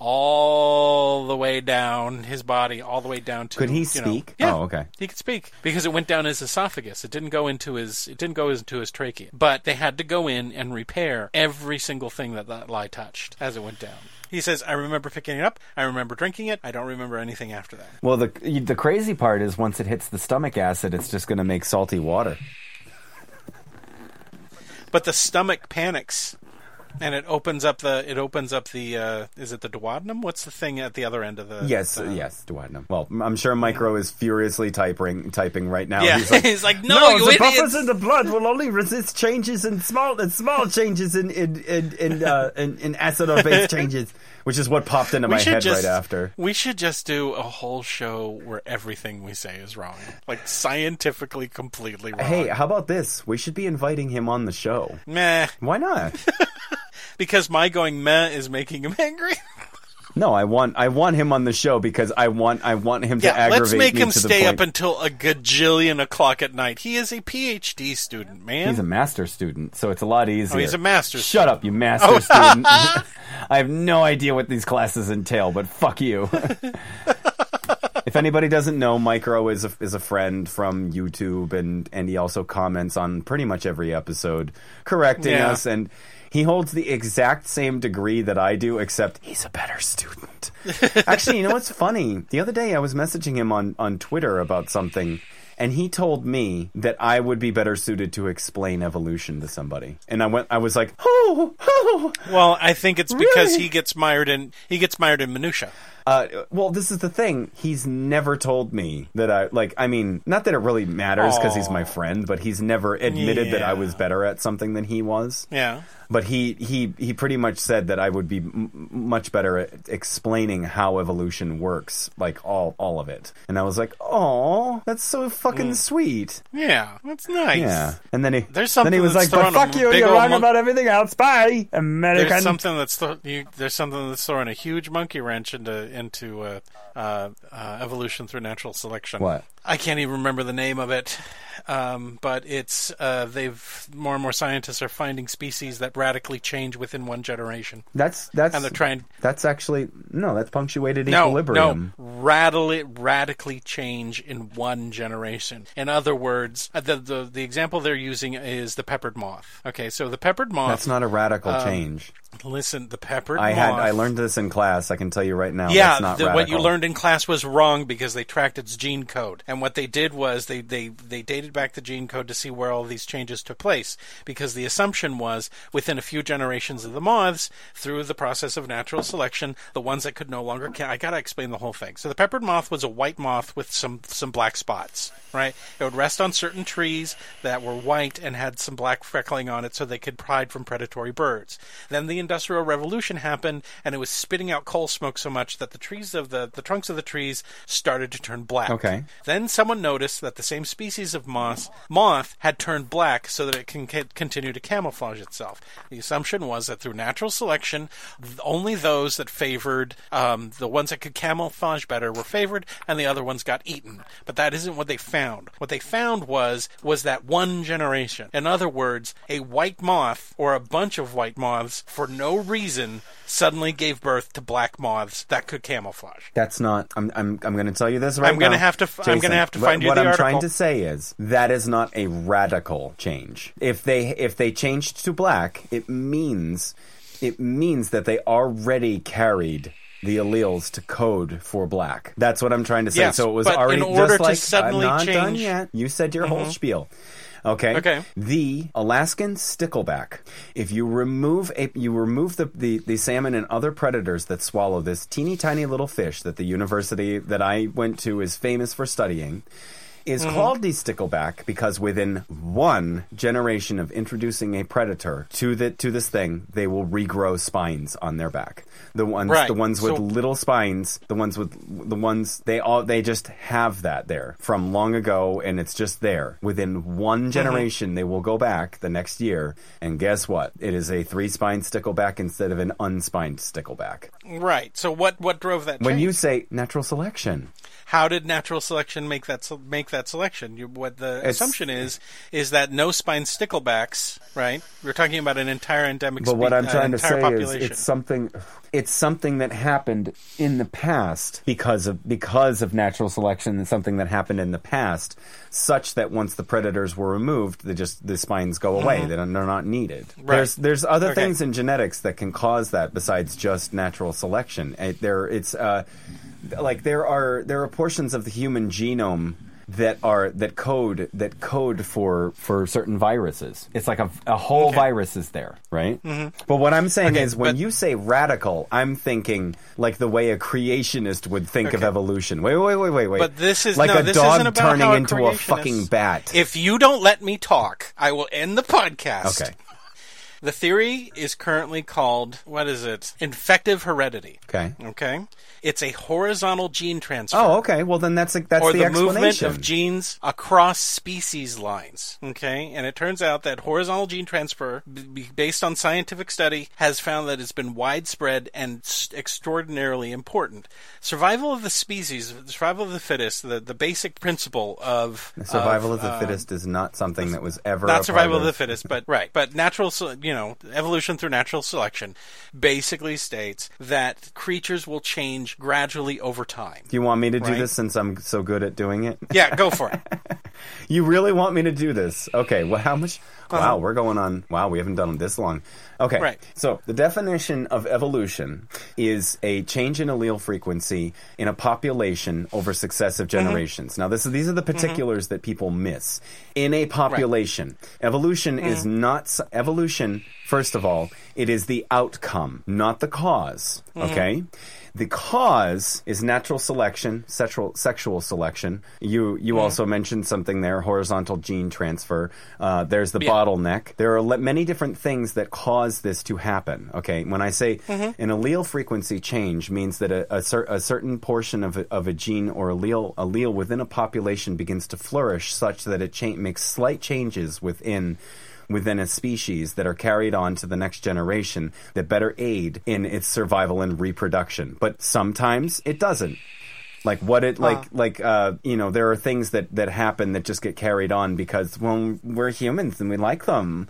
[SPEAKER 2] all the way down his body, all the way down to.
[SPEAKER 3] Could he
[SPEAKER 2] you know-
[SPEAKER 3] speak?
[SPEAKER 2] yeah.
[SPEAKER 3] Oh, okay.
[SPEAKER 2] He could speak because it went down his esophagus. It didn't go into his. It didn't go into his trachea. But they had to go in and repair every single thing that that lie touched as it went down. He says, "I remember picking it up. I remember drinking it. I don't remember anything after that."
[SPEAKER 3] Well, the the crazy part is once it hits the stomach acid, it's just going to make salty water.
[SPEAKER 2] But the stomach panics and it opens up the it opens up the uh, is it the duodenum? What's the thing at the other end of the?
[SPEAKER 3] Yes,
[SPEAKER 2] uh,
[SPEAKER 3] yes, duodenum. Well, I'm sure Micro is furiously typing typing right now.
[SPEAKER 2] Yeah, [LAUGHS]
[SPEAKER 3] He's like,
[SPEAKER 2] no, you
[SPEAKER 3] Oh, the
[SPEAKER 2] idiots!
[SPEAKER 3] buffers in the blood will only resist changes in small and small changes in in in in, uh, in, in acid or [LAUGHS] base changes, which is what popped into my head right after.
[SPEAKER 2] We should just do a whole show where everything we say is wrong, like scientifically completely wrong.
[SPEAKER 3] Hey, how about this? We should be inviting him on the show.
[SPEAKER 2] meh, [LAUGHS]
[SPEAKER 3] Why not?
[SPEAKER 2] because my going meh is making him
[SPEAKER 3] [LAUGHS]
[SPEAKER 2] angry.
[SPEAKER 3] No, I want I want him on the show because I want I want him to
[SPEAKER 2] yeah,
[SPEAKER 3] aggravate
[SPEAKER 2] let's make
[SPEAKER 3] me
[SPEAKER 2] him
[SPEAKER 3] to the
[SPEAKER 2] stay up
[SPEAKER 3] point-
[SPEAKER 2] until a gajillion o'clock at night. He is a PhD student, man. Oh,
[SPEAKER 3] He's a master student, so it's a lot easier.
[SPEAKER 2] he's a master Oh.
[SPEAKER 3] Shut up, you master
[SPEAKER 2] [LAUGHS]
[SPEAKER 3] student. [LAUGHS] I have no idea what these classes entail, but fuck you. [LAUGHS] if anybody doesn't know, Micro is a, is a friend from YouTube, and and he also comments on pretty much every episode, correcting
[SPEAKER 2] Yeah.
[SPEAKER 3] us, and he holds the exact same degree that I do, except he's a better student. Actually, you know what's funny? The other day I was messaging him on, on Twitter about something, and he told me that I would be better suited to explain evolution to somebody. And I went, I was like, oh, oh.
[SPEAKER 2] well, I think it's because
[SPEAKER 3] Really?
[SPEAKER 2] he gets mired in he gets mired in minutia.
[SPEAKER 3] Uh, well, this is the thing. He's never told me that I like. I mean, not that it really matters because he's my friend, but he's never admitted that I
[SPEAKER 2] Yeah.
[SPEAKER 3] was better at something than he was.
[SPEAKER 2] Yeah.
[SPEAKER 3] But he he he pretty much said that I would be m- much better at explaining how evolution works, like all all of it. And I was like, "Oh, that's so fucking sweet."
[SPEAKER 2] Yeah, that's nice.
[SPEAKER 3] Yeah. And then he
[SPEAKER 2] Mm. There's
[SPEAKER 3] then he
[SPEAKER 2] something
[SPEAKER 3] was
[SPEAKER 2] that's
[SPEAKER 3] like, "But
[SPEAKER 2] thrown on
[SPEAKER 3] fuck
[SPEAKER 2] a
[SPEAKER 3] you,
[SPEAKER 2] big
[SPEAKER 3] you're
[SPEAKER 2] old
[SPEAKER 3] wrong
[SPEAKER 2] mon-
[SPEAKER 3] about everything else." Bye, American.
[SPEAKER 2] There's something that's th- you, there's something that's throwing a huge monkey wrench into into uh, uh, uh, evolution through natural selection.
[SPEAKER 3] What?
[SPEAKER 2] I can't even remember the name of it, um, but it's uh, they've more and more scientists are finding species that radically change within one generation.
[SPEAKER 3] that's that's
[SPEAKER 2] And they're trying-
[SPEAKER 3] That's actually no. That's punctuated
[SPEAKER 2] No, no,
[SPEAKER 3] equilibrium.
[SPEAKER 2] radically, radically change in one generation. In other words, uh, the, the the example they're using is the peppered moth. Okay, so the peppered moth.
[SPEAKER 3] That's not a radical
[SPEAKER 2] Um,
[SPEAKER 3] change.
[SPEAKER 2] listen. The peppered.
[SPEAKER 3] I had
[SPEAKER 2] moth-
[SPEAKER 3] I learned this in class. I can tell you right now.
[SPEAKER 2] yeah,
[SPEAKER 3] that's not
[SPEAKER 2] the-
[SPEAKER 3] radical.
[SPEAKER 2] what you learned in class was wrong because they tracked its gene code, and what they did was they, they they dated back the gene code to see where all these changes took place. Because the assumption was within a few generations of the moths, through the process of natural selection, the ones that could no longer ca- I gotta explain the whole thing. So the peppered moth was a white moth with some some black spots, right? It would rest on certain trees that were white and had some black freckling on it, so they could hide from predatory birds. Then the Industrial Revolution happened, and it was spitting out coal smoke so much that the trees of the the trunks of the trees started to turn black.
[SPEAKER 3] Okay.
[SPEAKER 2] Then someone noticed that the same species of moth moth had turned black so that it can c- continue to camouflage itself. The assumption was that through natural selection, th- only those that favored um, the ones that could camouflage better were favored, and the other ones got eaten. But that isn't what they found. What they found was was that one generation. In other words, a white moth or a bunch of white moths for no reason suddenly gave birth to black moths that could camouflage.
[SPEAKER 3] That's not. I'm. I'm. I'm going to tell you this right
[SPEAKER 2] I'm gonna
[SPEAKER 3] now.
[SPEAKER 2] have to f- I'm
[SPEAKER 3] Jason,
[SPEAKER 2] gonna have to
[SPEAKER 3] what-
[SPEAKER 2] find you
[SPEAKER 3] What
[SPEAKER 2] the
[SPEAKER 3] I'm
[SPEAKER 2] article.
[SPEAKER 3] trying to say is that is not a radical change. If they if they changed to black, it means it means that they already carried the alleles to code for black. That's what I'm trying to say.
[SPEAKER 2] Yes,
[SPEAKER 3] so it was
[SPEAKER 2] but in
[SPEAKER 3] already
[SPEAKER 2] order
[SPEAKER 3] just
[SPEAKER 2] to
[SPEAKER 3] like
[SPEAKER 2] suddenly
[SPEAKER 3] I'm not done
[SPEAKER 2] change- Mm-hmm.
[SPEAKER 3] yet. You said your whole spiel. Okay.
[SPEAKER 2] Okay.
[SPEAKER 3] The Alaskan stickleback. If you remove a, you remove the, the, the salmon and other predators that swallow this teeny tiny little fish that the university that I went to is famous for studying, is
[SPEAKER 2] Mm-hmm.
[SPEAKER 3] called the stickleback because within one generation of introducing a predator to the to this thing, they will regrow spines on their back. The ones
[SPEAKER 2] Right.
[SPEAKER 3] the ones with
[SPEAKER 2] So-
[SPEAKER 3] little spines, the ones with the ones they all they just have that there from long ago, and it's just there. Within
[SPEAKER 2] Mm-hmm.
[SPEAKER 3] one generation, they will go back the next year, and guess what? It is a three spined stickleback instead of an unspined stickleback.
[SPEAKER 2] Right. So what what drove that?
[SPEAKER 3] When
[SPEAKER 2] change?
[SPEAKER 3] you say natural selection,
[SPEAKER 2] how did natural selection make that se- make that selection? You, what the
[SPEAKER 3] It's-
[SPEAKER 2] assumption is is that no spine sticklebacks, right? We're talking about an entire endemic.
[SPEAKER 3] But what
[SPEAKER 2] spe-
[SPEAKER 3] I'm
[SPEAKER 2] uh,
[SPEAKER 3] trying to
[SPEAKER 2] entire
[SPEAKER 3] say
[SPEAKER 2] population.
[SPEAKER 3] is, it's something, it's something that happened in the past because of because of natural selection, and something that happened in the past, such that once the predators were removed, they just the spines go away; they don't, they're not needed. There's there's other
[SPEAKER 2] Mm-hmm. Okay.
[SPEAKER 3] things in genetics that can cause that besides just natural selection. It, there, it's uh, like there are there are portions of the human genome that are that code that code for for certain viruses. It's like a, a whole virus is there, right? Mm-hmm. But what I'm saying is, when
[SPEAKER 2] but-
[SPEAKER 3] you say radical, I'm thinking like the way a creationist would think of
[SPEAKER 2] Okay.
[SPEAKER 3] evolution. Wait, wait, wait, wait, wait.
[SPEAKER 2] But this is
[SPEAKER 3] like
[SPEAKER 2] no,
[SPEAKER 3] a
[SPEAKER 2] this
[SPEAKER 3] dog
[SPEAKER 2] isn't about
[SPEAKER 3] turning
[SPEAKER 2] how
[SPEAKER 3] into a
[SPEAKER 2] creationist-
[SPEAKER 3] fucking bat.
[SPEAKER 2] If you don't let me talk, I will end the podcast.
[SPEAKER 3] okay,
[SPEAKER 2] The theory is currently called what is it? Infective heredity.
[SPEAKER 3] okay.
[SPEAKER 2] Okay. It's a horizontal gene transfer.
[SPEAKER 3] Oh, okay. Well, then that's that's
[SPEAKER 2] or the, movement
[SPEAKER 3] explanation.
[SPEAKER 2] of genes across species lines. Okay, and it turns out that horizontal gene transfer, b- b- based on scientific study, has found that it's been widespread and s- extraordinarily important. Survival of the species, survival of the fittest, the, the basic principle of
[SPEAKER 3] survival
[SPEAKER 2] of,
[SPEAKER 3] of, the
[SPEAKER 2] uh,
[SPEAKER 3] fittest is not something that was ever a
[SPEAKER 2] not
[SPEAKER 3] part
[SPEAKER 2] survival of,
[SPEAKER 3] of
[SPEAKER 2] the fittest, but right, but natural, se- you know, evolution through natural selection basically states that creatures will change gradually over time.
[SPEAKER 3] Do you want me to do
[SPEAKER 2] Right.
[SPEAKER 3] this since I'm so good at doing it?
[SPEAKER 2] Yeah, go for it.
[SPEAKER 3] You really want me to do this? Okay. Well, how much? Wow, we're going on. Wow, we haven't done it this long. Okay.
[SPEAKER 2] Right.
[SPEAKER 3] So the definition of evolution is a change in allele frequency in a population over successive generations. Now, this is, these are the particulars that people miss in a population. Evolution is not s- evolution. First of all, it is the outcome, not the because. Okay. The cause is natural selection, sexual sexual selection. You you also mentioned something there, horizontal gene transfer. Uh, there's the bottleneck. There are le- many different things that cause this to happen. Okay, when I say an allele frequency change means that a, a, cer- a certain portion of a, of a gene or allele allele within a population begins to flourish such that it cha- makes slight changes within within a species that are carried on to the next generation that better aid in its survival and reproduction. But sometimes it doesn't. Like what it like like uh you know there are things that that happen that just get carried on because well we're humans and we like them.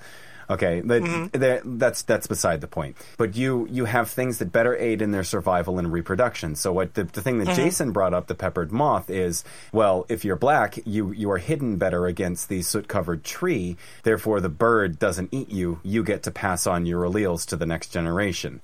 [SPEAKER 3] Okay, but there- that's that's beside the point. But you you have things that better aid in their survival and reproduction. So what the, the thing that Jason brought up, the peppered moth, is well, if you're black, you you are hidden better against the soot covered tree. Therefore, the bird doesn't eat you. You get to pass on your alleles to the next generation.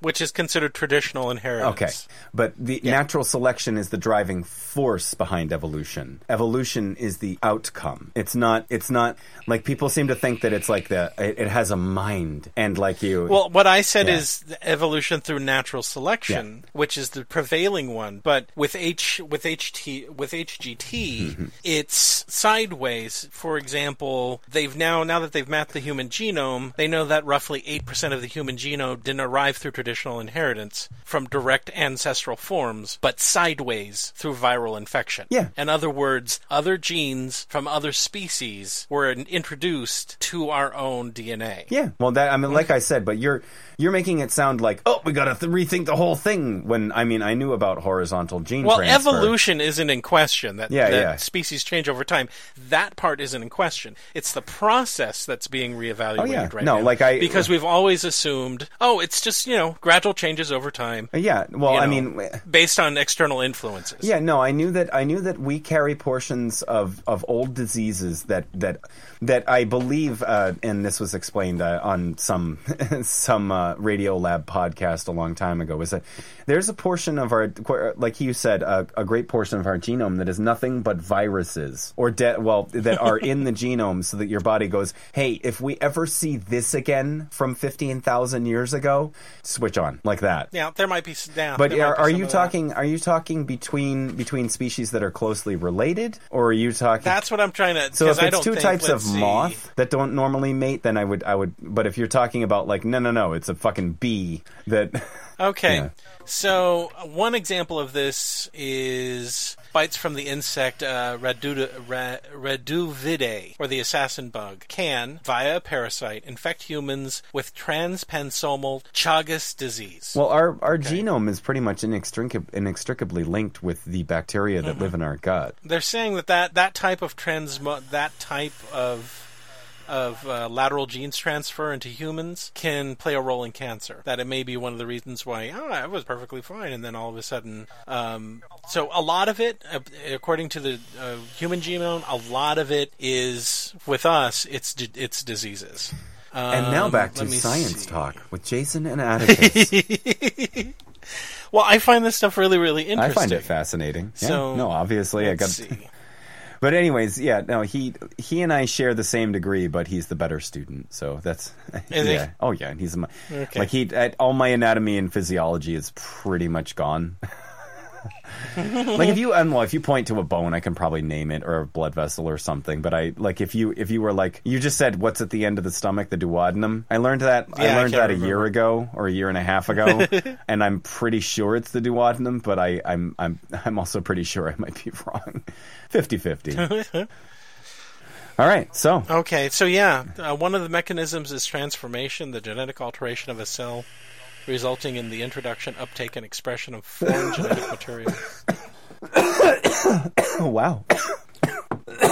[SPEAKER 2] Which is considered traditional inheritance.
[SPEAKER 3] Okay. But the natural selection is the driving force behind evolution. Evolution is the outcome. It's not it's not like people seem to think that it's like the it, it has a mind and like you
[SPEAKER 2] Well, what I said
[SPEAKER 3] Yeah.
[SPEAKER 2] is the evolution through natural selection, which is the prevailing one. But with H with HT with HGT,
[SPEAKER 3] Mm-hmm.
[SPEAKER 2] it's sideways. For example, they've now now that they've mapped the human genome, they know that roughly eight percent of the human genome didn't arrive through traditional inheritance from direct ancestral forms, but sideways through viral infection.
[SPEAKER 3] Yeah.
[SPEAKER 2] In other words, other genes from other species were introduced to our own DNA.
[SPEAKER 3] Yeah. Well, that I mean, like I said, but you're you're making it sound like oh, we gotta th- rethink the whole thing. When I mean, I knew about horizontal gene
[SPEAKER 2] Well,
[SPEAKER 3] transfer.
[SPEAKER 2] evolution isn't in question. That,
[SPEAKER 3] Yeah,
[SPEAKER 2] that
[SPEAKER 3] yeah.
[SPEAKER 2] species change over time. That part isn't in question. It's the process that's being reevaluated
[SPEAKER 3] Oh, yeah.
[SPEAKER 2] right
[SPEAKER 3] No,
[SPEAKER 2] now.
[SPEAKER 3] like I-
[SPEAKER 2] because we've always assumed, oh, it's just you know gradual changes over
[SPEAKER 3] [LAUGHS]
[SPEAKER 2] time.
[SPEAKER 3] Yeah. Well,
[SPEAKER 2] you
[SPEAKER 3] I
[SPEAKER 2] know,
[SPEAKER 3] mean. w-
[SPEAKER 2] based on external influences.
[SPEAKER 3] Yeah, no, I knew that. I knew that we carry portions of, of old diseases that that that I believe, uh, and this was explained uh, on some [LAUGHS] some uh, Radio Lab podcast a long time ago. Was that there's a portion of our, like you said, a, a great portion of our genome that is nothing but viruses or de- well that are in the genome, so that your body goes, hey, if we ever see this again from fifteen thousand years ago, switch on like that.
[SPEAKER 2] Now there might be s- now,
[SPEAKER 3] But
[SPEAKER 2] there might
[SPEAKER 3] are,
[SPEAKER 2] be
[SPEAKER 3] are
[SPEAKER 2] some
[SPEAKER 3] you
[SPEAKER 2] of that.
[SPEAKER 3] talking? Are you talking between between species that are closely related, or are you talking?
[SPEAKER 2] That's what I'm trying to.
[SPEAKER 3] so
[SPEAKER 2] 'cause
[SPEAKER 3] if
[SPEAKER 2] I
[SPEAKER 3] it's
[SPEAKER 2] don't
[SPEAKER 3] two
[SPEAKER 2] think-
[SPEAKER 3] types of
[SPEAKER 2] let's see.
[SPEAKER 3] moth that don't normally mate, then I would I would. But if you're talking about like no no no, it's a fucking bee that. [LAUGHS]
[SPEAKER 2] Okay.
[SPEAKER 3] Yeah.
[SPEAKER 2] So uh, one example of this is bites from the insect uh, Reduda, Ra- Reduvidae, or the assassin bug, can, via a parasite, infect humans with transpensomal Chagas disease.
[SPEAKER 3] Well, our our genome is pretty much inextric- inextricably linked with the bacteria that
[SPEAKER 2] Mm-hmm.
[SPEAKER 3] live in our gut.
[SPEAKER 2] They're saying that that, that type of transmo- that type of of uh, lateral genes transfer into humans can play a role in cancer. That it may be one of the reasons why oh, I was perfectly fine, and then all of a sudden, um, so a lot of it, uh, according to the uh, human genome, a lot of it is with us. It's d- it's diseases.
[SPEAKER 3] And now
[SPEAKER 2] Um,
[SPEAKER 3] back
[SPEAKER 2] let
[SPEAKER 3] to
[SPEAKER 2] me
[SPEAKER 3] science
[SPEAKER 2] see.
[SPEAKER 3] talk with Jason and Atticus.
[SPEAKER 2] [LAUGHS] Well, I find this stuff really, really
[SPEAKER 3] I
[SPEAKER 2] interesting.
[SPEAKER 3] find it fascinating. Yeah.
[SPEAKER 2] So,
[SPEAKER 3] no, obviously I
[SPEAKER 2] Let's
[SPEAKER 3] got
[SPEAKER 2] see.
[SPEAKER 3] But anyways, yeah, no, he he and I share the same degree, but he's the better student. So that's
[SPEAKER 2] Is he?
[SPEAKER 3] yeah. Oh yeah, and he's my,
[SPEAKER 2] Okay.
[SPEAKER 3] like he at, all my anatomy and physiology is pretty much gone. like if you um, well if you point to a bone I can probably name it or a blood vessel or something but I like if you if you were like you just said what's at the end of the stomach the duodenum I learned that
[SPEAKER 2] Yeah, I
[SPEAKER 3] I learned
[SPEAKER 2] can't
[SPEAKER 3] that a year ago or a year and a
[SPEAKER 2] [LAUGHS]
[SPEAKER 3] half ago and I'm pretty sure it's the duodenum but I I'm I'm I'm also pretty sure I might be [LAUGHS] wrong
[SPEAKER 2] [LAUGHS]
[SPEAKER 3] 50-50 All right so
[SPEAKER 2] Okay, so yeah, uh, one of the mechanisms is transformation, the genetic alteration of a cell, resulting in the introduction, uptake, and expression of foreign genetic material.
[SPEAKER 3] oh wow [COUGHS]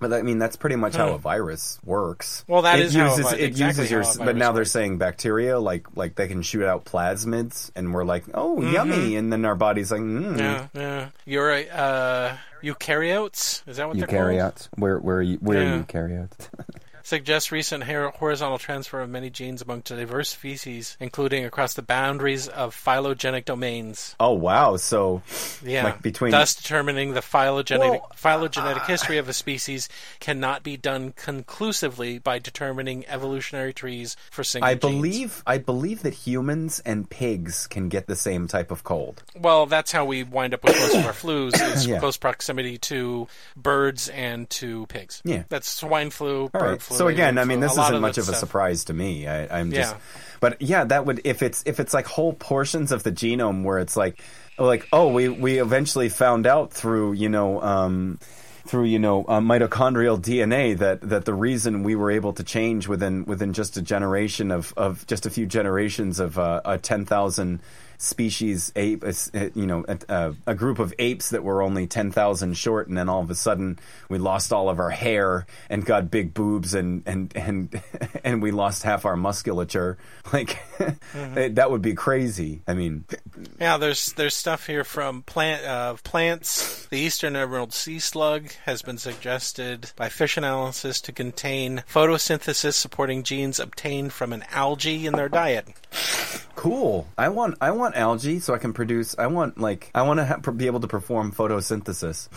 [SPEAKER 3] But I mean, that's pretty much how a virus works.
[SPEAKER 2] Hmm. Well, that
[SPEAKER 3] that
[SPEAKER 2] is
[SPEAKER 3] is
[SPEAKER 2] how a vi-
[SPEAKER 3] it
[SPEAKER 2] exactly
[SPEAKER 3] uses
[SPEAKER 2] how
[SPEAKER 3] your.
[SPEAKER 2] a
[SPEAKER 3] but
[SPEAKER 2] virus
[SPEAKER 3] now they're saying bacteria, like like they can shoot out plasmids, and we're like, oh, yummy, and then our body's like, mm.
[SPEAKER 2] Mm-hmm. Yeah, yeah. You're a, uh, eukaryotes? Is that what they're called?
[SPEAKER 3] Eukaryotes. Where where are you, where
[SPEAKER 2] Yeah.
[SPEAKER 3] are eukaryotes? [LAUGHS]
[SPEAKER 2] Suggests recent hor- horizontal transfer of many genes among diverse species, including across the boundaries of phylogenetic domains.
[SPEAKER 3] Oh wow! So
[SPEAKER 2] Yeah.
[SPEAKER 3] Like between-
[SPEAKER 2] Thus, determining the phylogenetic
[SPEAKER 3] Well,
[SPEAKER 2] phylogenetic history of a species cannot be done conclusively by determining evolutionary trees for single.
[SPEAKER 3] I
[SPEAKER 2] genes.
[SPEAKER 3] believe I believe that humans and pigs can get the same type of cold.
[SPEAKER 2] Well, that's how we wind up with most of our
[SPEAKER 3] [COUGHS]
[SPEAKER 2] flus is
[SPEAKER 3] Yeah.
[SPEAKER 2] close proximity to birds and to pigs.
[SPEAKER 3] Yeah.
[SPEAKER 2] that's swine flu,
[SPEAKER 3] All
[SPEAKER 2] bird
[SPEAKER 3] right.
[SPEAKER 2] flu.
[SPEAKER 3] So
[SPEAKER 2] avian
[SPEAKER 3] again, I mean,
[SPEAKER 2] flu,
[SPEAKER 3] this
[SPEAKER 2] a lot
[SPEAKER 3] isn't
[SPEAKER 2] of
[SPEAKER 3] much
[SPEAKER 2] that
[SPEAKER 3] of a
[SPEAKER 2] stuff.
[SPEAKER 3] surprise to me. I, I'm just,
[SPEAKER 2] Yeah.
[SPEAKER 3] but yeah, that would if it's if it's like whole portions of the genome where it's like, like oh, we we eventually found out through you know. Um, through you know uh, mitochondrial DNA that that the reason we were able to change within within just a generation of of just a few generations of uh, a ten thousand species ape uh, s- uh, you know a, a, a group of apes that were only ten thousand short and then all of a sudden we lost all of our hair and got big boobs and and and [LAUGHS] and we lost half our musculature [LAUGHS] like
[SPEAKER 2] Mm-hmm.
[SPEAKER 3] [LAUGHS] that would be crazy. I mean
[SPEAKER 2] Yeah, there's there's stuff here from plant uh, plants. The eastern emerald sea slug has been suggested by fish analysis to contain photosynthesis supporting genes obtained from an algae in their diet.
[SPEAKER 3] Cool. I want I want algae so I can produce. I want like I want to ha- be able to perform photosynthesis.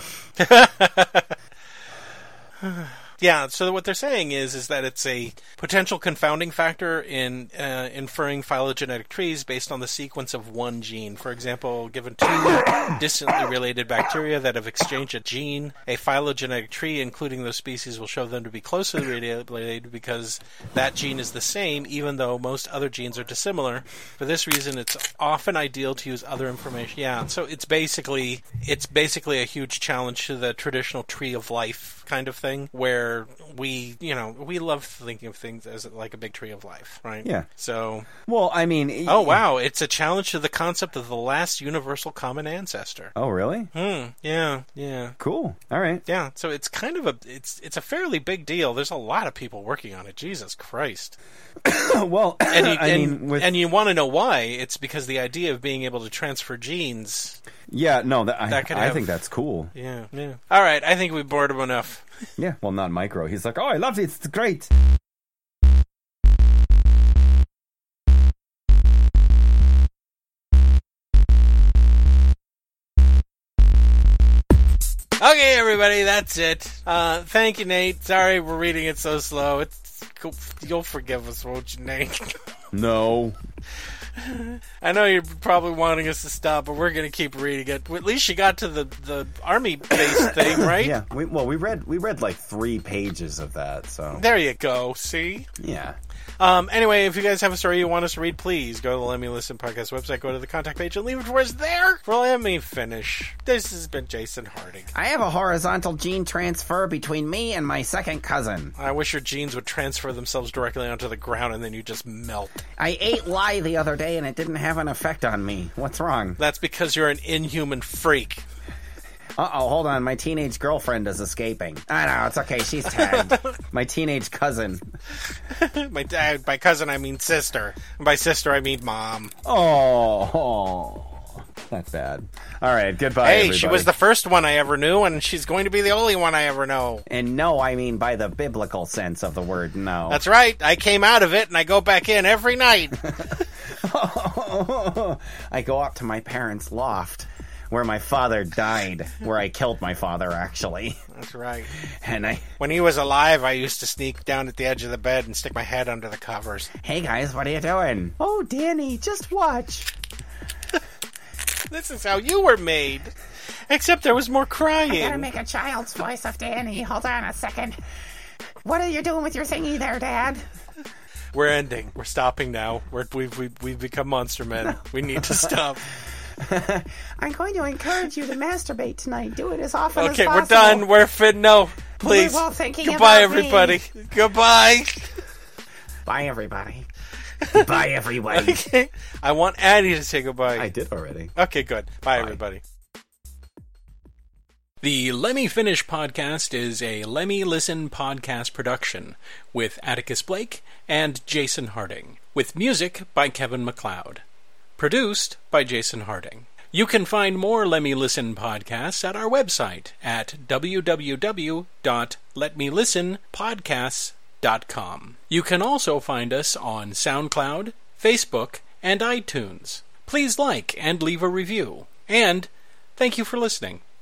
[SPEAKER 2] Yeah, so what they're saying is is that it's a potential confounding factor in uh, inferring phylogenetic trees based on the sequence of one gene. For example, given two [COUGHS] distantly related bacteria that have exchanged a gene, a phylogenetic tree, including those species, will show them to be closely related because that gene is the same, even though most other genes are dissimilar. For this reason, it's often ideal to use other information. Yeah, so it's basically it's basically a huge challenge to the traditional tree of life kind of thing, where we you know we love thinking of things as like a big tree of life, right?
[SPEAKER 3] Yeah.
[SPEAKER 2] So
[SPEAKER 3] Well, I mean, e-, y-
[SPEAKER 2] oh wow, it's a challenge to the concept of the last universal common ancestor.
[SPEAKER 3] Oh, really?
[SPEAKER 2] Hmm. Yeah. Yeah.
[SPEAKER 3] Cool. All
[SPEAKER 2] [COUGHS]
[SPEAKER 3] right.
[SPEAKER 2] Yeah. So it's kind of a it's it's a fairly big deal. There's a lot of people working on it. Jesus Christ.
[SPEAKER 3] well,
[SPEAKER 2] And you,
[SPEAKER 3] [COUGHS] I
[SPEAKER 2] and,
[SPEAKER 3] mean, with,
[SPEAKER 2] and you want to know why? It's because the idea of being able to transfer genes.
[SPEAKER 3] yeah, no, that, I,
[SPEAKER 2] that could
[SPEAKER 3] I
[SPEAKER 2] have-
[SPEAKER 3] think that's cool.
[SPEAKER 2] Yeah. Yeah. All right. I think we've bored him enough.
[SPEAKER 3] Yeah. Well, not micro. He's like, oh, I love it. It's great.
[SPEAKER 2] Okay, everybody. That's it. Uh, thank you, Nate. Sorry, we're reading it so slow. It's you'll forgive us, won't you, Nate? [LAUGHS]
[SPEAKER 3] No.
[SPEAKER 2] I know you're probably wanting us to stop, but we're gonna keep reading it. At least you got to the the army [COUGHS] base thing, right?
[SPEAKER 3] Yeah. We, well, we read we read like three pages of that. So
[SPEAKER 2] There you go. See.
[SPEAKER 3] yeah.
[SPEAKER 2] Um, anyway, if you guys have a story you want us to read, please go to the Let Me Listen podcast website, go to the contact page, and leave it for us there. For let me finish. This has been Jason Harding.
[SPEAKER 7] I have a horizontal gene transfer between me and my second cousin.
[SPEAKER 2] I wish your genes would transfer themselves directly onto the ground, and then you just melt.
[SPEAKER 7] I ate lye the other day and it didn't have an effect on me. What's wrong?
[SPEAKER 2] That's because you're an inhuman freak.
[SPEAKER 7] Uh oh, hold on. My teenage girlfriend is escaping. I know, it's okay. She's
[SPEAKER 3] [LAUGHS]
[SPEAKER 7] tagged. my teenage cousin.
[SPEAKER 2] My dad, by cousin, I mean sister. And by sister, I mean mom.
[SPEAKER 3] Oh, oh, that's bad. All right. Goodbye.
[SPEAKER 2] hey, she
[SPEAKER 3] everybody.
[SPEAKER 2] was the first one I ever knew, and she's going to be the only one I ever know.
[SPEAKER 7] And no, I mean by the biblical sense of the word no.
[SPEAKER 2] That's right. I came out of it, and I go back in every night.
[SPEAKER 3] [LAUGHS]
[SPEAKER 7] I go up to my parents' loft
[SPEAKER 3] where my father died, where I killed my father actually, [LAUGHS]
[SPEAKER 2] That's right.
[SPEAKER 3] and I.
[SPEAKER 2] When he was alive, I used to sneak down at the edge of the bed and stick my head under the covers. [LAUGHS]
[SPEAKER 3] Hey guys, what are you doing? Oh, Danny, just watch.
[SPEAKER 2] This is how you were made. Except there was more
[SPEAKER 4] Gotta
[SPEAKER 2] crying.
[SPEAKER 4] make a child's voice of Danny. Hold on a second. What are you doing with your thingy there, Dad?
[SPEAKER 2] We're ending. We're stopping now. We're, we've, we've, we've become monster men. We need to stop.
[SPEAKER 4] I'm going to encourage you to masturbate tonight. Do it as often as
[SPEAKER 2] Okay,
[SPEAKER 4] possible.
[SPEAKER 2] we're done. We're fin. No, please.
[SPEAKER 4] all thinking
[SPEAKER 2] Goodbye,
[SPEAKER 4] about me.
[SPEAKER 2] everybody.
[SPEAKER 4] [LAUGHS]
[SPEAKER 2] Goodbye. [LAUGHS]
[SPEAKER 4] Bye, everybody.
[SPEAKER 3] [LAUGHS] Bye, everybody.
[SPEAKER 2] I want Addie to say goodbye.
[SPEAKER 1] [LAUGHS] I did already.
[SPEAKER 2] Okay, good. Bye, everybody. The Lemmy Finish podcast is a Lemmy Listen podcast production with Atticus Blake and Jason Harding, with music by Kevin McLeod. Produced by Jason Harding. You can find more Lemmy Listen podcasts at our website at www.letmelistenpodcasts.com. You can also find us on SoundCloud, Facebook, and iTunes. Please like and leave a review. And thank you for listening.